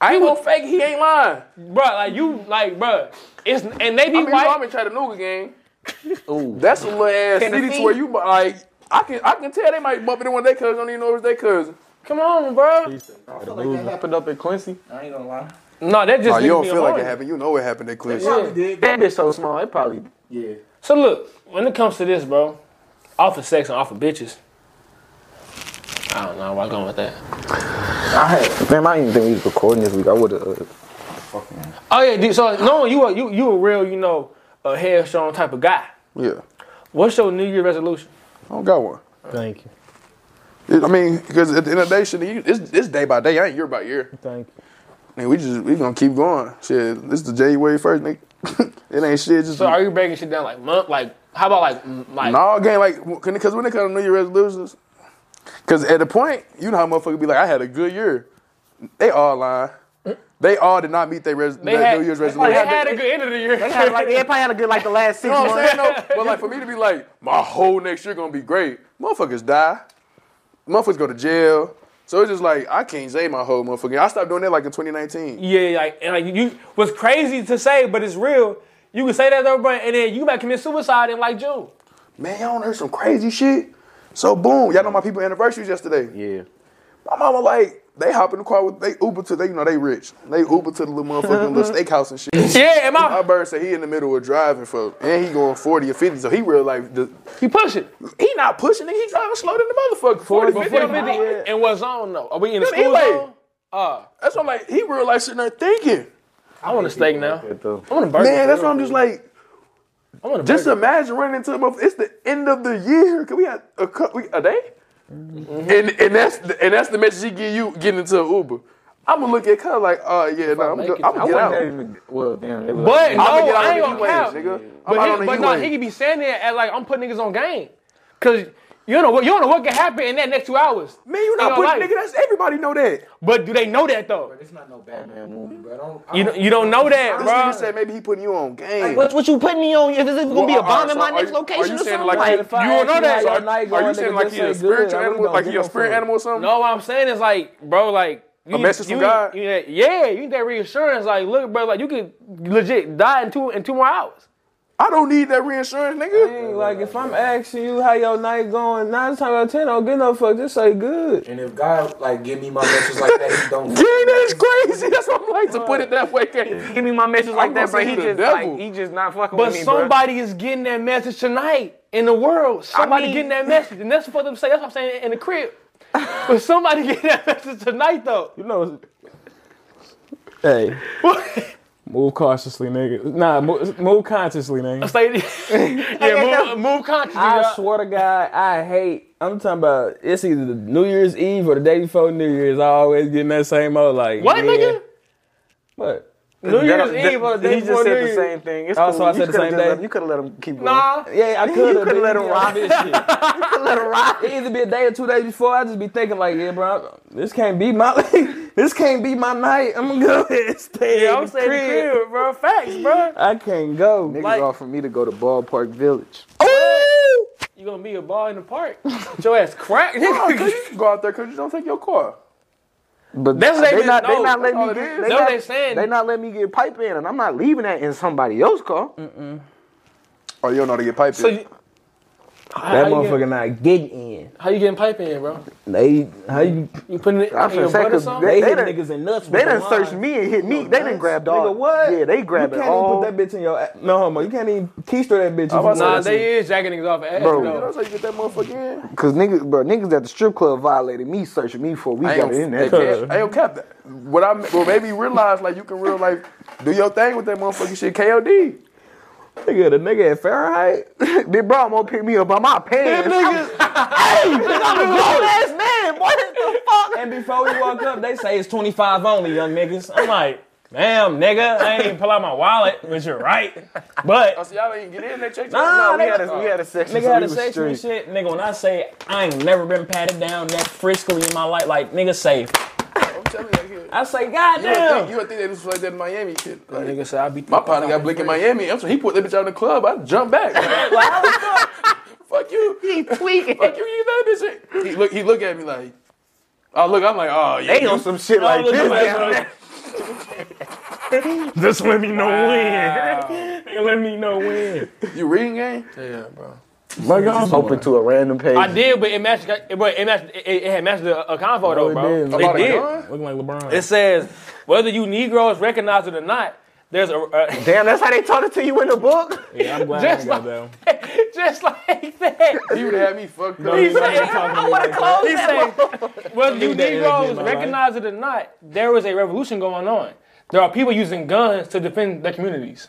Speaker 1: I ain't gonna fake. He ain't lying.
Speaker 2: Bro, like you like bro, it's and they be
Speaker 1: I mean, you know,
Speaker 2: white.
Speaker 1: I'm in Chattanooga, *laughs* gang. That's a little ass city to where you like. I can I can tell they might bump into one of their cousins. I don't even know it was their cousin.
Speaker 2: Come on, bro.
Speaker 7: Happened up in Quincy.
Speaker 8: I ain't gonna lie.
Speaker 2: No, that just
Speaker 1: Oh,
Speaker 2: leave
Speaker 1: you don't
Speaker 2: me
Speaker 1: feel like it
Speaker 2: alone.
Speaker 1: happened. You know it happened at Cliff.
Speaker 8: Probably did.
Speaker 7: That bitch so small. It probably.
Speaker 8: Yeah.
Speaker 2: So look, when it comes to this, bro, off of sex and off of bitches. I don't know where I'm going with that.
Speaker 7: I had. Damn, I didn't think we was recording this week. I would have. Uh,
Speaker 2: Oh yeah, dude. So no, you are you you a real you know a headstrong type of guy.
Speaker 1: Yeah,
Speaker 2: What's your New Year resolution?
Speaker 1: I don't got one.
Speaker 4: Thank you.
Speaker 1: It- I mean, because at the end of the day, shit, you- it's, it's day by day. I ain't year by year.
Speaker 4: Thank you.
Speaker 1: Nigga, we just we gonna keep going. Shit, this is the January first, nigga. *laughs* it ain't shit. Just
Speaker 2: So are you breaking shit down like month? Like how about like m- like
Speaker 1: No, game like because when it comes to New Year resolutions, because at the point you know how motherfuckers be like, I had a good year. They all lying. They all did not meet their, res-
Speaker 2: they
Speaker 1: their
Speaker 2: had,
Speaker 1: New Year's
Speaker 2: they
Speaker 1: resolution.
Speaker 2: had a good end of the year.
Speaker 6: They had like they probably had a good like the last six
Speaker 1: You know what I'm
Speaker 6: months.
Speaker 1: saying? though? But like for me to be like, my whole next year gonna be great. Motherfuckers die. Motherfuckers go to jail. So it's just like I can't say my whole motherfucking. I stopped doing that like in
Speaker 2: *laughs*
Speaker 1: 2019.
Speaker 2: Yeah, like and like you was crazy to say, but it's real. You can say that though, bro, and then you might commit suicide in like June.
Speaker 1: Man, y'all done heard some crazy shit. So boom, y'all know my people anniversaries yesterday.
Speaker 7: Yeah.
Speaker 1: My mama like they hop in the car with they Uber to they you know they rich. They Uber to the little
Speaker 2: *laughs*
Speaker 1: motherfucking little steakhouse and shit.
Speaker 2: Yeah, and *laughs*
Speaker 1: My
Speaker 2: my
Speaker 1: bird said he in the middle of driving for and he going 40 or 50, so he real like the,
Speaker 2: he push it.
Speaker 1: he not pushing it, he driving slow than the motherfucker. 40,
Speaker 2: 40,
Speaker 1: 50 on the
Speaker 2: 50,
Speaker 1: highway.
Speaker 2: and what zone though? Are we in the
Speaker 1: Dude, he
Speaker 2: school
Speaker 1: like-
Speaker 2: zone? Uh,
Speaker 1: That's what I'm like, he real like sitting there thinking.
Speaker 2: I want a steak now. I want a burger.
Speaker 1: Man, that's why I'm just like,
Speaker 2: I want a
Speaker 1: just
Speaker 2: burger.
Speaker 1: imagine running into a motherfucker. It's the end of the year. Can we have a cou- we, a day?
Speaker 2: Mm-hmm.
Speaker 1: And and that's the, and that's the message he give you getting into an Uber. I'm gonna look at her like, oh yeah, no, I'm
Speaker 2: make
Speaker 1: go,
Speaker 2: it-
Speaker 1: I'm
Speaker 2: I
Speaker 1: gonna get out.
Speaker 7: Well, damn. It was
Speaker 2: But no,
Speaker 1: I'ma get out
Speaker 2: I ain't gonna
Speaker 1: on the
Speaker 2: count.
Speaker 1: E-Ways, nigga. I'm out
Speaker 2: But
Speaker 1: on
Speaker 2: he,
Speaker 1: the
Speaker 2: but no,
Speaker 1: E-Ways.
Speaker 2: he could be standing there at like I'm putting niggas on game, cause you don't know what you don't know what can happen in that next two hours.
Speaker 1: Man, you
Speaker 2: Yo,
Speaker 1: not putting
Speaker 2: like-
Speaker 1: nigga. That's everybody know that.
Speaker 2: But do they know that though?
Speaker 8: It's not no Batman movie, bro. Don't, I
Speaker 2: You don't- you don't know that,
Speaker 1: This
Speaker 2: bro.
Speaker 1: nigga said maybe he putting you on game. uh,
Speaker 6: What, what you putting me on? If it's gonna be a
Speaker 7: uh,
Speaker 6: bomb in my next location or something? Like,
Speaker 1: you don't know that?
Speaker 4: how
Speaker 1: Are,
Speaker 4: your
Speaker 1: are
Speaker 4: night going,
Speaker 1: you
Speaker 4: nigga,
Speaker 1: saying like
Speaker 4: just
Speaker 1: he a
Speaker 4: say good.
Speaker 1: spiritual
Speaker 4: I really
Speaker 1: animal?
Speaker 4: don't
Speaker 1: Like
Speaker 4: give
Speaker 1: he a
Speaker 4: no
Speaker 1: spirit
Speaker 4: fuck.
Speaker 1: animal or something?
Speaker 2: No, what I'm saying is like, bro, like you,
Speaker 1: A message
Speaker 2: you,
Speaker 1: from God?
Speaker 2: you- yeah, you need that reassurance. Like, look, bro, like you could legit die in two in two more hours.
Speaker 1: I don't need that reinsurance, nigga.
Speaker 4: Thing, Like if I'm asking you how your night going, nine times out of ten, I don't get no fuck. Just say good.
Speaker 8: and if God like give me my message like that, he
Speaker 4: *laughs*
Speaker 8: don't.
Speaker 1: Yeah, that is crazy. That's what I'm like to put it that way.
Speaker 7: Give me my message like
Speaker 1: I'm
Speaker 7: that, bro.
Speaker 1: gonna say
Speaker 7: He
Speaker 1: you the
Speaker 7: just like
Speaker 1: devil.
Speaker 7: he just not fucking
Speaker 2: But
Speaker 7: with me, bro.
Speaker 2: somebody is getting that message tonight in the world. Somebody
Speaker 7: mean-
Speaker 2: getting *laughs* that message, and that's what I'm saying. That's what I'm saying in the crib. but somebody *laughs* getting that message tonight, though.
Speaker 4: You know. Hey.
Speaker 2: *laughs*
Speaker 4: Move cautiously, nigga. Nah, move, move consciously, nigga.
Speaker 2: *laughs* Say, yeah, move, move consciously.
Speaker 4: I
Speaker 2: y'all.
Speaker 4: swear to God, I hate. I'm talking about it's either the New Year's Eve or the day before New Year's. I always get in that same old like
Speaker 2: what,
Speaker 4: man,
Speaker 2: nigga?
Speaker 4: What?
Speaker 2: New Year's
Speaker 7: That-
Speaker 2: Eve or
Speaker 7: that-
Speaker 2: the day
Speaker 7: He
Speaker 2: before
Speaker 7: just said
Speaker 2: New
Speaker 7: the
Speaker 2: Year's?
Speaker 7: same thing. It's
Speaker 4: Oh,
Speaker 7: cool.
Speaker 4: so I
Speaker 7: You
Speaker 4: said the
Speaker 7: coulda
Speaker 4: same
Speaker 7: just let-
Speaker 4: day?
Speaker 7: You could have let him keep going.
Speaker 2: Nah.
Speaker 4: Yeah, I could have
Speaker 7: let him ride.
Speaker 4: *laughs* It
Speaker 6: let her ride.
Speaker 4: either be a day or two days before. I just be thinking like, yeah, bro, this can't be my *laughs* this can't be my night. I'm gonna go *laughs* ahead and stay.
Speaker 2: Yeah,
Speaker 4: in
Speaker 2: I'm
Speaker 4: the
Speaker 2: saying
Speaker 4: crib.
Speaker 2: the crib, bro. Facts, bro.
Speaker 4: I can't go.
Speaker 5: Niggas
Speaker 2: Like-
Speaker 5: offered me to go to Ballpark Village.
Speaker 2: You gonna be a ball in the park? Your ass *laughs* cracked.
Speaker 1: No, Oh, cause you can go out there because you don't take your car.
Speaker 5: But
Speaker 2: That's what they
Speaker 5: they
Speaker 2: just-
Speaker 5: not
Speaker 2: no,
Speaker 5: they not letting
Speaker 1: that's
Speaker 5: me
Speaker 1: all it is.
Speaker 5: get, they
Speaker 2: That's what
Speaker 5: not,
Speaker 2: they saying.
Speaker 5: they not letting me get pipe in, and I'm not leaving that in somebody else's car.
Speaker 1: Oh, you don't know how to get piped.
Speaker 2: So
Speaker 1: in.
Speaker 2: you, how,
Speaker 4: That
Speaker 2: how you
Speaker 4: motherfucker
Speaker 2: get,
Speaker 4: not getting in.
Speaker 2: how you getting pipe in, bro?
Speaker 4: They how you
Speaker 2: You putting it
Speaker 5: I'm
Speaker 2: in your
Speaker 5: finna say,
Speaker 2: butt or
Speaker 5: 'cause
Speaker 2: something?
Speaker 4: they,
Speaker 5: They
Speaker 4: hit
Speaker 5: done-
Speaker 4: niggas in nuts.
Speaker 5: They
Speaker 4: with the
Speaker 5: done searched
Speaker 4: line.
Speaker 5: me and hit me. They done grabbed all.
Speaker 4: Nigga, what?
Speaker 5: Yeah, they grabbed
Speaker 4: you
Speaker 5: it
Speaker 4: can't
Speaker 5: all.
Speaker 4: even put that bitch in your a- no homo. You can't even keister that bitch. if you
Speaker 1: about to
Speaker 2: Nah,
Speaker 1: Nah,
Speaker 4: want to.
Speaker 2: they is jacking niggas off ass,
Speaker 5: Bro.
Speaker 2: though.
Speaker 1: that's how you get that motherfucker in.
Speaker 5: Cause niggas, bro, niggas at the strip club violated me, searching me before we
Speaker 1: I
Speaker 5: got in
Speaker 1: ain't
Speaker 5: there. *laughs*
Speaker 1: gonna- I ain't cap that. What I what made me realize like you can real like do your thing with that motherfucking shit. KOD.
Speaker 4: Nigga, the nigga at Fahrenheit.
Speaker 5: *laughs* Then bro, I'm gonna pick me up by my pants.
Speaker 3: And before we walk up, they say it's 25 only, young niggas. I'm like, damn, nigga, I ain't even pull out my wallet, but you're right. But
Speaker 1: So y'all ain't get in there. Check
Speaker 3: nah,
Speaker 7: We
Speaker 3: nigga,
Speaker 7: had
Speaker 1: Uh,
Speaker 7: a we had a section.
Speaker 3: nigga
Speaker 7: so
Speaker 3: had
Speaker 7: we
Speaker 3: a
Speaker 7: was
Speaker 3: section and
Speaker 7: straight.
Speaker 3: shit. Nigga, when I say I ain't never been patted down that friskily in my life, like nigga say,
Speaker 1: I'm telling you, like, here.
Speaker 3: I say,
Speaker 1: You would, think,
Speaker 3: goddamn.
Speaker 1: you would think that this was like that in Miami shit. Like,
Speaker 7: Nigga said I beat.
Speaker 1: my partner got blick in Miami. I'm so he put that bitch out in the club. I jumped back.
Speaker 4: *laughs*
Speaker 1: Like, how the fuck? Fuck you.
Speaker 7: *laughs*
Speaker 6: He tweaking.
Speaker 1: Fuck you. You that bitch. He look. He look at me like. I look. I'm like, oh yeah.
Speaker 5: They on some shit like this.
Speaker 3: Just let me know when. Let me know when.
Speaker 1: You reading game?
Speaker 5: Just open to a random page.
Speaker 2: I did, but it matched. It, but it matched. It, it had matched a, a convo though,
Speaker 4: it
Speaker 2: bro.
Speaker 4: didn't.
Speaker 1: About
Speaker 2: It
Speaker 1: a
Speaker 2: did.
Speaker 1: gun?
Speaker 3: Looking like LeBron.
Speaker 2: It says whether you Negroes recognize it or not. There's a, uh, a
Speaker 5: Damn, that's how they taught it to you in the book.
Speaker 3: yeah, I'm glad I
Speaker 2: just
Speaker 3: ain't got that one.
Speaker 2: *laughs* just like that.
Speaker 1: He would have had me fucked up.
Speaker 3: Don't even
Speaker 2: said-
Speaker 3: be talking to me like that.
Speaker 2: He said, whether you
Speaker 3: that energy in
Speaker 2: Negroes
Speaker 3: my life.
Speaker 2: recognize it or not, there is a revolution going on. There are people using guns to defend their communities.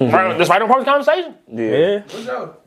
Speaker 2: Right, that's right on part of the conversation.
Speaker 7: Yeah.
Speaker 1: What's up?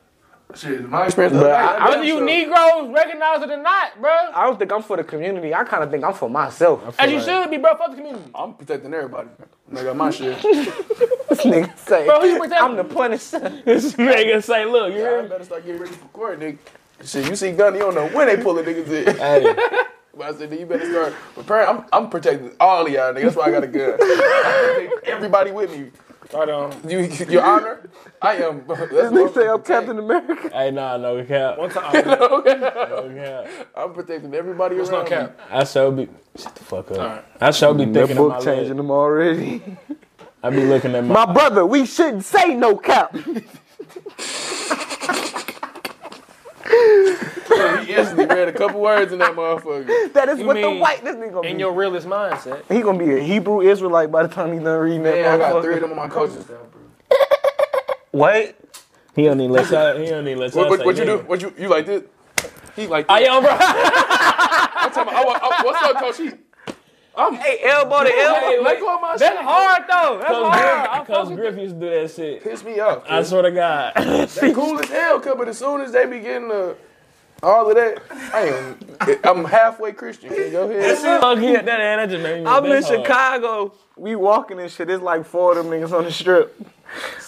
Speaker 1: Shit, my experience.
Speaker 7: But
Speaker 1: I,
Speaker 7: I, I,
Speaker 2: Whether you Negroes recognize it or not, bro.
Speaker 7: I don't think I'm for the community. I kind of think I'm for myself.
Speaker 2: As you should be, bro. Fuck the community.
Speaker 1: am protecting everybody. I got my shit.
Speaker 7: This nigga say,
Speaker 2: Bro, who you protecting?
Speaker 7: I'm the *laughs* punisher.
Speaker 3: This nigga say, look, you
Speaker 1: I
Speaker 3: hear me?
Speaker 1: better start getting ready for court, nigga. Shit, you see Gunny, you don't know when they pulling niggas in. *laughs* But I said, "Nigga, you better start preparing. I'm, I'm protecting all of y'all, nigga. That's why I got a gun. I protect Everybody with me.
Speaker 2: Hold on.
Speaker 1: You, your honor, I am. This
Speaker 5: They say I'm Captain America.
Speaker 3: Hey, nah, no cap. *laughs*
Speaker 2: One time.
Speaker 3: No cap.
Speaker 1: I'm protecting everybody
Speaker 2: It's no
Speaker 1: around
Speaker 2: cap.
Speaker 3: I shall be. Shut the fuck up. I shall be
Speaker 5: That
Speaker 3: thinking
Speaker 5: book
Speaker 3: of my leg.
Speaker 5: changing them already.
Speaker 3: I be looking at my.
Speaker 5: My brother, we shouldn't say no cap.
Speaker 1: me. He instantly read a couple words in that
Speaker 7: *laughs*
Speaker 1: motherfucker.
Speaker 7: That is
Speaker 2: You
Speaker 7: what the
Speaker 2: mean
Speaker 7: white. This nigga gonna
Speaker 2: In
Speaker 7: be.
Speaker 2: your realist mindset.
Speaker 7: he gonna be a
Speaker 4: *laughs*
Speaker 7: Hebrew Israelite by the time he done reading that.
Speaker 1: Man, I got
Speaker 7: motherfucker.
Speaker 1: three of them on my coaches.
Speaker 7: Wait,
Speaker 4: He don't even let
Speaker 3: He
Speaker 4: y'all.
Speaker 3: don't even let y'all
Speaker 1: What, what,
Speaker 3: say
Speaker 1: what you do?
Speaker 3: nigga.
Speaker 1: What you you like this? He like
Speaker 3: I
Speaker 1: this.
Speaker 3: am, bro.
Speaker 1: *laughs* I'm talking about, I, want- I, what's up, coach? He,
Speaker 7: hey, elbow to elbow.
Speaker 1: let go of my shit.
Speaker 2: That's hard though. That's hard. I fuck
Speaker 3: Cause
Speaker 2: with
Speaker 3: Griff used to do that shit.
Speaker 1: Piss me off.
Speaker 3: I swear to God.
Speaker 7: *laughs*
Speaker 1: They cool as hell, cause but as soon as they be getting the, all of that, I am I'm halfway Christian. Can go ahead.
Speaker 3: Fuck yeah, that, that just made me.
Speaker 7: I'm in
Speaker 3: that's hard.
Speaker 7: Chicago. We walking and shit. It's like four of them niggas on the strip.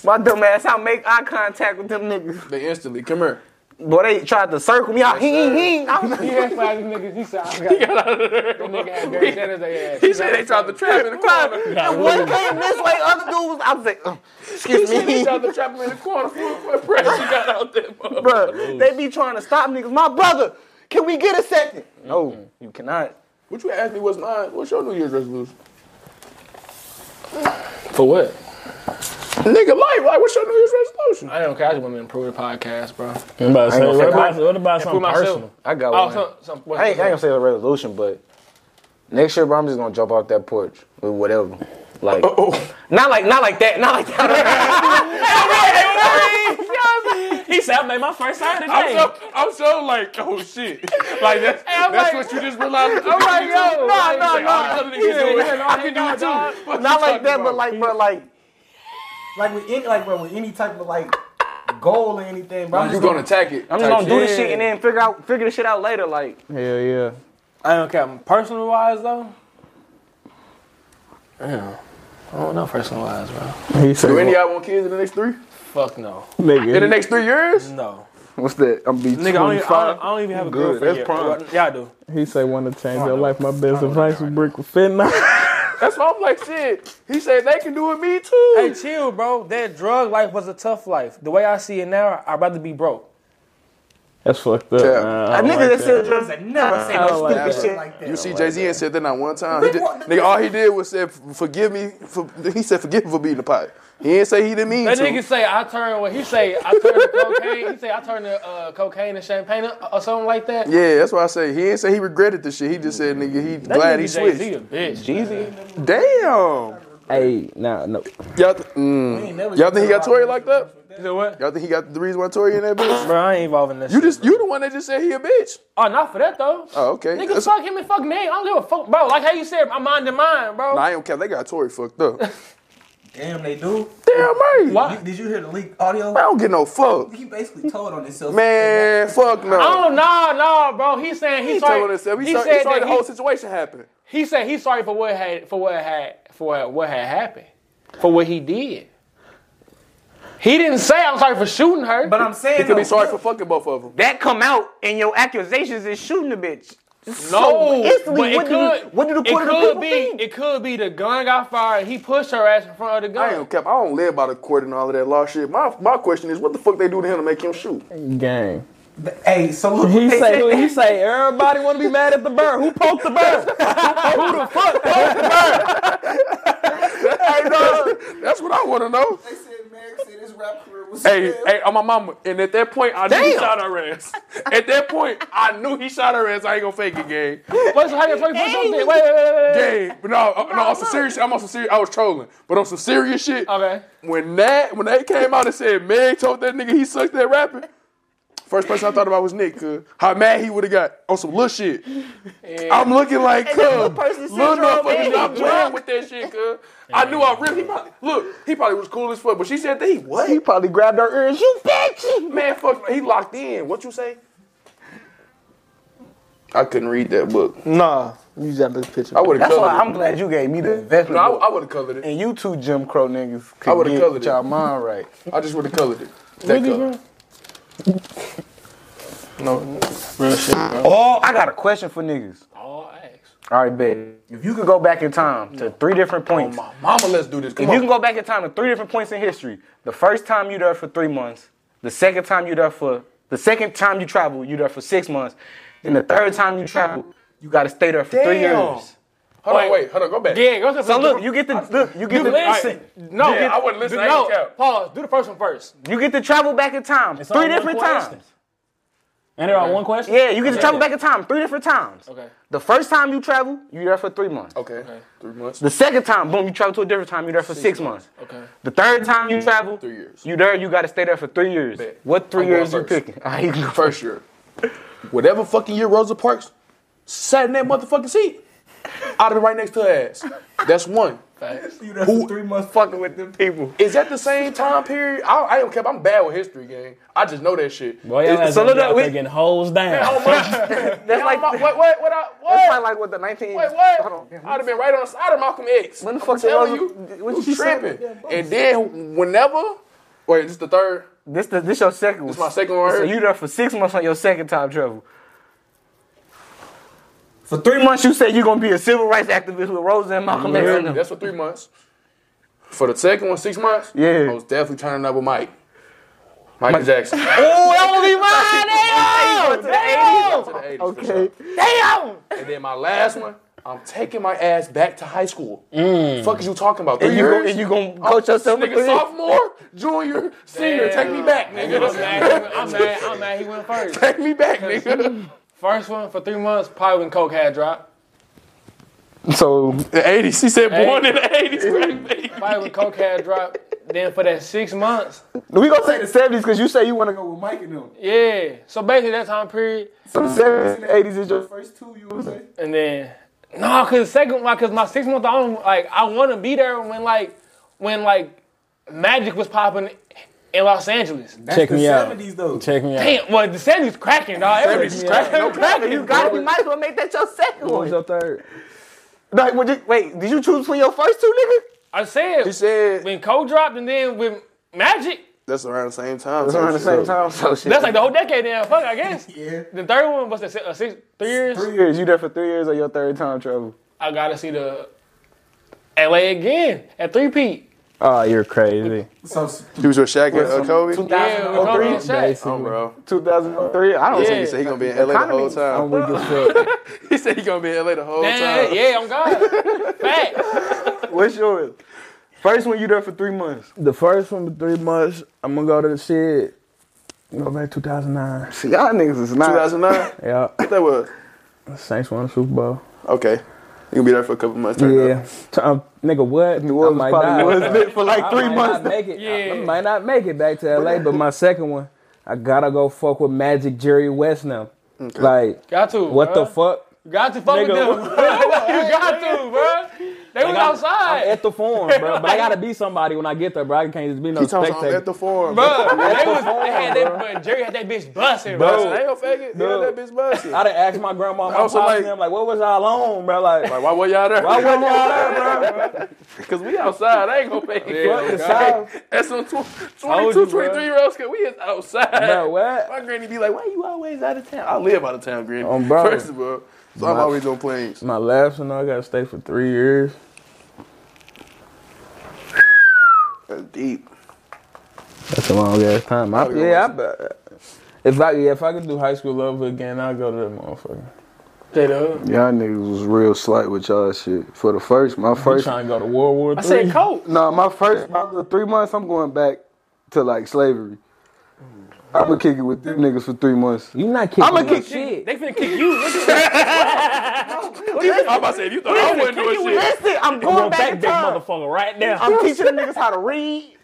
Speaker 7: My dumb ass, I make eye contact with them niggas.
Speaker 1: They instantly come here.
Speaker 7: Boy, they tried to circle me. I hing *laughs* hing. I was
Speaker 2: you. He asked like these niggas. He said, I got That nigga had Gary Sanders. They ass.
Speaker 1: He said they tried to trap in the corner.
Speaker 7: like, one came this way, other dude was. I was like, uh, excuse
Speaker 1: They
Speaker 7: me,
Speaker 1: tried to trap him in the corner. Full court press. He got out there. motherfucker.
Speaker 7: bro. They be trying to stop niggas. My brother, can we get a second? No, you cannot.
Speaker 1: What you asked me? What's mine? What's your New Year's resolution?
Speaker 2: For what?
Speaker 1: Nigga, life. Like, what's your New Year's resolution?
Speaker 2: I don't care. I just want to improve the podcast, bro.
Speaker 3: What about, say, what about, what about
Speaker 2: For
Speaker 3: something
Speaker 2: myself.
Speaker 3: personal?
Speaker 7: I got
Speaker 2: Oh,
Speaker 7: one.
Speaker 2: some, some, what,
Speaker 7: I ain't, I ain't gonna say a resolution, but next year, bro, I'm just gonna jump off that porch with whatever. *laughs* Like, not like, not like that, not like that.
Speaker 3: He said, I made my first sign
Speaker 1: I'm
Speaker 3: today.
Speaker 1: so, I'm so like, oh shit. Like that's, that's what you just realized. I'm
Speaker 7: like, yo, nah, nah, nah.
Speaker 1: All the other niggas doing. I can do it too. What
Speaker 7: not like
Speaker 1: you
Speaker 7: that,
Speaker 1: talking
Speaker 7: but
Speaker 1: about?
Speaker 7: like, bro, like,
Speaker 8: Like with any, like bro, with any type of like goal or anything, bro. I'm
Speaker 1: you
Speaker 8: just
Speaker 1: gonna attack it.
Speaker 7: I'm just gonna do this shit and then figure out, figure this shit out later. Like,
Speaker 4: Hell yeah.
Speaker 2: I don't care. Personal wise though. Damn. I don't know personal wise, bro.
Speaker 4: He said,
Speaker 1: Do any of y'all want kids in the next three?
Speaker 2: Fuck no.
Speaker 1: In the
Speaker 4: nigga.
Speaker 1: next three years?
Speaker 2: No.
Speaker 5: What's that? I'm be
Speaker 2: Nigga, I don't, even, I, don't,
Speaker 5: 25.
Speaker 2: I don't even have a
Speaker 5: Good,
Speaker 2: girlfriend
Speaker 5: that's
Speaker 2: yet.
Speaker 5: prime.
Speaker 2: Yeah, I do.
Speaker 4: He say want to change your life. My best advice is brick with fentanyl.
Speaker 1: That's why I'm like, shit. He said they can do it, me too.
Speaker 2: Hey, chill, bro. That drug life was a tough life. The way I see it now, I'd rather be broke.
Speaker 4: *laughs* That's fucked up.
Speaker 1: Yeah.
Speaker 4: Nah, I
Speaker 7: a nigga
Speaker 4: don't like
Speaker 7: that
Speaker 4: that.
Speaker 7: said drugs that never say
Speaker 4: I don't
Speaker 7: no
Speaker 4: like
Speaker 7: stupid
Speaker 1: that.
Speaker 7: shit.
Speaker 8: Uh, like that.
Speaker 1: You see, Jay Z ain't said that not one time. He did, nigga, all he did was said, "Forgive me." For, he said, "Forgive me for beating the pot." He didn't say he didn't mean
Speaker 2: That
Speaker 1: to.
Speaker 2: nigga say I turn what he say I turn to cocaine. He say I turn to uh, cocaine and champagne or, or something like that.
Speaker 1: yeah, that's why I say he didn't say he regretted the shit. He just said, "Nigga, he
Speaker 2: That
Speaker 1: glad
Speaker 2: nigga
Speaker 1: he
Speaker 2: Jay-Z a bitch.
Speaker 1: switched." Damn. Y'all,
Speaker 4: Hey, nah, no.
Speaker 1: th- mm. y'all think he got Tory like that?
Speaker 2: You know what?
Speaker 1: Y'all think he got the reason why Tory in that bitch?
Speaker 2: Bro, I ain't involving this.
Speaker 1: You just you the one that just said he a bitch.
Speaker 2: oh, not for that though.
Speaker 1: Oh, okay.
Speaker 2: Nigga,
Speaker 1: That's-
Speaker 2: fuck him and fuck Nate. I don't give a fuck, bro. Like how you said, I'm minding mine, bro.
Speaker 1: Nah, I don't care. They got Tory fucked up.
Speaker 8: Damn, they do.
Speaker 1: Damn right.
Speaker 2: Why?
Speaker 8: You- Did you hear the leak audio?
Speaker 1: I don't get no fuck.
Speaker 8: He basically told on himself.
Speaker 1: Man, fuck no.
Speaker 2: Oh no, no, bro. He's saying
Speaker 1: He
Speaker 2: he's sorry.
Speaker 1: told us that. He,
Speaker 2: he
Speaker 1: saw,
Speaker 2: said
Speaker 1: he saw
Speaker 2: that
Speaker 1: the
Speaker 2: he-
Speaker 1: whole situation happen.
Speaker 2: He said he's sorry for what had for what had for what had happened, for what he did. He didn't say I'm sorry for shooting her.
Speaker 8: But I'm saying
Speaker 1: He could be
Speaker 8: though,
Speaker 1: sorry for fucking both of them.
Speaker 7: That come out and your accusations is shooting the bitch.
Speaker 2: no,
Speaker 7: so instantly,
Speaker 2: but it
Speaker 7: what do
Speaker 2: could,
Speaker 7: you- what do the
Speaker 2: it
Speaker 7: court of the
Speaker 2: could
Speaker 7: people
Speaker 2: be,
Speaker 7: think?
Speaker 2: It could be the gun got fired. He pushed her ass in front of the
Speaker 1: I
Speaker 2: gun.
Speaker 1: ain't kept. I don't live by the court and all of that law shit. My my question is, what the fuck they do to him to make him shoot?
Speaker 4: Gang.
Speaker 8: Hey, so look.
Speaker 4: He say, he say, everybody want to be mad at the bird. Who poked the bird?
Speaker 1: That's what I want to know.
Speaker 8: They said Merrick said his rap career was.
Speaker 1: Hey, hey, I'm my mama, and at that point, I knew he shot her ass. At that point, I knew he shot her ass. I ain't gonna fake it, gang.
Speaker 2: What's how you- wait, wait, wait, wait, wait, wait, wait.
Speaker 1: Gang, but no, uh, no, on some serious. shit, I'm on some serious. I was trolling, but on some serious shit.
Speaker 2: Okay.
Speaker 1: When that when they came out and said Meg told that nigga he sucked at rapping, first person I thought about was Nick. Cause how mad he would have got on some little shit. I'm looking like cuz
Speaker 7: person
Speaker 1: little
Speaker 7: syndrome,
Speaker 1: motherfucker
Speaker 7: man.
Speaker 1: not playing with that shit. Cuz I knew I really. He probably, look, he probably was cool as fuck, but she said that he what?
Speaker 5: He probably grabbed her ears. You bitch!
Speaker 1: Man, fuck, he locked in. What you say? I couldn't read that book.
Speaker 5: Nah, you just this picture.
Speaker 1: I would have
Speaker 7: That's why
Speaker 1: colored
Speaker 7: I'm glad you gave me the
Speaker 1: it.
Speaker 7: investment.
Speaker 1: No,
Speaker 7: book.
Speaker 1: I, I would have colored it.
Speaker 7: and you two Jim Crow niggas
Speaker 1: I
Speaker 7: could
Speaker 1: would've
Speaker 7: get
Speaker 1: colored
Speaker 7: y'all
Speaker 1: it.
Speaker 7: mind right.
Speaker 1: I just would have colored it. That color.
Speaker 7: Oh, I got a question for niggas.
Speaker 2: All acts.
Speaker 7: All right, bet. If you could go back in time to three different points,
Speaker 1: Mama, let's do this. Come
Speaker 7: if you
Speaker 1: on.
Speaker 7: can go back in time to three different points in history, the first time you there for three months, the second time you there for the second time you travel, you there for six months, and the third time you travel, you gotta stay there for three
Speaker 2: Damn.
Speaker 7: years.
Speaker 1: hold on,
Speaker 2: Wait.
Speaker 1: wait, hold on, go back.
Speaker 2: Yeah, go to
Speaker 7: So look, you get the look, you get
Speaker 2: You
Speaker 7: the
Speaker 2: listen. No,
Speaker 1: Yeah, I wouldn't listen. I
Speaker 2: No,
Speaker 1: ain't count.
Speaker 2: pause. Do the first one first.
Speaker 7: you get to travel back in time
Speaker 3: all
Speaker 7: three
Speaker 3: one
Speaker 7: different
Speaker 3: question.
Speaker 7: times.
Speaker 3: And there are one question.
Speaker 7: Yeah, you get to travel back in time three different times.
Speaker 2: Okay.
Speaker 7: The first time you travel, you there for three months.
Speaker 1: Okay. Three months.
Speaker 7: The second time, boom, you travel to a different time, you there for six months.
Speaker 2: Okay.
Speaker 7: The third time you travel,
Speaker 1: Three years.
Speaker 7: you there, you gotta stay there for three years.
Speaker 1: Bet.
Speaker 7: What 3
Speaker 1: I'm going
Speaker 7: years you
Speaker 1: first.
Speaker 7: picking? *laughs* All right, you can go
Speaker 1: First year. Whatever fucking year Rosa Parks sat in that motherfucking seat, I'd have been right next to her ass. That's one.
Speaker 8: You there for three months.
Speaker 7: fucking with them people.
Speaker 1: Is that the same time period? I, I don't care. I'm bad with history, gang. I just know that shit.
Speaker 3: Boy, y'all
Speaker 7: It's-
Speaker 3: ass
Speaker 7: so
Speaker 3: gonna
Speaker 7: look
Speaker 3: be
Speaker 7: at
Speaker 3: out
Speaker 7: we-
Speaker 3: there getting hoes down.
Speaker 1: That's like what? What? What? What? I-
Speaker 7: That's
Speaker 1: what?
Speaker 7: probably like what the 19.
Speaker 1: Wait, what? I'd have been right on the side of Malcolm X.
Speaker 7: When the
Speaker 1: I'm
Speaker 7: fuck did
Speaker 1: telling
Speaker 7: Rosa-
Speaker 1: you,
Speaker 7: what
Speaker 1: you
Speaker 7: she said?
Speaker 1: tripping? And then whenever, wait, this the third.
Speaker 7: This the, this your second one.
Speaker 1: This my second one right
Speaker 7: So
Speaker 1: here.
Speaker 7: you there for six months on your second time travel. For three months, you said you're gonna be a civil rights activist with Rosa and Malcolm X. and them.
Speaker 1: That's for three months. For the second one, six months.
Speaker 7: Yeah.
Speaker 1: I was definitely turning up with Mike. Michael Jackson.
Speaker 7: *laughs* Oh, that will be mine. Damn.
Speaker 1: To the 80s, for sure.
Speaker 5: Okay.
Speaker 7: Damn. Damn.
Speaker 1: And then my last one, I'm taking my ass back to high school. Fuck is you talking about? Three
Speaker 7: And you
Speaker 1: years?
Speaker 7: gon- and you gonna coach yourself for
Speaker 1: Nigga,
Speaker 7: three years?
Speaker 1: sophomore, junior, senior, take me back,
Speaker 2: I'm
Speaker 1: nigga.
Speaker 2: mad. he went- I'm mad. I'm mad. He
Speaker 7: *laughs*
Speaker 2: went first.
Speaker 1: Take me back, nigga.
Speaker 2: First one for three months. Probably when coke had dropped.
Speaker 5: So
Speaker 1: The 80s. He said born
Speaker 2: Hey.
Speaker 1: in the 80s. baby.
Speaker 2: Probably when coke had dropped. Then for that six months.
Speaker 5: we gonna say the seventies because you say you want to go with Mike and them.
Speaker 2: Yeah. So basically that time period.
Speaker 5: So the seventies and eighties is your
Speaker 8: First two, you would say.
Speaker 2: And then no, cause second like cause my six month I don't like I wanna be there when like when like magic was popping in Los Angeles.
Speaker 8: That's
Speaker 3: Check
Speaker 8: the
Speaker 3: me out.
Speaker 8: 70s, though.
Speaker 3: Check me out.
Speaker 2: Damn, well the seventies cracking, dog. Everybody's cracking.
Speaker 1: No cap.
Speaker 7: You
Speaker 6: God, you might as well make that your second
Speaker 4: What
Speaker 6: one.
Speaker 4: was your third?
Speaker 7: Like, what did- wait, did you choose between your first two niggas?
Speaker 2: I said
Speaker 1: He said
Speaker 2: when Cole dropped and then with Magic,
Speaker 1: that's around the same time.
Speaker 5: It's around the same time. So shit.
Speaker 2: that's like the whole decade now. Fuck, I guess.
Speaker 8: Yeah.
Speaker 2: The third one was the si- uh, six, three years.
Speaker 5: three years. You there for three years or your third time travel?
Speaker 2: I gotta see the LA again at three peat.
Speaker 4: Oh, you're crazy.
Speaker 8: So
Speaker 1: He was with Shaq and uh, Kobe.
Speaker 2: Yeah, with Kobe and Shaq.
Speaker 1: Oh, bro.
Speaker 5: Two thousand three. I don't
Speaker 1: He
Speaker 2: Yeah.
Speaker 1: said he gonna be in LA the whole time.
Speaker 4: We can fuck.
Speaker 1: *laughs* He said he gonna be in LA the whole
Speaker 2: Yeah,
Speaker 1: time.
Speaker 2: yeah, I'm God. Facts.
Speaker 5: see. What's yours? First one you there for three months.
Speaker 4: the first one, three months, I'm gonna go to the shit. Go back 2009.
Speaker 5: See, y'all niggas is not.
Speaker 1: 2009.
Speaker 4: Yeah,
Speaker 1: That was
Speaker 4: Saints won the Super Bowl.
Speaker 1: okay. You gonna be there for a couple months. turn up.
Speaker 4: Yeah, T- um, nigga, what?
Speaker 5: New Orleans
Speaker 4: I might
Speaker 5: probably
Speaker 4: die.
Speaker 5: was lit for like
Speaker 4: I
Speaker 5: three
Speaker 4: might
Speaker 5: months.
Speaker 4: Not make it.
Speaker 2: Yeah.
Speaker 4: I, might not make it back to LA, but my second one, I gotta go fuck with Magic Jerry West now. Like,
Speaker 2: Got to.
Speaker 4: what the
Speaker 2: bruh.
Speaker 4: fuck?
Speaker 2: Got to fuck with them. *laughs*
Speaker 4: Nigga,
Speaker 2: you got to, bro. They was
Speaker 4: I'm
Speaker 2: outside.
Speaker 4: at the forum, bro. But I gotta be somebody when I get there, bro. I can't just be no
Speaker 1: He talking about I'm
Speaker 4: spectator.
Speaker 1: at the forum.
Speaker 2: Bro, they was. They had that. but Jerry had that bitch busting, bro.
Speaker 4: Bro.
Speaker 1: Hey, yo, faggot.
Speaker 4: No.
Speaker 1: You had that bitch busted.
Speaker 4: I done asked my grandma, my pops,
Speaker 1: Also,
Speaker 4: like,
Speaker 1: like-
Speaker 4: them, like, what was y'all on, bro? Like,
Speaker 1: Like, why were y'all there?
Speaker 4: *laughs* why wasn't y'all there, bro?
Speaker 1: Because we outside. I ain't gonna pay
Speaker 4: Fuck the
Speaker 1: you.
Speaker 4: South.
Speaker 1: That's some tw-
Speaker 4: Told
Speaker 1: 22,
Speaker 4: you,
Speaker 1: 23 year olds. Cause we is outside.
Speaker 4: Bro, what?
Speaker 1: My granny be like, why you always out of town? I live out of town, granny.
Speaker 4: Um, bro.
Speaker 1: First of all, so I'm
Speaker 4: My-
Speaker 1: always on planes.
Speaker 4: My last one, I gotta stay for three years.
Speaker 1: That's deep.
Speaker 4: That's a long ass time. I,
Speaker 1: yeah,
Speaker 4: yeah, I, bet. if I yeah, if I could do high school level again, I'd go to that motherfucker.
Speaker 2: Straight up.
Speaker 5: Y'all niggas was real slight with y'all shit. For the first, my
Speaker 4: You
Speaker 5: first.
Speaker 4: trying to go to World War
Speaker 2: I
Speaker 4: Three?
Speaker 2: said Coke.
Speaker 5: No, my first my little three months, I'm going back to like slavery. I'ma
Speaker 6: Mm.
Speaker 5: kick it with them niggas for three months.
Speaker 4: you not kicking.
Speaker 1: Oh,
Speaker 5: I'ma
Speaker 4: me.
Speaker 5: kick
Speaker 2: They finna kick you. Look at
Speaker 7: *laughs*
Speaker 1: I'm about to say, if you thought I wasn't doing shit.
Speaker 6: Listen, I'm going back
Speaker 3: Back
Speaker 6: in
Speaker 3: that
Speaker 6: time.
Speaker 3: motherfucker right now.
Speaker 6: I'm teaching the niggas how to read.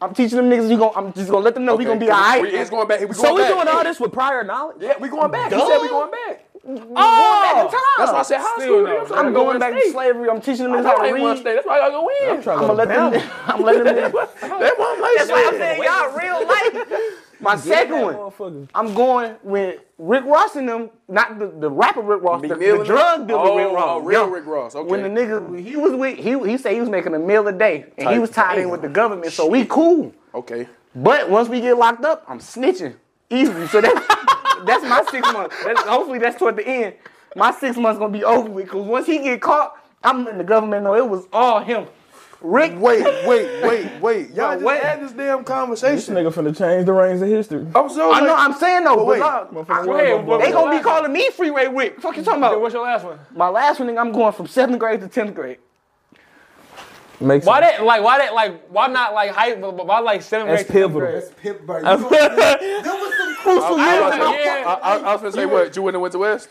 Speaker 6: I'm teaching them niggas. You gon' I'm just gonna let them know we gonna be all right.
Speaker 1: We, it's going back. We going
Speaker 6: so we
Speaker 1: back.
Speaker 6: doing all this with prior knowledge.
Speaker 1: Yeah, we going back. He said we
Speaker 6: Duh.
Speaker 1: going back.
Speaker 6: Oh,
Speaker 1: That's why I said high school. nigga.
Speaker 6: I'm going back to slavery. I'm teaching them niggas how
Speaker 1: I
Speaker 6: to
Speaker 1: ain't want to
Speaker 6: read.
Speaker 1: stay. That's why I gotta win.
Speaker 6: I'm gonna let them. *laughs* I'm letting
Speaker 1: *laughs* That's
Speaker 6: them.
Speaker 1: why I'm like,
Speaker 6: That's why I'm saying y'all real life. My second one. I'm going with Rick Ross and them, not the, the rapper Rick Ross, the, the
Speaker 1: Meal and-
Speaker 6: drug dealer
Speaker 1: Oh,
Speaker 6: Rick Ross.
Speaker 1: oh, real
Speaker 6: Yeah.
Speaker 1: Rick Ross, okay.
Speaker 6: When the nigga when he was with, he he said he was making a meal a day, and he was tied in with the government, so we cool.
Speaker 1: Okay.
Speaker 6: But once we get locked up, I'm snitching easily. So that's *laughs* that's my six months. That's, hopefully that's toward the end. My six months gonna be over with, cause once he get caught, I'm letting the government know it was
Speaker 1: Oh,
Speaker 6: all him. Rick,
Speaker 1: Wait, wait, wait, wait. *laughs* Y'all just
Speaker 6: wait.
Speaker 1: had this damn
Speaker 4: This
Speaker 1: conversation.
Speaker 4: nigga finna change the reins of history.
Speaker 1: I'm so
Speaker 6: I know
Speaker 1: like-
Speaker 6: I'm saying though,
Speaker 1: wait.
Speaker 6: but look, I-
Speaker 2: Go ahead. What, what,
Speaker 6: they gonna be calling me Freeway Rick. Fuck you talking about?
Speaker 2: what's your last one?
Speaker 6: My last one, nigga, I'm going from seventh grade to tenth grade.
Speaker 4: Makes
Speaker 2: Why
Speaker 4: sense.
Speaker 2: that? Like why that? Like why not? Like hype? but- but Why like seven?
Speaker 1: *laughs*
Speaker 4: That's pivotal.
Speaker 8: That's Pip Bird. You gonna- There was some crucial
Speaker 1: I was
Speaker 8: years.
Speaker 1: about to say-
Speaker 2: Yeah.
Speaker 1: I- I- I was gonna say what? You wouldn't have went to West?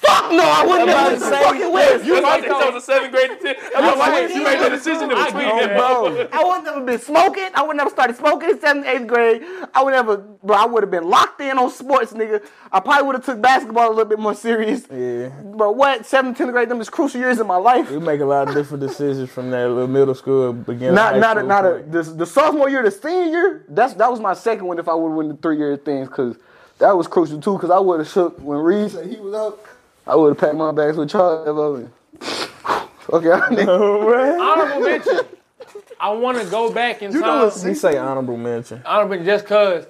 Speaker 6: Fuck no, I wouldn't have been fucking with.
Speaker 1: You might have was a seventh grade to ten. That's why you made the decision to between
Speaker 4: Oh,
Speaker 1: them.
Speaker 6: *laughs* I wouldn't have been smoking. I wouldn't have started smoking in seventh, eighth grade. I would never, bro. I would have been locked in on sports, nigga. I probably would have took basketball a little bit more serious.
Speaker 4: Yeah.
Speaker 6: But what? Seventh, tenth grade, them is crucial years in my life.
Speaker 4: We make a lot of different decisions from that little middle school beginning.
Speaker 6: Not,
Speaker 4: high
Speaker 6: not, a,
Speaker 4: school
Speaker 6: not a,
Speaker 4: *laughs* point.
Speaker 6: the, the sophomore year, the senior year. That's that was my second one. *laughs* If I would have won the three year things, because that was crucial too. Because I would have shook when Reed said he was up. I would have packed my bags with Charles. *laughs* Evelyn. okay, *laughs* I nigga.
Speaker 4: Oh,
Speaker 2: Honorable mention. I want to go back in time.
Speaker 4: He say honorable mention.
Speaker 2: I don't think just cause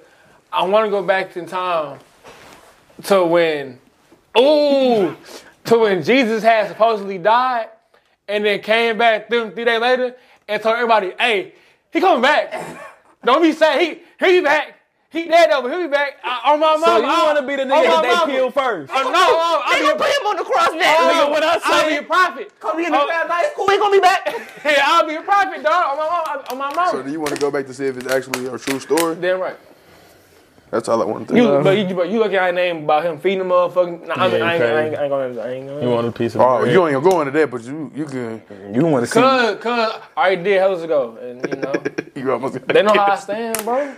Speaker 2: I want to go back in time to when, ooh, to when Jesus had supposedly died, and then came back them three days later and told everybody, "Hey, he coming back. Don't be sad. He he be back. He dead over. He be back. I, on my mama.
Speaker 4: So you
Speaker 2: I-
Speaker 4: want to be the
Speaker 2: on
Speaker 6: Oh,
Speaker 2: my
Speaker 4: nigga that they
Speaker 2: mama.
Speaker 4: killed first?
Speaker 2: Oh, no, oh,
Speaker 6: They
Speaker 2: I
Speaker 6: gonna
Speaker 2: be.
Speaker 6: put him on the cross next.
Speaker 2: Oh,
Speaker 6: Nigga,
Speaker 2: what I say? I'll be a prophet.
Speaker 6: we in the
Speaker 2: Oh.
Speaker 6: ground, high school. We gonna be back.
Speaker 2: Hey, I'll be a prophet, dog. On my mama. On my mama.
Speaker 1: So do you want to go back to see if it's actually a true story?
Speaker 2: Damn right.
Speaker 1: That's all I want to
Speaker 2: You,
Speaker 1: do.
Speaker 2: but you, but you look at our name about him feeding the motherfucking. Nah, I mean, I
Speaker 4: Uh-huh. Yeah,
Speaker 2: ain't, I
Speaker 4: crazy.
Speaker 2: ain't, I ain't gonna, I ain't gonna.
Speaker 4: You want a piece of
Speaker 1: Oh, you ain't gonna go into that, but you you can.
Speaker 7: You want to see?
Speaker 2: Cause, cause I already did hell ago, and you
Speaker 4: *laughs*
Speaker 2: know
Speaker 1: *laughs* You almost.
Speaker 2: they know how I stand, bro.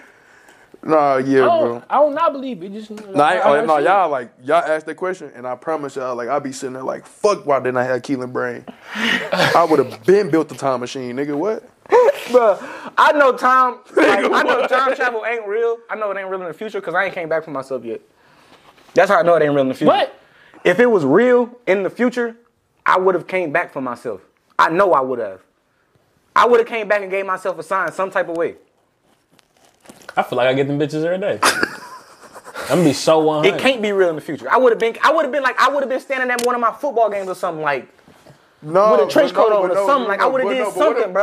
Speaker 1: Nah, yeah,
Speaker 2: I
Speaker 1: bro.
Speaker 2: don't, I don't not believe it. Just
Speaker 1: No, I, ain't-
Speaker 2: I- I
Speaker 1: oh, no,
Speaker 2: shit.
Speaker 1: y'all like y'all asked that question, and I promise y'all, like I be sitting there like, fuck, why didn't I have Keelan Brain? I would have been built the time machine, nigga. What?
Speaker 6: Bruh, I know time.
Speaker 7: Like, I know time travel ain't real. I know it ain't real in the future because I ain't came back for myself yet. That's how I know it ain't real in the future.
Speaker 2: But
Speaker 7: If it was real in the future, I would have came back for myself. I know I would have. I would have came back and gave myself a sign some type of way.
Speaker 3: I feel like I get them bitches every day. I'm gonna be so
Speaker 7: It
Speaker 3: 100.
Speaker 7: can't be real in the future. I would have been. I would have been like. I would have been standing at one of my football games or something like
Speaker 1: No,
Speaker 7: with a trench
Speaker 1: but
Speaker 7: coat
Speaker 1: no,
Speaker 7: on
Speaker 1: but
Speaker 7: or
Speaker 1: no,
Speaker 7: something. Like I
Speaker 1: no,
Speaker 7: would have
Speaker 1: but
Speaker 7: did
Speaker 1: no, but what
Speaker 7: something,
Speaker 1: if-
Speaker 7: bro.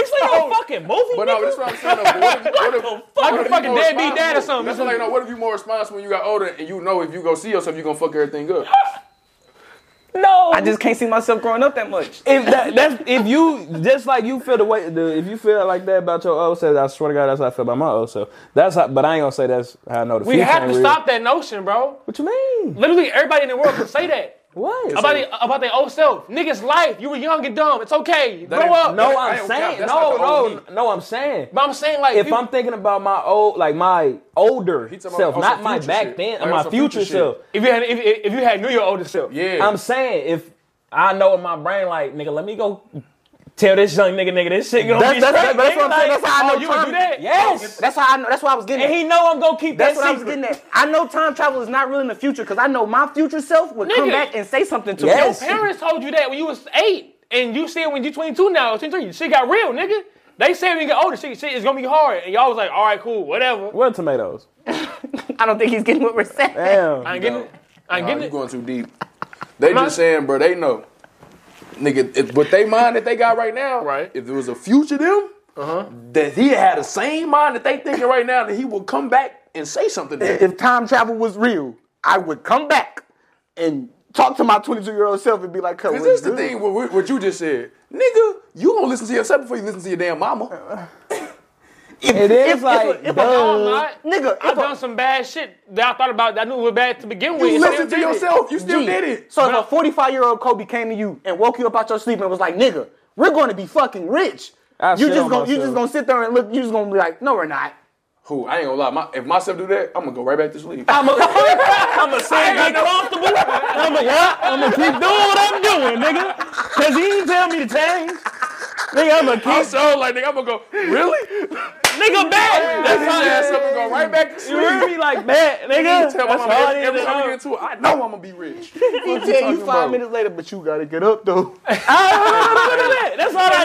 Speaker 3: It's like a fucking movie.
Speaker 1: But no, that's what I'm saying. Though, but
Speaker 2: *laughs*
Speaker 1: what if, what if, what
Speaker 2: a
Speaker 1: if you
Speaker 2: fucking
Speaker 1: more
Speaker 2: deadbeat dad or
Speaker 1: responsible?
Speaker 2: something.
Speaker 1: That's what, like, no, what if you more responsible when you got older, and you know if you go see yourself, you gonna fuck everything
Speaker 2: *laughs*
Speaker 1: up.
Speaker 4: No,
Speaker 7: I just can't see myself growing up that much.
Speaker 4: if that, that's if you just like you feel the way the, if you feel like that about your old self, I swear to God, that's how I feel about my old self. That's how, but I ain't gonna say that's how I know the
Speaker 2: we
Speaker 4: future.
Speaker 2: have
Speaker 4: ain't
Speaker 2: to
Speaker 4: real.
Speaker 2: stop that notion, bro.
Speaker 4: What you mean?
Speaker 2: Literally, everybody in the world can say that
Speaker 4: What?
Speaker 2: about the, about their old self. Niggas' life. You were young and dumb. It's okay. Grow
Speaker 1: ain't-
Speaker 2: up.
Speaker 4: no,
Speaker 1: I don't
Speaker 4: I'm
Speaker 1: count.
Speaker 4: saying
Speaker 1: That's not
Speaker 4: no,
Speaker 1: the old
Speaker 4: no, no. I'm saying
Speaker 2: But I'm saying like
Speaker 4: if
Speaker 2: people-
Speaker 4: I'm thinking about my old, like my older
Speaker 1: He talking about
Speaker 4: self,
Speaker 1: on
Speaker 4: not
Speaker 1: some
Speaker 4: my
Speaker 1: future
Speaker 4: back
Speaker 1: shit.
Speaker 4: then,
Speaker 1: Like on
Speaker 4: my
Speaker 1: some
Speaker 4: future,
Speaker 1: future shit.
Speaker 4: self.
Speaker 2: if you had if, if if you had knew your older self,
Speaker 1: Yeah,
Speaker 4: I'm saying if I know in my brain, like nigga, let me go tell this young nigga, nigga, this shit gonna
Speaker 6: That's,
Speaker 4: be
Speaker 6: that's,
Speaker 4: straight.
Speaker 6: that's, that's
Speaker 4: nigga.
Speaker 6: what I'm saying.
Speaker 4: Like,
Speaker 6: That's how I
Speaker 2: oh,
Speaker 6: know
Speaker 2: you would
Speaker 6: time.
Speaker 2: do that?
Speaker 4: Yes,
Speaker 6: That's how I know. That's what I was getting.
Speaker 4: and
Speaker 6: at.
Speaker 4: he know I'm gonna keep
Speaker 6: That's
Speaker 4: that
Speaker 6: what I was
Speaker 4: secret.
Speaker 6: getting at. I know time travel is not real in the future because I know my future self would come
Speaker 2: Nigga.
Speaker 6: back and say something to
Speaker 4: Yes.
Speaker 6: me.
Speaker 2: parents told you that when you was eight, and you said when you 22 now, 23, shit got real, nigga. They said when you get older, shit, shit is gonna be hard, and y'all was like, all right, cool, whatever.
Speaker 4: What tomatoes?
Speaker 6: I don't think he's getting what we're saying.
Speaker 4: Damn.
Speaker 2: I ain't getting it. I ain't
Speaker 1: Nah,
Speaker 2: getting
Speaker 1: you
Speaker 2: it.
Speaker 1: going too deep. They
Speaker 2: Am I-
Speaker 1: just saying, bro. They know, nigga. If, with they mind that they got right now,
Speaker 2: Right. Uh-huh.
Speaker 1: If there was a future them, that he had the same mind that they thinking right now, that he will come back and say something. To them.
Speaker 6: If time travel was real, I would come back and talk to my 22 year old self and be like,
Speaker 1: Cause this the thing. What, what you just said, nigga. You gonna listen to yourself before you listen to your damn mama.
Speaker 4: It is like,
Speaker 6: if, if,
Speaker 2: No, I'm
Speaker 6: a-
Speaker 2: not.
Speaker 6: nigga,
Speaker 2: I've
Speaker 6: if a-
Speaker 2: done some bad shit that I thought about that I knew was bad to begin with.
Speaker 1: You
Speaker 2: and still
Speaker 1: listen to
Speaker 2: did it.
Speaker 1: yourself. You still
Speaker 6: G.
Speaker 1: did it.
Speaker 6: So if a 45 year old Kobe came to you and woke you up out your sleep and was like, nigga, we're going to be fucking rich.
Speaker 4: I
Speaker 6: You
Speaker 4: shit
Speaker 6: just
Speaker 4: on
Speaker 6: gonna you
Speaker 4: myself.
Speaker 6: just gonna sit there and look. You just gonna be like, no, we're not.
Speaker 1: Who? I ain't gonna lie. My, if myself do that, I'm gonna go right back to sleep.
Speaker 4: *laughs*
Speaker 6: I'm a,
Speaker 3: I'ma say it get comfortable. I'ma yeah, I'ma keep doing what I'm doing, nigga. Cause he didn't tell me to change. Nigga, I'ma keep
Speaker 1: I'm so like nigga, I'm gonna go. Really?
Speaker 3: nigga back.
Speaker 1: That's how ass up and go right back to
Speaker 3: You
Speaker 1: sleep.
Speaker 3: hear me like back, nigga?
Speaker 1: Tell my
Speaker 3: That's
Speaker 1: mama
Speaker 3: all I
Speaker 1: every,
Speaker 3: need
Speaker 1: every
Speaker 3: to
Speaker 1: time I
Speaker 3: know.
Speaker 1: get into it, I know I'm gonna be rich.
Speaker 6: he tell you five minutes later, but you gotta get up though.
Speaker 3: That's all I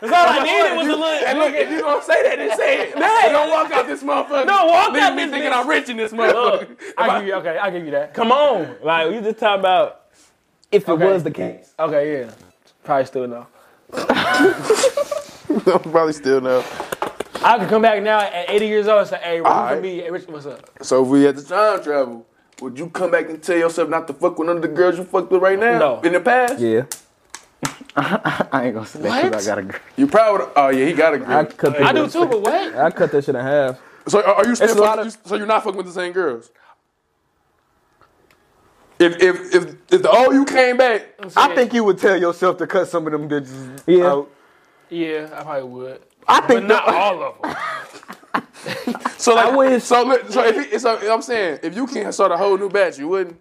Speaker 3: needed. That's all I needed was a
Speaker 1: And
Speaker 3: little.
Speaker 1: look, if you gonna say that, then say it.
Speaker 3: Man.
Speaker 1: Don't walk out this motherfucker.
Speaker 3: No,
Speaker 1: *laughs*
Speaker 3: walk
Speaker 1: Leave
Speaker 3: out
Speaker 1: me
Speaker 3: this
Speaker 1: thinking
Speaker 3: bitch.
Speaker 1: I'm rich in this motherfucker. If
Speaker 2: I
Speaker 1: I-
Speaker 2: give you okay. I give you that.
Speaker 3: Come on, like you just talking about.
Speaker 4: if it was the case.
Speaker 2: Okay, yeah. Probably still no.
Speaker 1: Probably still know.
Speaker 2: I could come back now at 80 years old and say, "Hey, bro, you
Speaker 1: Alright.
Speaker 2: can be hey, rich. What's up?"
Speaker 1: So if we had the time travel, would you come back and tell yourself not to fuck with none of the girls you fucked with right now?
Speaker 2: No.
Speaker 1: In the past?
Speaker 4: Yeah,
Speaker 7: I ain't gonna say that 'cause I gotta.
Speaker 1: You probably would. Oh yeah, he got a
Speaker 4: I
Speaker 1: girl.
Speaker 4: cut.
Speaker 2: I
Speaker 4: That,
Speaker 2: do too, but what?
Speaker 4: I cut that shit in half.
Speaker 1: So are, are you still
Speaker 4: It's a lot
Speaker 1: fucking, so you're not fucking with the same girls? If if if if the old you came back,
Speaker 5: I think you would tell yourself to cut some of them bitches
Speaker 4: Yeah.
Speaker 1: Oh.
Speaker 5: out.
Speaker 2: Yeah, I probably would.
Speaker 6: I think
Speaker 2: Not all of them.
Speaker 1: so like
Speaker 4: wish-
Speaker 1: so look, so if he, so I'm saying if you can start a whole new batch, you wouldn't.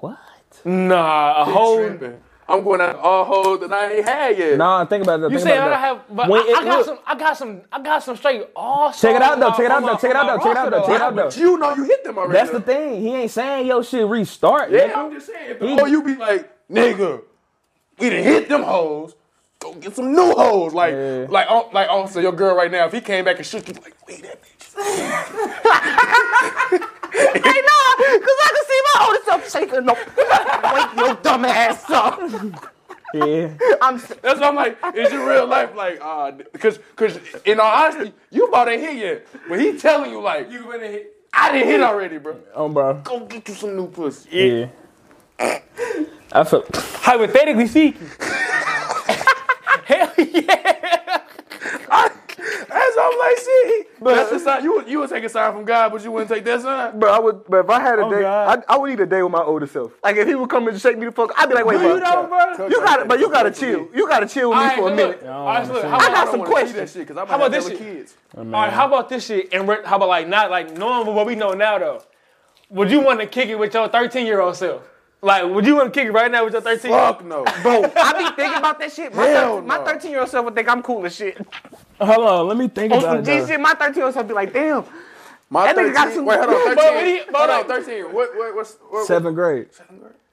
Speaker 4: What?
Speaker 2: Nah, a whole.
Speaker 1: Tripping. I'm going out all hoes that I ain't had yet.
Speaker 4: Nah, think about that.
Speaker 2: You
Speaker 4: think
Speaker 2: say I
Speaker 4: about
Speaker 2: don't
Speaker 4: that.
Speaker 2: have, but
Speaker 4: When
Speaker 2: I, I got
Speaker 4: it- look.
Speaker 2: some. I got some. I got some straight all.
Speaker 4: Check it out though. Check it out though. Check it out though. Check it out though. Check it out though.
Speaker 1: But you know you hit them already.
Speaker 4: That's
Speaker 1: though.
Speaker 4: the thing. He ain't saying yo shit restart.
Speaker 1: Yeah,
Speaker 4: nigga.
Speaker 1: I'm just saying. If the old you be like, nigga, we done hit them hoes. Go get some new hoes. Like,
Speaker 4: Yeah.
Speaker 1: like, oh, like, oh, so your girl right now, if he came back and shook you, like, wait that bitch.
Speaker 6: Hey, no,
Speaker 4: *laughs*
Speaker 6: because I can see my older self shaking. No, wake your dumb ass up.
Speaker 4: Yeah.
Speaker 6: I'm s-
Speaker 1: That's why I'm like, is your real life like, uh, cause, cause in all honesty, you about ain't hit yet, but he telling you like, you been hit. I didn't hit already, bro.
Speaker 4: Um, bro.
Speaker 1: Go get you some new pussy.
Speaker 4: Yeah. I feel.
Speaker 2: Hypothetically speaking.
Speaker 1: That's what I'm like, see, that's the sign. You would, you would take a sign from God, but you wouldn't take that sign.
Speaker 5: But I would, but if I
Speaker 1: Oh,
Speaker 5: had a day, I,
Speaker 3: God.
Speaker 5: I would need a day with my older self. Like if he would come and shake me the fuck, I'd be like, wait,
Speaker 6: you
Speaker 5: bro,
Speaker 6: know, bro.
Speaker 5: you gotta, but you gotta chill. You gotta chill with me
Speaker 2: Alright,
Speaker 5: for a
Speaker 2: look,
Speaker 5: minute.
Speaker 2: look. Alright, look, how
Speaker 6: I
Speaker 2: about-
Speaker 6: got some questions.
Speaker 1: Because I'm
Speaker 2: How about
Speaker 1: about
Speaker 2: this
Speaker 1: this
Speaker 2: shit?
Speaker 1: kids.
Speaker 2: All right, how about this shit? And re- how about like not like knowing what we know now though? Would you want to kick it with your 13 year old self? Like, would you want to kick it right now with your 13?
Speaker 1: Fuck no.
Speaker 6: Bro, I be thinking about that shit. My
Speaker 1: Hell
Speaker 6: 13 my
Speaker 1: no.
Speaker 6: 13 year old self would think I'm cool as shit.
Speaker 4: Hold on. Let me think
Speaker 5: Oh,
Speaker 6: On
Speaker 4: about
Speaker 6: some
Speaker 4: it.
Speaker 6: G
Speaker 4: though.
Speaker 6: shit, my 13 year old self be like, damn.
Speaker 1: My
Speaker 6: That nigga got some-
Speaker 1: Wait, hold on.
Speaker 6: But
Speaker 1: 13.
Speaker 2: when he- but
Speaker 1: hold on,
Speaker 2: like-
Speaker 1: 13. What, what, what's. What, what? *laughs*
Speaker 4: Seventh grade.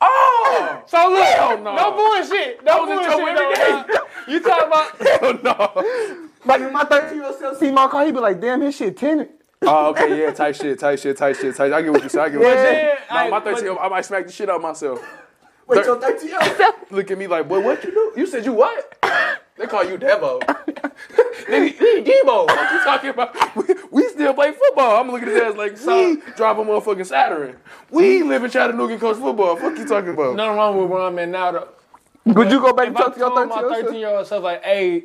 Speaker 1: Oh!
Speaker 2: So look,
Speaker 1: no.
Speaker 2: no. bullshit, no
Speaker 1: was in
Speaker 2: bullshit.
Speaker 1: trouble every
Speaker 2: though, dog. You talking about?
Speaker 1: Hell Oh, no.
Speaker 5: Like if my thirteen year old self see my car, he'd be like, damn, his shit tinted.
Speaker 1: Oh, okay, yeah, tight shit, tight shit, tight shit, tight I get what you say. I get what you say.
Speaker 2: Yeah,
Speaker 1: Nah,
Speaker 2: I-
Speaker 1: my 13, I might smack the shit out of myself.
Speaker 5: Wait, your thirteen year old self?
Speaker 1: Look at me like, boy, what you do? You said you what? They call you Devo. Nigga, you Debo. What you talking about? We, we still play football. I'm looking at his ass like, son, drive a motherfucking Saturn. We live in Chattanooga and coach football. Fuck you talking about?
Speaker 2: Nothing wrong with where I'm at now though.
Speaker 5: Would you go back and
Speaker 2: If I
Speaker 5: talk to your
Speaker 2: told
Speaker 5: thirteen
Speaker 2: my
Speaker 5: year
Speaker 2: 13
Speaker 5: old self?
Speaker 2: year old self like, hey.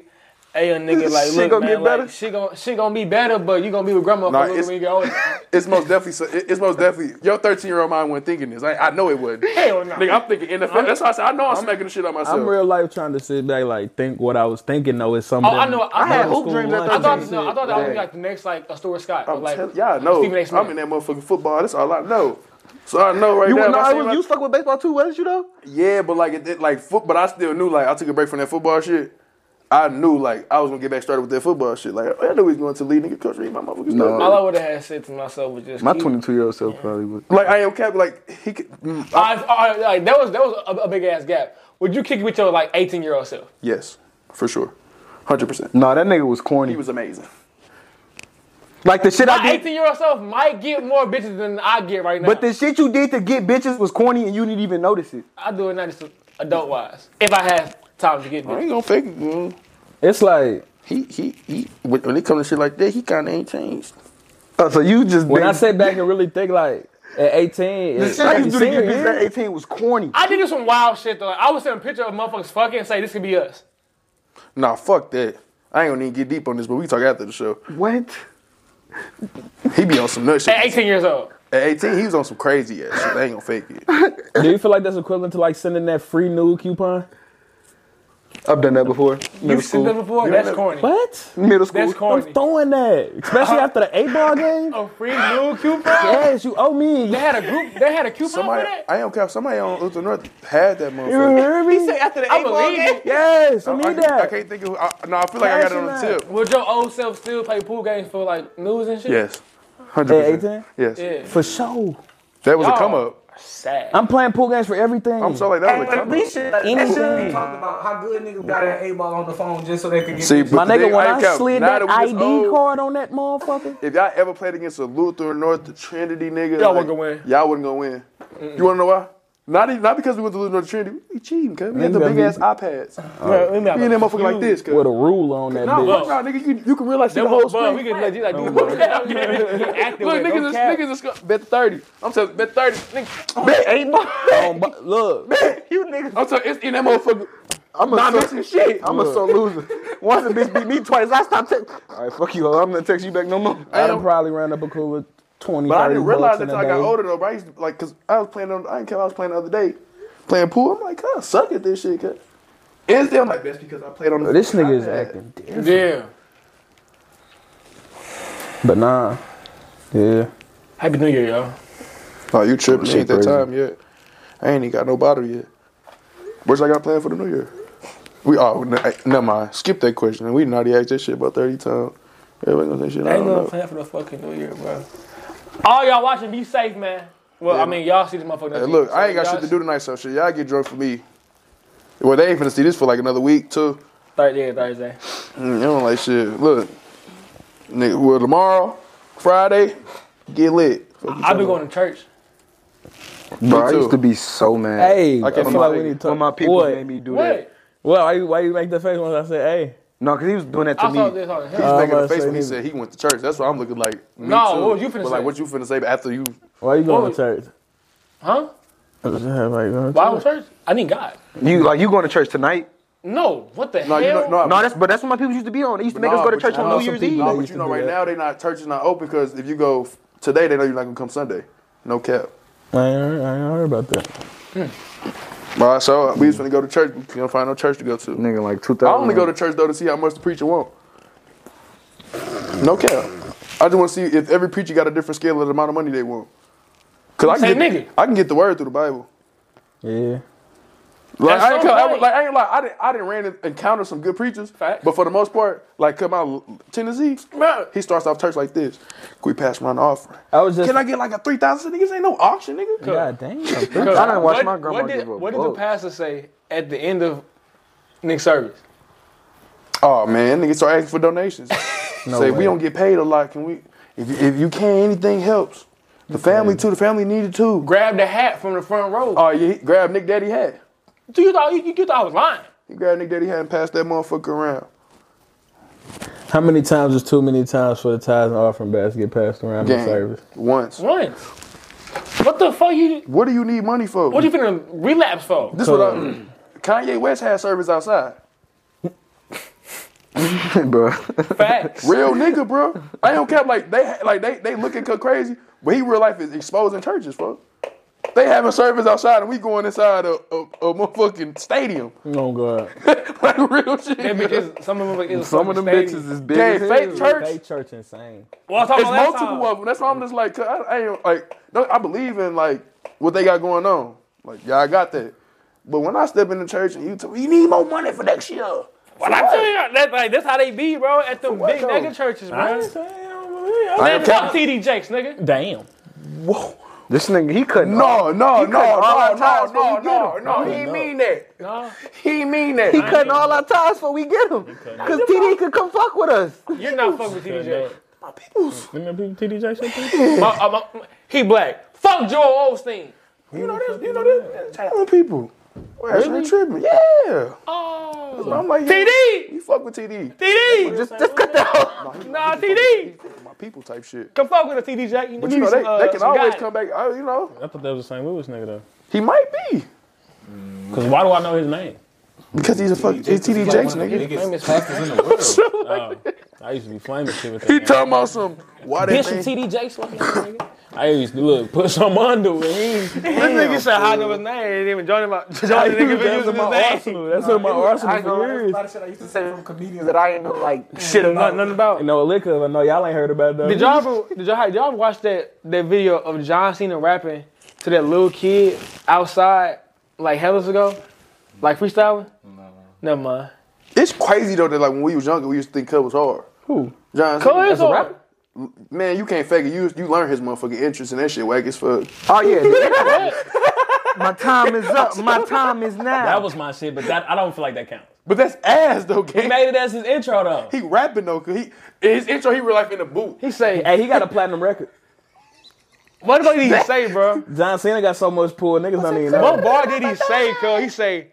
Speaker 2: Hey, a nigga, like,
Speaker 5: Shit
Speaker 2: look,
Speaker 5: gonna
Speaker 2: man,
Speaker 5: get
Speaker 2: like,
Speaker 5: better?
Speaker 2: she gon' she gonna be better, but you gonna be with grandma
Speaker 1: Nah,
Speaker 2: for a little
Speaker 1: it's-
Speaker 2: when you get older.
Speaker 1: It's most definitely. so- it- It's most definitely. Your 13 year old mind wasn't thinking this. I, I know it wasn't.
Speaker 2: Hell no.
Speaker 1: Nigga, I'm thinking NFL. That's why I said I know I'm, smacking the shit out myself.
Speaker 4: I'm real life trying to sit back, like think what I was thinking though is something.
Speaker 2: Oh, I know. I,
Speaker 4: had
Speaker 2: had
Speaker 4: hoop dreams at
Speaker 2: I thought,
Speaker 4: 13.
Speaker 2: no, I thought that would be like the next, like, a Stuart Scott.
Speaker 1: I'm
Speaker 2: or, like,
Speaker 1: tell- y'all know.
Speaker 2: Stephen A. Smith.
Speaker 1: I'm in that motherfucking football. That's all I know. So I know right
Speaker 5: You
Speaker 1: now.
Speaker 5: would know
Speaker 1: if I
Speaker 5: I
Speaker 1: see
Speaker 5: was
Speaker 1: my-
Speaker 5: you fuck with baseball too, wasn't you though?
Speaker 1: yeah, but like it, it- like foot. But I still knew. Like I took a break from that football shit. I knew like I was gonna get back started with that football shit. Like oh, I knew he was going to lead nigga coach read my motherfucking
Speaker 5: No.
Speaker 1: stuff.
Speaker 2: all I would have had said to myself was just
Speaker 5: My
Speaker 2: keep-
Speaker 5: twenty two year old self probably would.
Speaker 1: Like I am cap. Like he. Could, mm, I-
Speaker 2: I, I, like, that was that was a, a big ass gap. Would you kick it with your like 18 year old self?
Speaker 1: yes, for sure, hundred percent.
Speaker 5: Nah, that nigga was corny.
Speaker 1: He was amazing.
Speaker 5: like the shit I
Speaker 2: My
Speaker 5: did.
Speaker 2: 18 year old self might get more bitches than I get right now.
Speaker 5: But the shit you did to get bitches was corny and you didn't even notice it.
Speaker 2: I do it now just adult wise. If I have time to get
Speaker 1: I
Speaker 2: bitches.
Speaker 1: ain't gonna fake it. mm.
Speaker 4: It's like
Speaker 1: He he he. When when it comes to shit like that, he kind of ain't changed.
Speaker 5: Oh, so you just
Speaker 4: when
Speaker 5: been,
Speaker 4: I sit back and really think, like at 18,
Speaker 5: the
Speaker 4: it's
Speaker 5: shit I used to do to
Speaker 4: senior
Speaker 5: get bitches at
Speaker 4: year.
Speaker 5: eighteen was corny.
Speaker 2: I did do some wild shit though. Like, I would send a picture of motherfuckers fucking and say this could be us.
Speaker 1: Nah, fuck that. I ain't gonna even get deep on this, but we can talk after the show.
Speaker 5: What?
Speaker 1: He be on some nut shit.
Speaker 2: At 18 years old.
Speaker 1: At 18, he was on some crazy ass shit. I
Speaker 4: *laughs*
Speaker 1: ain't gonna fake it.
Speaker 4: Do you feel like that's equivalent to like sending that free nude coupon?
Speaker 5: I've done that before. Middle
Speaker 2: You've seen that
Speaker 5: school.
Speaker 2: before? That's corny.
Speaker 4: What?
Speaker 5: Middle school.
Speaker 2: That's corny.
Speaker 4: Throwing that, especially after the eight ball game.
Speaker 2: A Oh, free new coupon?
Speaker 4: Yes, you owe me.
Speaker 2: They had a group. They had a coupon
Speaker 1: Somebody,
Speaker 2: for that.
Speaker 1: I don't care. Somebody on Uther North had that
Speaker 4: You
Speaker 1: motherfucker.
Speaker 4: hear me?
Speaker 6: After the
Speaker 2: I
Speaker 6: eight ball
Speaker 2: believe
Speaker 6: game,
Speaker 2: it.
Speaker 4: Yes,
Speaker 1: I,
Speaker 4: I
Speaker 1: I
Speaker 4: need
Speaker 1: can't- I
Speaker 4: that.
Speaker 1: can't think of. I, no, I feel like I got it on the
Speaker 4: Cashing that.
Speaker 1: tip.
Speaker 2: Would your old self still play pool games for like news and shit?
Speaker 1: Yes, hundred
Speaker 4: At
Speaker 1: percent.
Speaker 4: 18?
Speaker 1: Yes,
Speaker 2: Yeah.
Speaker 4: For sure.
Speaker 1: that was
Speaker 2: Y'all-
Speaker 1: a come up.
Speaker 2: Sad.
Speaker 4: I'm playing pool games for everything.
Speaker 1: I'm sorry, that was a
Speaker 6: like,
Speaker 1: come
Speaker 6: we
Speaker 1: up.
Speaker 6: should. Like, that should be talked
Speaker 4: Anything.
Speaker 8: Talked about how good niggas got an A ball on the phone just so they could get.
Speaker 1: See,
Speaker 8: this
Speaker 1: but
Speaker 4: My
Speaker 1: the
Speaker 4: nigga,
Speaker 1: thing-
Speaker 4: when
Speaker 1: ain't
Speaker 4: I
Speaker 1: cap,
Speaker 4: slid
Speaker 1: now
Speaker 4: that
Speaker 1: we this
Speaker 4: ID
Speaker 1: old,
Speaker 4: card on that motherfucker,
Speaker 1: if y'all ever played against a Luther North, the Trinity nigga,
Speaker 2: Y'all wasn't gonna win.
Speaker 1: Y'all wasn't gonna win. You wanna know why? Not even, not because we went to Luther North Trinity. We cheating, cuz. We had the
Speaker 4: Nigga,
Speaker 1: big ass iPads. We in that motherfucker like this, cuz.
Speaker 4: with a rule on that
Speaker 1: No,
Speaker 4: bitch.
Speaker 1: fuck no, nigga, you, you can realize the
Speaker 2: That
Speaker 1: whole
Speaker 2: was bud. We
Speaker 1: screen.
Speaker 2: could let you like do
Speaker 1: *laughs*
Speaker 2: active.
Speaker 1: Look, niggas, is, niggas is sc- bet the 30. I'm telling bet 30. Nigga, bet eight bucks.
Speaker 4: Um, but look,
Speaker 6: you niggas.
Speaker 1: I'm telling it's in that motherfucker.
Speaker 5: I'm a
Speaker 1: Not
Speaker 5: so-
Speaker 1: missing shit.
Speaker 5: I'm a so loser. *laughs*
Speaker 6: Once a bitch beat me twice, I stopped. T-
Speaker 5: All right, fuck you. hoe. I'm gonna text you back no more.
Speaker 1: I
Speaker 4: I'd
Speaker 1: don't-
Speaker 4: have probably ran up a cool with 20,
Speaker 1: But I
Speaker 4: 30
Speaker 1: didn't realize
Speaker 4: bucks
Speaker 1: that
Speaker 4: in
Speaker 1: until
Speaker 4: a
Speaker 1: I got
Speaker 4: day.
Speaker 1: older though, bro. I used to, like, cause I was playing on, I didn't care. I was playing the other day, playing pool. I'm like, cuz, suck at this shit, cuz. Is there? I'm like, that's because I played on the.
Speaker 4: This nigga is acting different.
Speaker 2: Yeah.
Speaker 4: But nah. Yeah.
Speaker 2: Happy New Year, y'all.
Speaker 1: Oh, you tripping? It ain't that
Speaker 4: crazy.
Speaker 1: time yet. I ain't even got no bottle yet. What's I got planned for the new year? We all ne- never mind. Skip that question. We already asked that shit about thirty times. Everybody gonna say shit. I
Speaker 2: Ain't
Speaker 1: don't
Speaker 2: no
Speaker 1: know.
Speaker 2: plan for the fucking New Year, bro. All y'all watching, be safe, man. Well, I mean, y'all see this motherfucker.
Speaker 1: Hey, look, I ain't got shit to do tonight, so shit. Y'all get drunk for me. Well, they ain't finna see this for like another week too.
Speaker 2: Thursday, Thursday.
Speaker 1: Mm, I don't like shit. Look, nigga. Well, tomorrow, Friday, get lit. Fuck you
Speaker 2: I've been
Speaker 1: talking
Speaker 2: going to church.
Speaker 5: Bro, I
Speaker 1: too.
Speaker 5: used to be so mad.
Speaker 4: Hey, I,
Speaker 1: can't
Speaker 4: feel
Speaker 1: feel
Speaker 4: like
Speaker 1: it.
Speaker 4: we need to talk.
Speaker 5: when my people
Speaker 4: what?
Speaker 5: made me do that.
Speaker 2: What?
Speaker 4: Well, why you, why you make that face when I say, hey?
Speaker 5: No, because he was doing that to
Speaker 2: I saw
Speaker 5: me.
Speaker 2: this. Hold on.
Speaker 1: He's
Speaker 4: Uh,
Speaker 1: making
Speaker 4: I'm
Speaker 1: a
Speaker 4: about to
Speaker 1: face
Speaker 4: say
Speaker 1: when he
Speaker 4: this.
Speaker 1: said he went to church. That's why I'm looking like. Me
Speaker 2: No,
Speaker 1: too.
Speaker 2: what was you finna
Speaker 1: But like,
Speaker 2: say?
Speaker 1: what you finna say after you
Speaker 4: Why you going
Speaker 2: What?
Speaker 4: to church?
Speaker 2: Huh?
Speaker 4: I was just like, "Going to
Speaker 2: Why I
Speaker 4: church?"
Speaker 2: was church? I need God.
Speaker 5: You like you going to church tonight?
Speaker 2: No. What the
Speaker 1: No,
Speaker 2: hell?
Speaker 1: you know, no,
Speaker 5: No, that's but that's what my people used to be on. They used to make us
Speaker 1: nah,
Speaker 5: go to
Speaker 1: but
Speaker 5: church
Speaker 1: you
Speaker 5: on
Speaker 1: know
Speaker 5: New
Speaker 1: some
Speaker 5: Year's
Speaker 1: people-
Speaker 5: Eve.
Speaker 1: No,
Speaker 4: They
Speaker 1: but
Speaker 4: used
Speaker 1: you
Speaker 4: to
Speaker 1: know,
Speaker 4: do
Speaker 1: right
Speaker 4: that.
Speaker 1: now they not church is not open because if you go f- today, they know you're not gonna come Sunday. No cap.
Speaker 4: I ain't heard, I ain't heard about that.
Speaker 1: All right, so we just gonna go to church. We can't find no church to go to.
Speaker 5: Nigga, like
Speaker 1: I
Speaker 5: 2000.
Speaker 1: only go to church though to see how much the preacher want. No cap. I just want to see if every preacher got a different scale of the amount of money they want. Cause I
Speaker 2: Say
Speaker 1: can, get,
Speaker 2: nigga.
Speaker 1: I can get the word through the Bible.
Speaker 4: Yeah.
Speaker 1: Like I, ain't,
Speaker 2: so
Speaker 1: ca- I,
Speaker 2: right.
Speaker 1: like I ain't like I didn't I didn't ran and encounter some good preachers,
Speaker 2: Facts.
Speaker 1: but for the most part, like come out Tennessee,
Speaker 2: Bruh.
Speaker 1: he starts off church like this. Can we pass around the offering?
Speaker 4: I was just.
Speaker 1: Can I get like a three thousand niggas? Ain't no auction, nigga.
Speaker 4: God damn.
Speaker 2: Because
Speaker 5: I done watched
Speaker 2: what-
Speaker 5: my grandma
Speaker 2: What did,
Speaker 5: give a
Speaker 2: what did the
Speaker 5: fuck.
Speaker 2: pastor say at the end of Nick's service?
Speaker 1: Oh man, niggas start asking for
Speaker 4: *laughs*
Speaker 1: donations. Say we
Speaker 4: way.
Speaker 1: don't get paid a lot. Can we? If, you- if you can, anything helps. The family too. The family needed too. Gra-
Speaker 2: Grab the hat from the front row.
Speaker 1: Oh yeah, he grabbed Nick Daddy hat.
Speaker 2: Do you thought you, you thought I was lying?
Speaker 1: He grabbed Nick Daddy hat and passed that motherfucker around.
Speaker 4: How many times is too many times for the tithes and offering basket get passed around in
Speaker 1: Gang.
Speaker 4: service?
Speaker 1: Once.
Speaker 2: Once. What the fuck you?
Speaker 1: What do you need money for?
Speaker 2: What you finna relapse for?
Speaker 1: this what I, *clears throat* Kanye West had service outside. *laughs*
Speaker 5: bro.
Speaker 2: Facts.
Speaker 4: *laughs*
Speaker 1: Real nigga, bro. I don't care. Like they, like they, they looking cut crazy, but he real life is exposing churches, bro. They having service outside, and we going inside a, a, a motherfucking stadium. *laughs*
Speaker 4: Oh, God.
Speaker 1: like real shit.
Speaker 2: Them bitches- some of them, is
Speaker 5: Some of them
Speaker 2: fucking
Speaker 5: bitches is
Speaker 2: stadium.
Speaker 5: big.
Speaker 1: Gang,
Speaker 5: as hell.
Speaker 1: fake church.
Speaker 4: They church insane.
Speaker 2: Well, I was Oh, talking
Speaker 1: It's
Speaker 2: about last
Speaker 1: multiple
Speaker 2: time.
Speaker 1: of them. That's why I'm just like, 'cause I, I ain't like, don't- I believe in like what they got going on. Like, yeah, I got that. But when I step in the church and you tell me, you need more money for next year.
Speaker 2: Well, I'm telling you, that, like, that's how they be, bro, at them big
Speaker 1: though?
Speaker 2: nigga churches, bro.
Speaker 4: Damn.
Speaker 2: Man, fuck TD Jakes, nigga.
Speaker 5: This nigga, he couldn't.
Speaker 1: No, no, no, no,
Speaker 5: all
Speaker 1: no,
Speaker 5: ties
Speaker 1: no,
Speaker 5: when we
Speaker 1: no, no. He ain't mean that.
Speaker 2: No.
Speaker 1: He ain't mean that.
Speaker 5: He cutting all our ties before we get him. Because TD could come fuck with us.
Speaker 2: You're
Speaker 1: *laughs*
Speaker 2: not fucking with TD Jakes.
Speaker 4: Remember TD Jackson?
Speaker 2: My- uh, my- he black. Fuck Joel Osteen.
Speaker 1: You know this. You know this. Telling people. Really? Tripping. Yeah.
Speaker 2: Oh.
Speaker 1: I'm like, yeah,
Speaker 2: TD!
Speaker 1: You fuck with TD.
Speaker 2: TD!
Speaker 5: Just, just cut that out.
Speaker 2: Nah, TD!
Speaker 1: My people type shit.
Speaker 2: Come fuck with a TD Jakes.
Speaker 1: But you know, they,
Speaker 2: Uh,
Speaker 1: they can always come back. I, you know,
Speaker 3: I thought that was the St. Louis nigga though.
Speaker 1: he might be.
Speaker 3: Cause why do I know his name?
Speaker 1: Because he's a fucking he's TD Jakes, nigga.
Speaker 3: Famous pastors in the
Speaker 4: *laughs*
Speaker 3: world. Oh, I used to be famous shit with that.
Speaker 1: He
Speaker 3: nigga.
Speaker 1: talking about some why they
Speaker 3: Bishop
Speaker 1: think
Speaker 3: TD Jakes like that nigga. I used to look put some under with him.
Speaker 2: This nigga said how know his name. He didn't even join him
Speaker 1: *laughs*
Speaker 2: out. Join the nigga been using his name.
Speaker 4: Arsenal. That's in my Arsenal for
Speaker 6: A
Speaker 4: years.
Speaker 6: lot of shit I used to say from comedians that I ain't know like shit about.
Speaker 2: Nothing about.
Speaker 4: No liquor. I know y'all ain't heard about that.
Speaker 2: Did y'all ever, did y'all, did y'all watch that, that video of John Cena rapping to that little kid outside like hellas ago? Like freestyling? No. Never mind.
Speaker 1: it's crazy though that like when we was younger we used to think Cub was hard.
Speaker 4: Who?
Speaker 1: John
Speaker 2: Cole
Speaker 1: Cena.
Speaker 2: is hard.
Speaker 4: rapper?
Speaker 1: Man, you can't fake it. You you learn his motherfucking interest and that shit whack as fuck.
Speaker 6: Oh yeah.
Speaker 5: *laughs*
Speaker 6: My time is up. My time is now.
Speaker 3: That was my shit, but that I don't feel like that counts.
Speaker 1: But that's ass though,
Speaker 3: He
Speaker 1: gang.
Speaker 3: made it as his intro though.
Speaker 1: He rapping though, cause he in his intro he real life in the boot.
Speaker 2: He say,
Speaker 4: Hey, he got a platinum record.
Speaker 2: what did he say, *laughs* bro?
Speaker 4: John Cena got so much pull, niggas don't even
Speaker 2: What
Speaker 4: know.
Speaker 2: bar did he say, cuz? He say,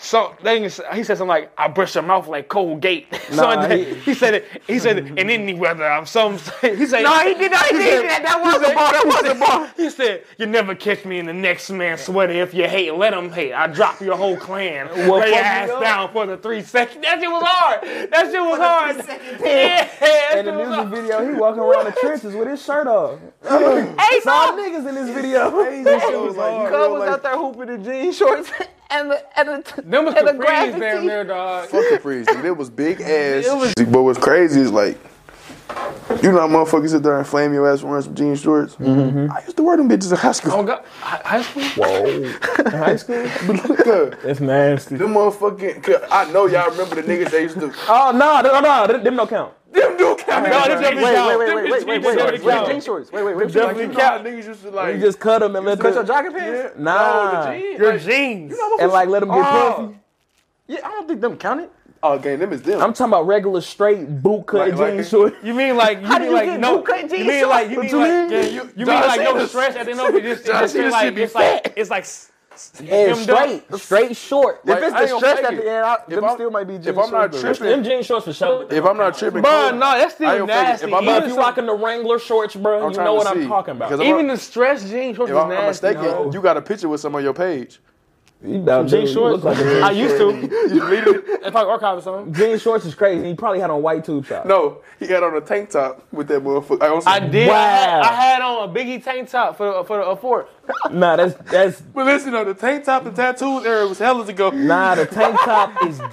Speaker 2: so then he said something like, I brush your mouth like Colgate. *laughs*
Speaker 4: Nah,
Speaker 2: Something-
Speaker 4: he-
Speaker 2: he, said it, he said it, and any weather I'm some *laughs* he said
Speaker 6: No, he did not. He did that. That was a bar. That was a bar.
Speaker 2: He said, "You never catch me in the next man's sweater. If you hate, let him hate. I drop your whole clan. Lay your ass down for the three seconds. That shit was hard. That shit was hard. *laughs* Yeah, that
Speaker 4: In the
Speaker 2: shit was
Speaker 4: music
Speaker 2: hard.
Speaker 4: video, he walking around the trenches with his shirt off.
Speaker 6: Hey,
Speaker 4: All
Speaker 6: so
Speaker 4: niggas in this video.
Speaker 1: was like,
Speaker 6: Cub was out there hooping in jean shorts and the and the
Speaker 2: Them was
Speaker 6: and the
Speaker 2: Capris down
Speaker 6: graphic
Speaker 2: there, dog.
Speaker 1: Fuck Capri's, nigga. It was big ass. but what's crazy is like, you know how motherfuckers sit there and flame your ass for wearing some jean shorts? Mm-hmm. I used to wear them bitches in high
Speaker 2: Oh
Speaker 1: school.
Speaker 2: God, Hi- high school.
Speaker 4: High school?
Speaker 1: But look, uh,
Speaker 4: That's nasty.
Speaker 1: them motherfucking, cause I know y'all remember the niggas they used to.
Speaker 4: Oh no, no, no, them- them no count.
Speaker 1: Them do count.
Speaker 2: No, them
Speaker 1: niggas.
Speaker 2: definitely count. Them bitches definitely
Speaker 6: Wait,
Speaker 2: count.
Speaker 6: jean shorts. Wait, wait, wait.
Speaker 1: Definitely count. Niggas used to like.
Speaker 4: You just cut them and let
Speaker 6: Cut your
Speaker 4: them.
Speaker 6: jogging pants.
Speaker 4: Nah,
Speaker 2: Your jeans.
Speaker 4: and like let them get puffy.
Speaker 6: Yeah, I don't think them counted.
Speaker 1: oh, gang, them is them.
Speaker 4: I'm talking about regular straight boot cut
Speaker 1: Like- like-
Speaker 4: jeans shorts.
Speaker 2: You mean like you
Speaker 6: do
Speaker 2: mean
Speaker 6: you
Speaker 2: like
Speaker 6: get
Speaker 2: no?
Speaker 6: bootcut
Speaker 2: You
Speaker 6: jeans
Speaker 2: mean like you
Speaker 6: shorts?
Speaker 2: mean
Speaker 6: What you
Speaker 2: like
Speaker 6: mean?
Speaker 2: yeah, you, you mean like no
Speaker 1: Cena's-
Speaker 2: stress at the end of it? Just, it
Speaker 1: John
Speaker 2: just feel
Speaker 1: Cena's
Speaker 2: like
Speaker 1: should be
Speaker 2: it's like it's like
Speaker 4: And
Speaker 2: hemmed up.
Speaker 4: straight, straight short.
Speaker 1: Like,
Speaker 4: Like,
Speaker 1: I
Speaker 6: If it's
Speaker 1: ain't
Speaker 6: the
Speaker 1: gonna
Speaker 6: stretch
Speaker 1: fake
Speaker 6: at
Speaker 1: it.
Speaker 6: the end, I,
Speaker 1: If
Speaker 6: them
Speaker 1: I'm-
Speaker 6: still might be
Speaker 1: if
Speaker 6: jeans
Speaker 1: I'm not
Speaker 6: shorts, but-
Speaker 1: tripping,
Speaker 3: Them jean shorts for sure.
Speaker 1: if I'm not tripping,
Speaker 2: Bro, no, that's
Speaker 1: I
Speaker 2: still
Speaker 1: ain't gonna fake it.
Speaker 2: nasty.
Speaker 1: If I'm
Speaker 2: Even
Speaker 1: not-
Speaker 3: If you rocking the Wrangler shorts, bro,
Speaker 1: I'm
Speaker 3: you
Speaker 1: trying
Speaker 3: know
Speaker 1: to
Speaker 3: what
Speaker 1: see.
Speaker 3: I'm talking about.
Speaker 1: Because I'm-
Speaker 2: Even the stress jeans shorts
Speaker 1: If
Speaker 2: was
Speaker 1: I'm not
Speaker 2: nasty.
Speaker 1: mistaken, you got a picture with some on your page.
Speaker 4: You know,
Speaker 3: Jean
Speaker 4: dude, you
Speaker 3: shorts?
Speaker 4: look *laughs* like a-
Speaker 2: I used to. if I archive something.
Speaker 4: jean shorts is crazy. He probably had on white tube top.
Speaker 1: No, he had on a tank top with that motherfucker. I, also,
Speaker 2: I did. I, had,
Speaker 4: Wow.
Speaker 2: I had on a Biggie tank top for the, for the afford.
Speaker 4: Nah, that's that's
Speaker 1: But listen though, the tank top and tattoos era was hella ago.
Speaker 4: nah. The tank top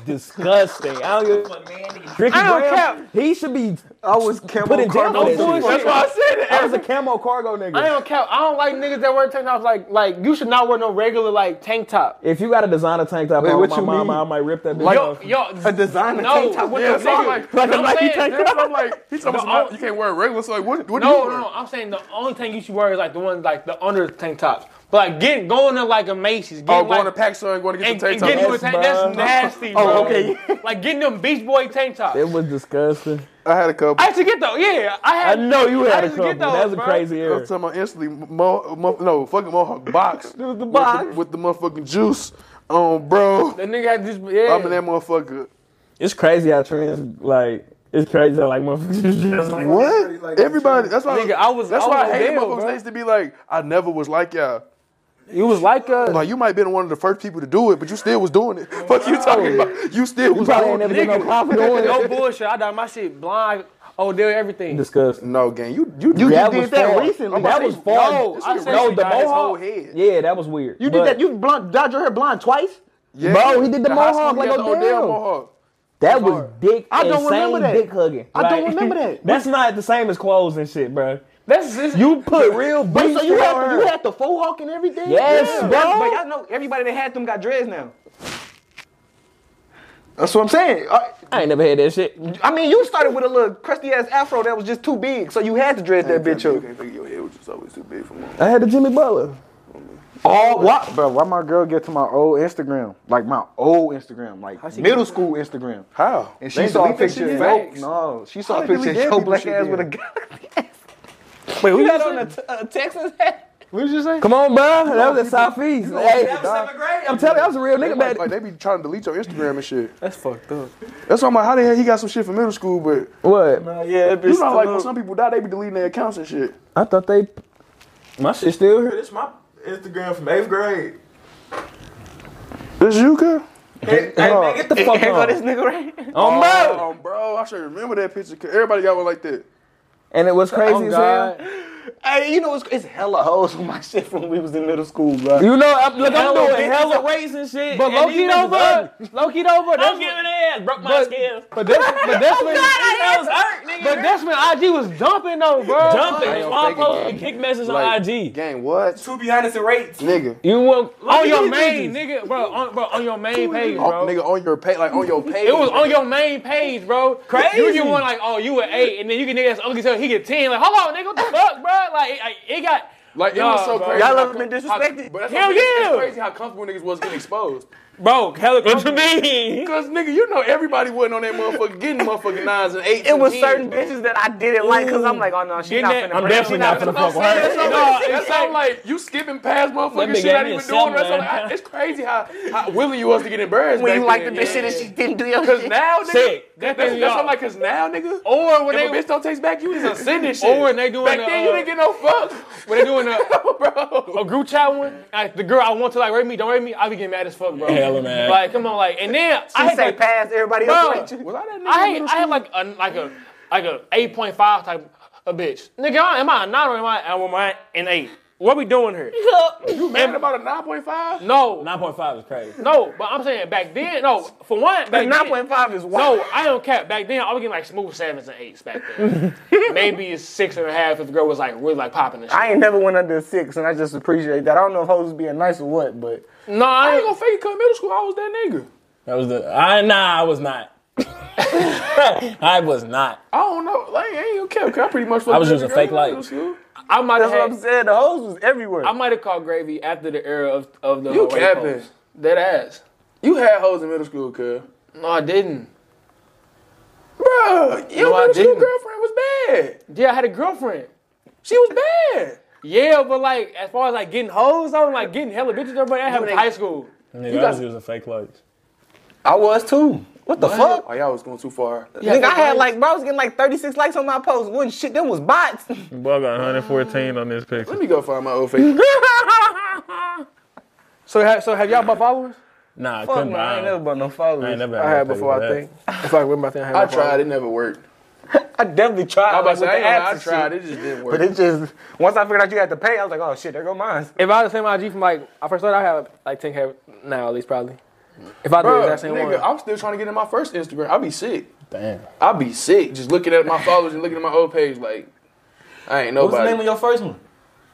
Speaker 4: is disgusting. I don't give a fuck, man. Ricky
Speaker 2: I don't
Speaker 4: Graham, he should be
Speaker 6: I was
Speaker 4: put
Speaker 6: Campbell
Speaker 4: in jail
Speaker 6: Carter.
Speaker 4: for that
Speaker 2: bullshit.
Speaker 4: shit.
Speaker 1: That's why I said it.
Speaker 4: I was a camo cargo
Speaker 2: I
Speaker 4: nigga.
Speaker 2: don't count. I don't like niggas that wear tank tops. Like like you should not wear no regular like tank top.
Speaker 4: If you got a designer tank top on
Speaker 6: what
Speaker 4: my
Speaker 6: you
Speaker 4: mama,
Speaker 6: mean?
Speaker 4: I might rip that bitch
Speaker 2: Yo
Speaker 4: off.
Speaker 2: yo.
Speaker 6: A designer
Speaker 2: No,
Speaker 6: tank top with
Speaker 1: Yeah,
Speaker 6: the
Speaker 1: so I'm
Speaker 6: nigga.
Speaker 1: like,
Speaker 4: Like a
Speaker 2: I'm
Speaker 4: Nike
Speaker 2: saying,
Speaker 4: tank
Speaker 2: that's
Speaker 4: top.
Speaker 1: I'm like, he's talking
Speaker 2: No,
Speaker 1: about
Speaker 2: I-
Speaker 1: you can't wear regular. So like, what? what do
Speaker 2: No,
Speaker 1: you wear?
Speaker 2: no, no. I'm saying the only thing you should wear is like the ones like the under tank tops. But like getting going to like a Macy's, getting
Speaker 1: Oh,
Speaker 2: like,
Speaker 1: going to pack and going to get
Speaker 2: and,
Speaker 1: some
Speaker 2: and
Speaker 1: tank top.
Speaker 2: getting you a
Speaker 1: Yes.
Speaker 2: tank that's
Speaker 4: bruh.
Speaker 2: nasty, bro.
Speaker 6: Oh, okay.
Speaker 2: *laughs* Like getting them Beach Boy tank tops.
Speaker 4: It was disgusting.
Speaker 1: I had a couple.
Speaker 2: I used to get those. Yeah, I
Speaker 4: I
Speaker 2: had.
Speaker 4: know you had a
Speaker 2: used to
Speaker 4: couple.
Speaker 2: get those,
Speaker 4: That was a
Speaker 2: bruh.
Speaker 4: crazy
Speaker 1: I
Speaker 4: era.
Speaker 1: was talking about instantly, mo, mo, no, fucking
Speaker 2: *laughs*
Speaker 1: Mohawk box.
Speaker 4: was the
Speaker 1: with
Speaker 4: box.
Speaker 1: With the, motherfucking juice on, bro.
Speaker 2: That nigga had just yeah.
Speaker 1: I'm in that motherfucker.
Speaker 4: It's crazy how trends like. It's crazy how like motherfuckers just like
Speaker 1: What?
Speaker 5: Like,
Speaker 1: Everybody, that's why
Speaker 2: Nigga, I was-
Speaker 1: That's
Speaker 2: I
Speaker 1: why
Speaker 2: was
Speaker 1: I hate
Speaker 2: Dale,
Speaker 1: motherfuckers.
Speaker 2: bro.
Speaker 1: They used to be like, I never was like y'all.
Speaker 2: It was like a
Speaker 1: Like you might have been one of the first people to do it, but you still was doing it. Fuck you talking about? You still was
Speaker 4: Oh. probably ain't
Speaker 1: doing
Speaker 4: never
Speaker 1: it.
Speaker 4: been no profit on it. *laughs*
Speaker 2: no bullshit. I done my shit blind. Oh, did everything.
Speaker 4: Disgusting.
Speaker 1: No, gang, you you
Speaker 6: You just
Speaker 4: That was
Speaker 6: did that
Speaker 4: far.
Speaker 6: recently.
Speaker 4: That was far.
Speaker 2: No, I said
Speaker 4: no,
Speaker 2: she
Speaker 4: the
Speaker 2: got his whole
Speaker 4: mohawk.
Speaker 1: head.
Speaker 4: Yeah, that was weird.
Speaker 6: You did that. You blonde, dyed your hair blonde twice.
Speaker 1: Yeah.
Speaker 4: Bro, he did the
Speaker 1: high
Speaker 4: mohawk
Speaker 1: school, he
Speaker 4: like
Speaker 1: got the
Speaker 4: Odell.
Speaker 1: mohawk.
Speaker 4: That was dick.
Speaker 6: I don't
Speaker 4: insane
Speaker 6: remember that.
Speaker 4: Dick hugging.
Speaker 6: I don't remember that.
Speaker 4: *laughs* That's not the same as clothes and shit, bro.
Speaker 2: That's this,
Speaker 4: You put real
Speaker 6: Wait,
Speaker 4: beats
Speaker 6: so you
Speaker 4: in
Speaker 6: had
Speaker 4: her.
Speaker 6: you had the faux hawk and everything?
Speaker 4: Yes,
Speaker 6: Yeah.
Speaker 4: bro.
Speaker 6: But y'all know everybody that had them got dreads now.
Speaker 5: That's what I'm saying. I,
Speaker 4: I ain't never had that shit.
Speaker 6: I mean, you started with a little crusty ass afro that was just too big, so you had to dread that bitch
Speaker 1: You
Speaker 6: up.
Speaker 1: can't think your head was just always too big for me.
Speaker 4: I had the Jimmy Butler.
Speaker 6: Oh, what?
Speaker 5: bro, why my girl get to my old Instagram? Like my old Instagram, like middle school Instagram.
Speaker 1: How?
Speaker 5: And she saw a
Speaker 1: delete that
Speaker 5: picture.
Speaker 1: shit?
Speaker 5: yo,
Speaker 1: Facts.
Speaker 5: no, she saw
Speaker 1: How
Speaker 5: a
Speaker 1: they delete
Speaker 5: picture of
Speaker 1: dead
Speaker 5: your
Speaker 1: people
Speaker 5: black
Speaker 1: shit
Speaker 5: ass
Speaker 1: then?
Speaker 5: with a gun.
Speaker 6: Wait, we had on a, t- a Texas hat.
Speaker 4: Come on, bro. That was at Southeast. Hey, I'm telling you, I was a real
Speaker 1: They might-
Speaker 4: nigga back
Speaker 1: Like they be trying to delete your Instagram and shit.
Speaker 6: That's fucked up.
Speaker 1: That's why I'm like, how the hell he got some shit from middle school, but
Speaker 4: What?
Speaker 6: Yeah, that bitch.
Speaker 1: you know, how, like when some people die, they be deleting their accounts and shit.
Speaker 4: I thought they. My shit still here.
Speaker 1: This you, cuz?
Speaker 6: Get the fuck out this nigga right here.
Speaker 1: Oh, bro. bro, I should remember that picture. 'cause Everybody got one like that.
Speaker 9: And it was crazy as hell.
Speaker 6: Hey, you know it's, it's hella hoes on my *laughs* shit from when we was in middle school, bro.
Speaker 9: You know, I'm, look, I'm
Speaker 4: Hella
Speaker 9: doing hella.
Speaker 4: hella weights and shit.
Speaker 9: But
Speaker 4: and
Speaker 9: low
Speaker 4: these
Speaker 9: key
Speaker 4: niggas
Speaker 9: though, bro.
Speaker 4: ugly.
Speaker 9: Low key though, bro.
Speaker 4: I'm
Speaker 9: That's
Speaker 4: giving
Speaker 9: when,
Speaker 4: ass. Broke my
Speaker 9: but,
Speaker 4: skills.
Speaker 9: but that's, but that's
Speaker 2: Oh,
Speaker 9: when,
Speaker 4: That was hurt, nigga.
Speaker 2: But that's when IG was dumping though, bro.
Speaker 4: Jumping.
Speaker 1: I ain't
Speaker 4: All
Speaker 1: faking
Speaker 4: posted
Speaker 1: it.
Speaker 4: kick message
Speaker 1: Like-
Speaker 4: on IG.
Speaker 1: Gang, what?
Speaker 10: Two behind us and rates.
Speaker 1: Nigga.
Speaker 9: you want
Speaker 2: on your main, nigga, bro. On, bro, on your main page,
Speaker 1: On-
Speaker 2: bro.
Speaker 1: Oh, nigga, on your page, like on your page.
Speaker 2: It was on your main page, bro.
Speaker 4: Crazy.
Speaker 2: You get one like, oh, you an eight, and then you get nigga that's ugly as hell, he get ten. Like, hold on, nigga, what the fuck, bro? Like, it, like, it got
Speaker 1: Like, it
Speaker 2: Nah,
Speaker 1: was so
Speaker 2: bro.
Speaker 1: crazy.
Speaker 6: Y'all
Speaker 1: how
Speaker 6: ever been
Speaker 1: com-
Speaker 6: disrespected?
Speaker 1: how- But that's
Speaker 2: Hell
Speaker 1: what I'm saying,
Speaker 2: yeah.
Speaker 1: It's crazy how comfortable niggas was getting exposed.
Speaker 2: bro. Hella
Speaker 4: What you mean?
Speaker 1: Cause nigga, you know everybody wasn't on that motherfucker getting motherfucking nines and eights.
Speaker 6: It was
Speaker 1: and
Speaker 6: certain bitches that I didn't like because I'm like, oh no, she
Speaker 2: Didn't
Speaker 6: not
Speaker 2: that-
Speaker 6: finna.
Speaker 2: I'm
Speaker 6: bring it.
Speaker 4: definitely
Speaker 6: She
Speaker 4: not finna
Speaker 6: finna-
Speaker 4: fuck with her.
Speaker 1: That's what
Speaker 2: No,
Speaker 1: I'm saying.
Speaker 2: it's
Speaker 1: That's how I'm like you skipping past
Speaker 4: That
Speaker 1: motherfucking
Speaker 4: nigga
Speaker 1: shit I
Speaker 4: ain't
Speaker 1: didn't even
Speaker 4: a
Speaker 1: doing. That's
Speaker 4: settler.
Speaker 1: all, I, it's crazy how, how willing you was to get embarrassed.
Speaker 6: When
Speaker 1: back
Speaker 6: you like the
Speaker 1: then.
Speaker 6: bitch shit and she didn't do your
Speaker 1: Cause
Speaker 6: shit.
Speaker 1: now, nigga,
Speaker 4: Sick.
Speaker 2: That Oh,
Speaker 1: that, that's,
Speaker 2: pisses me
Speaker 1: that's what
Speaker 2: off.
Speaker 1: I'm like. Cause now, nigga,
Speaker 2: Or when
Speaker 1: if
Speaker 2: they
Speaker 1: a bitch don't text back, you is a sending shit.
Speaker 2: or when they doing
Speaker 1: back
Speaker 2: the,
Speaker 1: then, you
Speaker 2: uh,
Speaker 1: didn't get no fuck.
Speaker 2: when they doing a,
Speaker 1: *laughs* Bro,
Speaker 2: a group chat one, like the girl I want to like rape me, don't rape me, I be getting mad as fuck, bro.
Speaker 4: Hella mad.
Speaker 2: Like, come on, like, and then I
Speaker 6: She
Speaker 2: had
Speaker 6: say
Speaker 2: like,
Speaker 6: pass everybody
Speaker 2: Bro.
Speaker 6: else. like you.
Speaker 2: I
Speaker 6: *laughs*
Speaker 2: had, I had like a like a like a eight point five type a bitch. Nigga, am I a nine or am I am I an eight? What we doing here?
Speaker 1: you mad about a nine point five?
Speaker 2: No,
Speaker 4: 9.5 is crazy.
Speaker 2: no, but I'm saying back then, no. For one, back
Speaker 6: Nine
Speaker 2: then,
Speaker 6: point five is wild.
Speaker 2: no, I don't care. Back then, I was getting like smooth sevens and eights back then.
Speaker 6: *laughs*
Speaker 2: Maybe a six and a half if the girl was like really like popping and shit.
Speaker 6: I ain't never went under a six, and I just appreciate that. I don't know if hoes being nice or what, but
Speaker 2: no,
Speaker 1: I
Speaker 2: I
Speaker 1: ain't
Speaker 2: ain't
Speaker 1: gonna fake it. Come middle school, I was that nigga.
Speaker 4: That was the. I Nah, I was not. *laughs* I was not.
Speaker 1: I don't know. Like, I ain't gonna care. Cause I pretty much.
Speaker 4: I was just a fake light.
Speaker 1: You
Speaker 2: I might
Speaker 6: that's what I'm
Speaker 2: have
Speaker 6: saying. The hoes was everywhere.
Speaker 2: I might have called gravy after the era of of the
Speaker 1: You
Speaker 2: Hawaii
Speaker 1: capping.
Speaker 2: post. Dead ass.
Speaker 1: You had hoes in middle school, cuz.
Speaker 2: No, I didn't.
Speaker 1: Bro, your
Speaker 2: I
Speaker 1: middle school
Speaker 2: didn't.
Speaker 1: girlfriend was bad.
Speaker 2: Yeah, I had a girlfriend.
Speaker 1: She was bad.
Speaker 2: Yeah, but like as far as like getting hoes, I was like getting hella bitches. Everybody that happened in high school.
Speaker 4: Nigga, I was using fake lights.
Speaker 6: I was too. What the fuck?
Speaker 1: Oh, y'all was going too far.
Speaker 6: Nigga, I had like, bro, I was getting like 36 likes on my post. Wasn't shit, them was bots.
Speaker 4: Boy, I got 114 on this picture.
Speaker 1: Let me go find my old face.
Speaker 2: So have so have y'all bought followers?
Speaker 4: Nah, I
Speaker 6: Fuck
Speaker 4: couldn't.
Speaker 6: no, I ain't
Speaker 4: I
Speaker 6: never about no followers.
Speaker 4: I ain't never
Speaker 2: I
Speaker 4: no
Speaker 2: had
Speaker 4: paper
Speaker 2: before,
Speaker 4: for
Speaker 2: I
Speaker 4: that.
Speaker 2: think. If I remember, I think I had.
Speaker 1: I tried. It never worked.
Speaker 6: I definitely tried.
Speaker 1: I,
Speaker 6: like,
Speaker 1: was about to
Speaker 6: with
Speaker 1: say,
Speaker 6: the
Speaker 1: I, ain't gonna
Speaker 6: apps and
Speaker 1: lie, I tried.
Speaker 6: shit.
Speaker 1: It just didn't work.
Speaker 6: But it just, once I figured out you had to pay, I was like, oh shit, there go mine.
Speaker 2: If I had the same IG from like I first started, I had like ten k now at least probably. If I do the
Speaker 1: Bro,
Speaker 2: exact same
Speaker 1: nigga,
Speaker 2: one,
Speaker 1: I'm still trying to get in my first Instagram. I'll be sick.
Speaker 4: Damn.
Speaker 1: I'll be sick just looking at my followers and looking at my old page like, I ain't
Speaker 10: What's the
Speaker 1: nobody.
Speaker 10: name of your first one?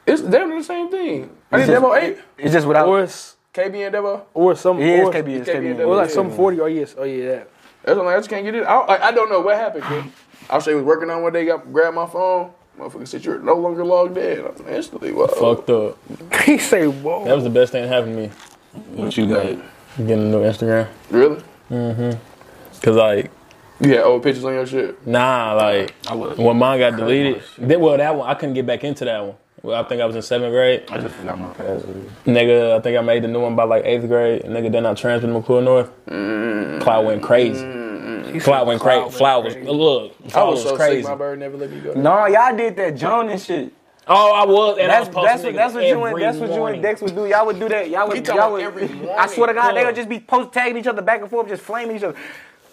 Speaker 1: it's damn near the same thing. I did Demo 8.
Speaker 6: It's just without.
Speaker 2: or it's,
Speaker 1: KB and Demo.
Speaker 2: or some
Speaker 6: It is
Speaker 2: or,
Speaker 6: KB, it's
Speaker 1: KB,
Speaker 6: KB.
Speaker 1: that
Speaker 2: or
Speaker 1: was
Speaker 2: like some forty. Oh yes, oh yeah, that.
Speaker 1: That's what I'm like, I just can't get it. I don't, like, I don't know what happened, kid. I was was working on one day, got grabbed my phone. Motherfucker said, you're no longer logged in. I'm like, instantly, whoa.
Speaker 4: Fucked up.
Speaker 2: he say whoa.
Speaker 4: That was the best thing that happened to me.
Speaker 1: What you got?
Speaker 4: Getting a new Instagram.
Speaker 1: Really?
Speaker 4: Cause like,
Speaker 1: You had old pictures on your shit?
Speaker 4: nah, like
Speaker 1: I was.
Speaker 4: when mine got deleted, then, well that one I couldn't get back into that one. Well, I think I was in seventh grade.
Speaker 1: I just forgot my password.
Speaker 4: Nigga, I think I made the new one by like eighth grade. Nigga, then I transferred to McCool North. Cloud went crazy. Cloud went crazy. Cloud was look.
Speaker 1: I
Speaker 4: Cloud
Speaker 1: was
Speaker 4: was,
Speaker 1: so
Speaker 4: crazy.
Speaker 1: sick, my bird never let me go.
Speaker 6: No, y'all did that Joan and shit.
Speaker 4: oh, I was, and
Speaker 6: That's
Speaker 4: I was
Speaker 6: that's what,
Speaker 4: posting.
Speaker 6: that's what you and
Speaker 4: every
Speaker 6: that's what you
Speaker 4: morning.
Speaker 6: and Dex would do. Y'all would do that. Y'all
Speaker 1: We
Speaker 6: would.
Speaker 1: talking
Speaker 6: Y'all
Speaker 1: about
Speaker 6: would
Speaker 1: every
Speaker 6: I swear to God, they
Speaker 4: morning.
Speaker 6: would just be post tagging each other back and forth, just flaming each other.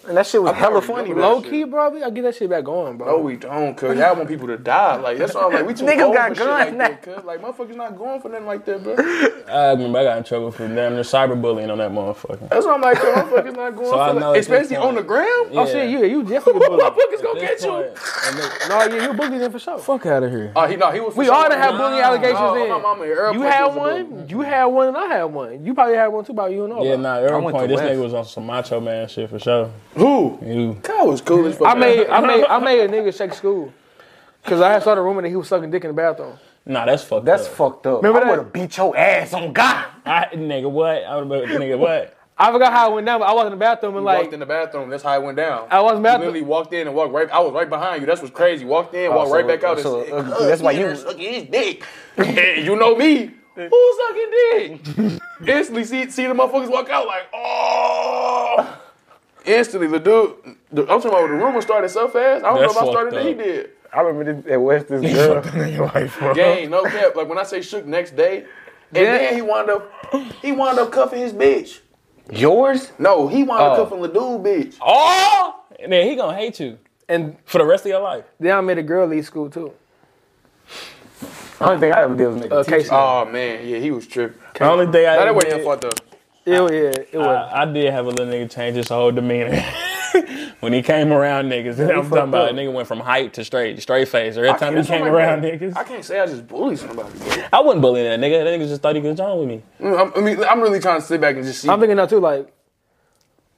Speaker 6: And that shit was hella funny, bro.
Speaker 2: Low key, bro, we gotta get that shit back going, bro.
Speaker 1: No, we don't, cuz y'all want people to die. Like, that's all. Like, we
Speaker 6: *laughs*
Speaker 1: too
Speaker 6: Niggas
Speaker 1: old
Speaker 6: got
Speaker 1: for shit
Speaker 6: guns
Speaker 1: like that, cuz. Like, motherfuckers not going for nothing like
Speaker 2: *laughs*
Speaker 1: that, bro.
Speaker 4: I remember I got in trouble for damn near cyberbullying on that motherfucker.
Speaker 1: That's what I'm like, cuz motherfuckers not going
Speaker 4: So I
Speaker 1: for
Speaker 4: know at
Speaker 1: like,
Speaker 4: this
Speaker 1: Especially
Speaker 4: point-
Speaker 1: on the ground?
Speaker 2: Oh shit, you
Speaker 1: *laughs*
Speaker 2: you definitely bullied.
Speaker 1: Motherfuckers gonna get you.
Speaker 2: No, yeah, you bullied them for sure.
Speaker 9: Fuck out of here.
Speaker 1: Oh, he, no, he was.
Speaker 2: We all done have bullying allegations
Speaker 1: Oh,
Speaker 2: in.
Speaker 1: my mama, Earl
Speaker 2: you
Speaker 1: Prince
Speaker 2: had
Speaker 1: was a bully.
Speaker 2: one, you had one, and I had one. You probably had one too, but you don't know.
Speaker 4: Yeah,
Speaker 2: about.
Speaker 4: nah, at one
Speaker 6: went to
Speaker 4: point, this
Speaker 6: West.
Speaker 4: nigga was on some macho man shit for sure.
Speaker 1: Who?
Speaker 4: You.
Speaker 1: That was cool as fuck.
Speaker 2: I made I made I made a nigga shake school. Cause I had started rumor that he was sucking dick in the bathroom.
Speaker 4: Nah, that's fucked
Speaker 6: That's
Speaker 4: up.
Speaker 6: fucked up.
Speaker 2: Remember
Speaker 6: I
Speaker 2: that?
Speaker 6: would have beat your ass on God.
Speaker 4: I, nigga, what? I would've been- nigga, what?
Speaker 2: I forgot how it went down, but I was in the bathroom and
Speaker 1: walked
Speaker 2: like
Speaker 1: in the bathroom. That's how it went down.
Speaker 2: I was in the
Speaker 1: You
Speaker 2: bathroom.
Speaker 1: literally walked in and walked right. I was right behind you. That's what's crazy. Walked in, walked right back out. and
Speaker 6: So,
Speaker 1: said,
Speaker 6: uh, that's why you.
Speaker 1: sucking his dick. *laughs* And you know me. Who's sucking
Speaker 6: *laughs*
Speaker 1: dick? Instantly see, see the motherfuckers walk out like, oh. Instantly, the dude, the, I'm talking about the rumor started so fast. I don't
Speaker 4: That's
Speaker 1: know if I started
Speaker 4: fucked
Speaker 1: it, he
Speaker 4: up.
Speaker 1: did.
Speaker 6: I remember this, at West this girl.
Speaker 1: Gang, no cap. Like when I say shook next day, and then he wound up, he wound up cuffing his bitch.
Speaker 11: Yours?
Speaker 1: No, he wanted to come from Ladue, bitch.
Speaker 4: Oh, and then he gonna hate you
Speaker 2: And
Speaker 4: for the rest of your life.
Speaker 2: then I met a girl leave school too.
Speaker 4: Ah.
Speaker 11: I don't think I ever did with
Speaker 2: Uh,
Speaker 11: niggas.
Speaker 2: Casey.
Speaker 1: Oh man, yeah, he was tripping.
Speaker 4: The only thing I
Speaker 1: Now
Speaker 4: ever
Speaker 1: that wasn't
Speaker 4: did-
Speaker 1: your fault though.
Speaker 2: Ew, yeah, it was.
Speaker 4: I, I did have a little nigga change his whole demeanor. *laughs* when he came around niggas, I'm talking about a nigga went from hype to straight, straight face. Every time he
Speaker 1: that's
Speaker 4: came
Speaker 1: what I'm
Speaker 4: around
Speaker 1: like,
Speaker 4: niggas,
Speaker 1: I can't say I just bullied somebody. Bro.
Speaker 4: I wasn't bullying that nigga. That nigga just thought he could join with me.
Speaker 1: Mm, I'm, I mean, I'm really trying to sit back and just see.
Speaker 2: I'm thinking now too, like,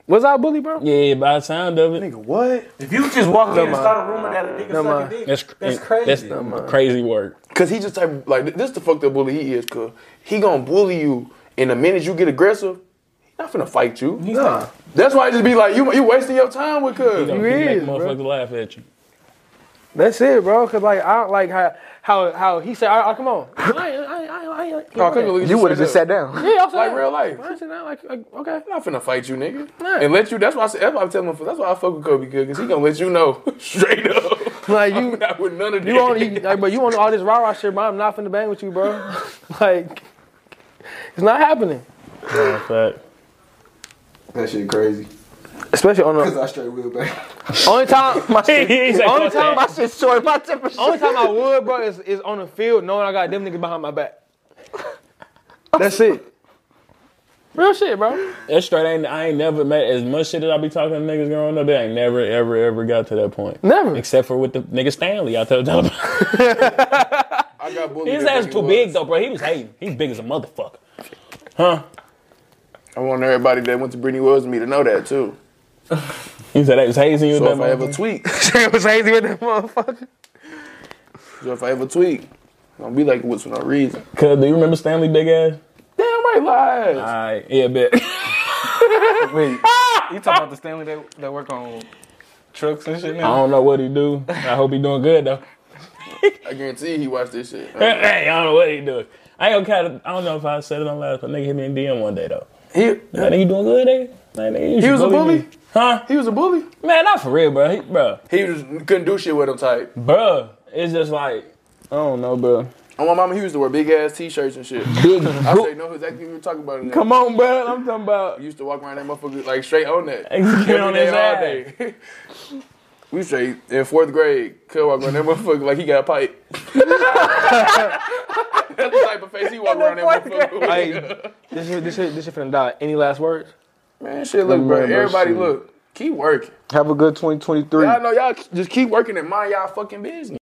Speaker 2: was I a bully, bro?
Speaker 4: Yeah, by the sound of it,
Speaker 1: nigga, what?
Speaker 6: If you just walk in and start a rumor that a nigga
Speaker 2: mind.
Speaker 6: sucking dick,
Speaker 4: that's
Speaker 6: that's
Speaker 4: crazy.
Speaker 6: crazy.
Speaker 4: That's crazy work.
Speaker 1: Cause he just type of- like this. The fucked up bully he is, cause he gonna bully you. And the minute you get aggressive, he not finna fight you.
Speaker 6: Nah.
Speaker 1: That's why I just be like, you you wasting your time with cuz. *laughs*
Speaker 4: You
Speaker 2: is,
Speaker 4: make
Speaker 2: bro.
Speaker 4: motherfuckers laugh at you.
Speaker 2: That's it, bro. Cause like I don't like how how how he said, all right, all right, come on. I ain't- I ain't- I ain't- I ain't-
Speaker 1: No, I couldn't believe
Speaker 11: You would have
Speaker 1: said
Speaker 11: just
Speaker 1: that.
Speaker 11: sat down.
Speaker 2: Yeah, I'm saying.
Speaker 1: Like real life.
Speaker 2: I said that, like, like, okay.
Speaker 1: I'm not finna fight you, nigga. And let you. That's why I said. That's why I tell him. That's why I fuck with Kobe, cause 'cause he gonna let you know *laughs* straight up.
Speaker 2: Like, you-
Speaker 1: I'm not with none of
Speaker 2: You
Speaker 1: that.
Speaker 2: on you, *laughs* like, but you on all this rah rah shit, bro. I'm not finna bang with you, *laughs* bro. like, it's not happening.
Speaker 4: *laughs*
Speaker 5: That shit crazy. *laughs*
Speaker 2: Especially on
Speaker 5: Cause
Speaker 2: the
Speaker 5: I straight wheel back.
Speaker 2: only time,
Speaker 4: He's like,
Speaker 2: only time,
Speaker 4: "Fuck that."
Speaker 2: I,
Speaker 11: That shit's short. My temperature.
Speaker 2: only time I would, bro, is, is on the field, knowing I got them niggas behind my back. That's it. Real shit, bro.
Speaker 4: That's straight. I ain't, I ain't never met as much shit that I be talking to niggas growing up. They ain't never, ever, ever got to that point.
Speaker 2: Never.
Speaker 4: Except for with the nigga Stanley, I told them.
Speaker 1: *laughs* *laughs* I got bullied.
Speaker 4: His
Speaker 1: that
Speaker 4: ass
Speaker 1: nigga
Speaker 4: too
Speaker 1: was.
Speaker 4: big though, bro. He was hating. He's big as a motherfucker. Huh?
Speaker 1: I want everybody that went to Brittany Wells with me to know that too.
Speaker 4: He said that was hazing you.
Speaker 1: So
Speaker 4: with
Speaker 1: if
Speaker 4: that
Speaker 1: I ever *laughs*
Speaker 4: motherfucker.
Speaker 1: tweet,
Speaker 2: *laughs* it was crazy with that motherfucker.
Speaker 1: so if I ever tweet, don't be like what's for no reason.
Speaker 4: Cuz, do you remember Stanley Big Ass?
Speaker 1: Damn right, lies.
Speaker 4: Alright, yeah, bet. *laughs*
Speaker 11: Wait, you talking about the Stanley that, that work on trucks and shit
Speaker 4: I
Speaker 11: now?
Speaker 4: don't know what he do. I hope he doing good though. *laughs*
Speaker 1: I guarantee he watched this shit.
Speaker 4: hey, I don't know what he doing. I ain't gonna kind of, I don't know if I said it on last, but nigga hit me in DM one day though.
Speaker 1: He,
Speaker 4: Like, nigga, you doing good, eh? Like, nigga, you should
Speaker 1: was a
Speaker 4: bully
Speaker 1: bully?
Speaker 4: me. Huh?
Speaker 1: he was a bully.
Speaker 4: Man, not for real, bro. He, bro,
Speaker 1: He just couldn't do shit with him type.
Speaker 4: bro. It's just like I don't know, bro.
Speaker 1: On my mama, he used to wear big ass t shirts and shit.
Speaker 4: Big
Speaker 1: I say no, exactly what you're talking about. Come
Speaker 4: Come on, bro. I'm talking about
Speaker 1: He used to walk around that motherfucker like straight on
Speaker 4: *laughs*
Speaker 1: that.
Speaker 4: execute on
Speaker 1: Every
Speaker 4: his ass.
Speaker 1: day, all day. *laughs* we straight in fourth grade, could walk around that motherfucker like he got a pipe. *laughs* That's the type of face he walk around that motherfucker with.
Speaker 2: Hey, this shit, this shit, this shit finna die. Any last words?
Speaker 1: *laughs* Man, shit, look, bro.
Speaker 5: no
Speaker 1: Everybody,
Speaker 5: shit.
Speaker 1: look. Keep working.
Speaker 5: Have a good 2023.
Speaker 1: Y'all know y'all just keep working and mind y'all fucking business.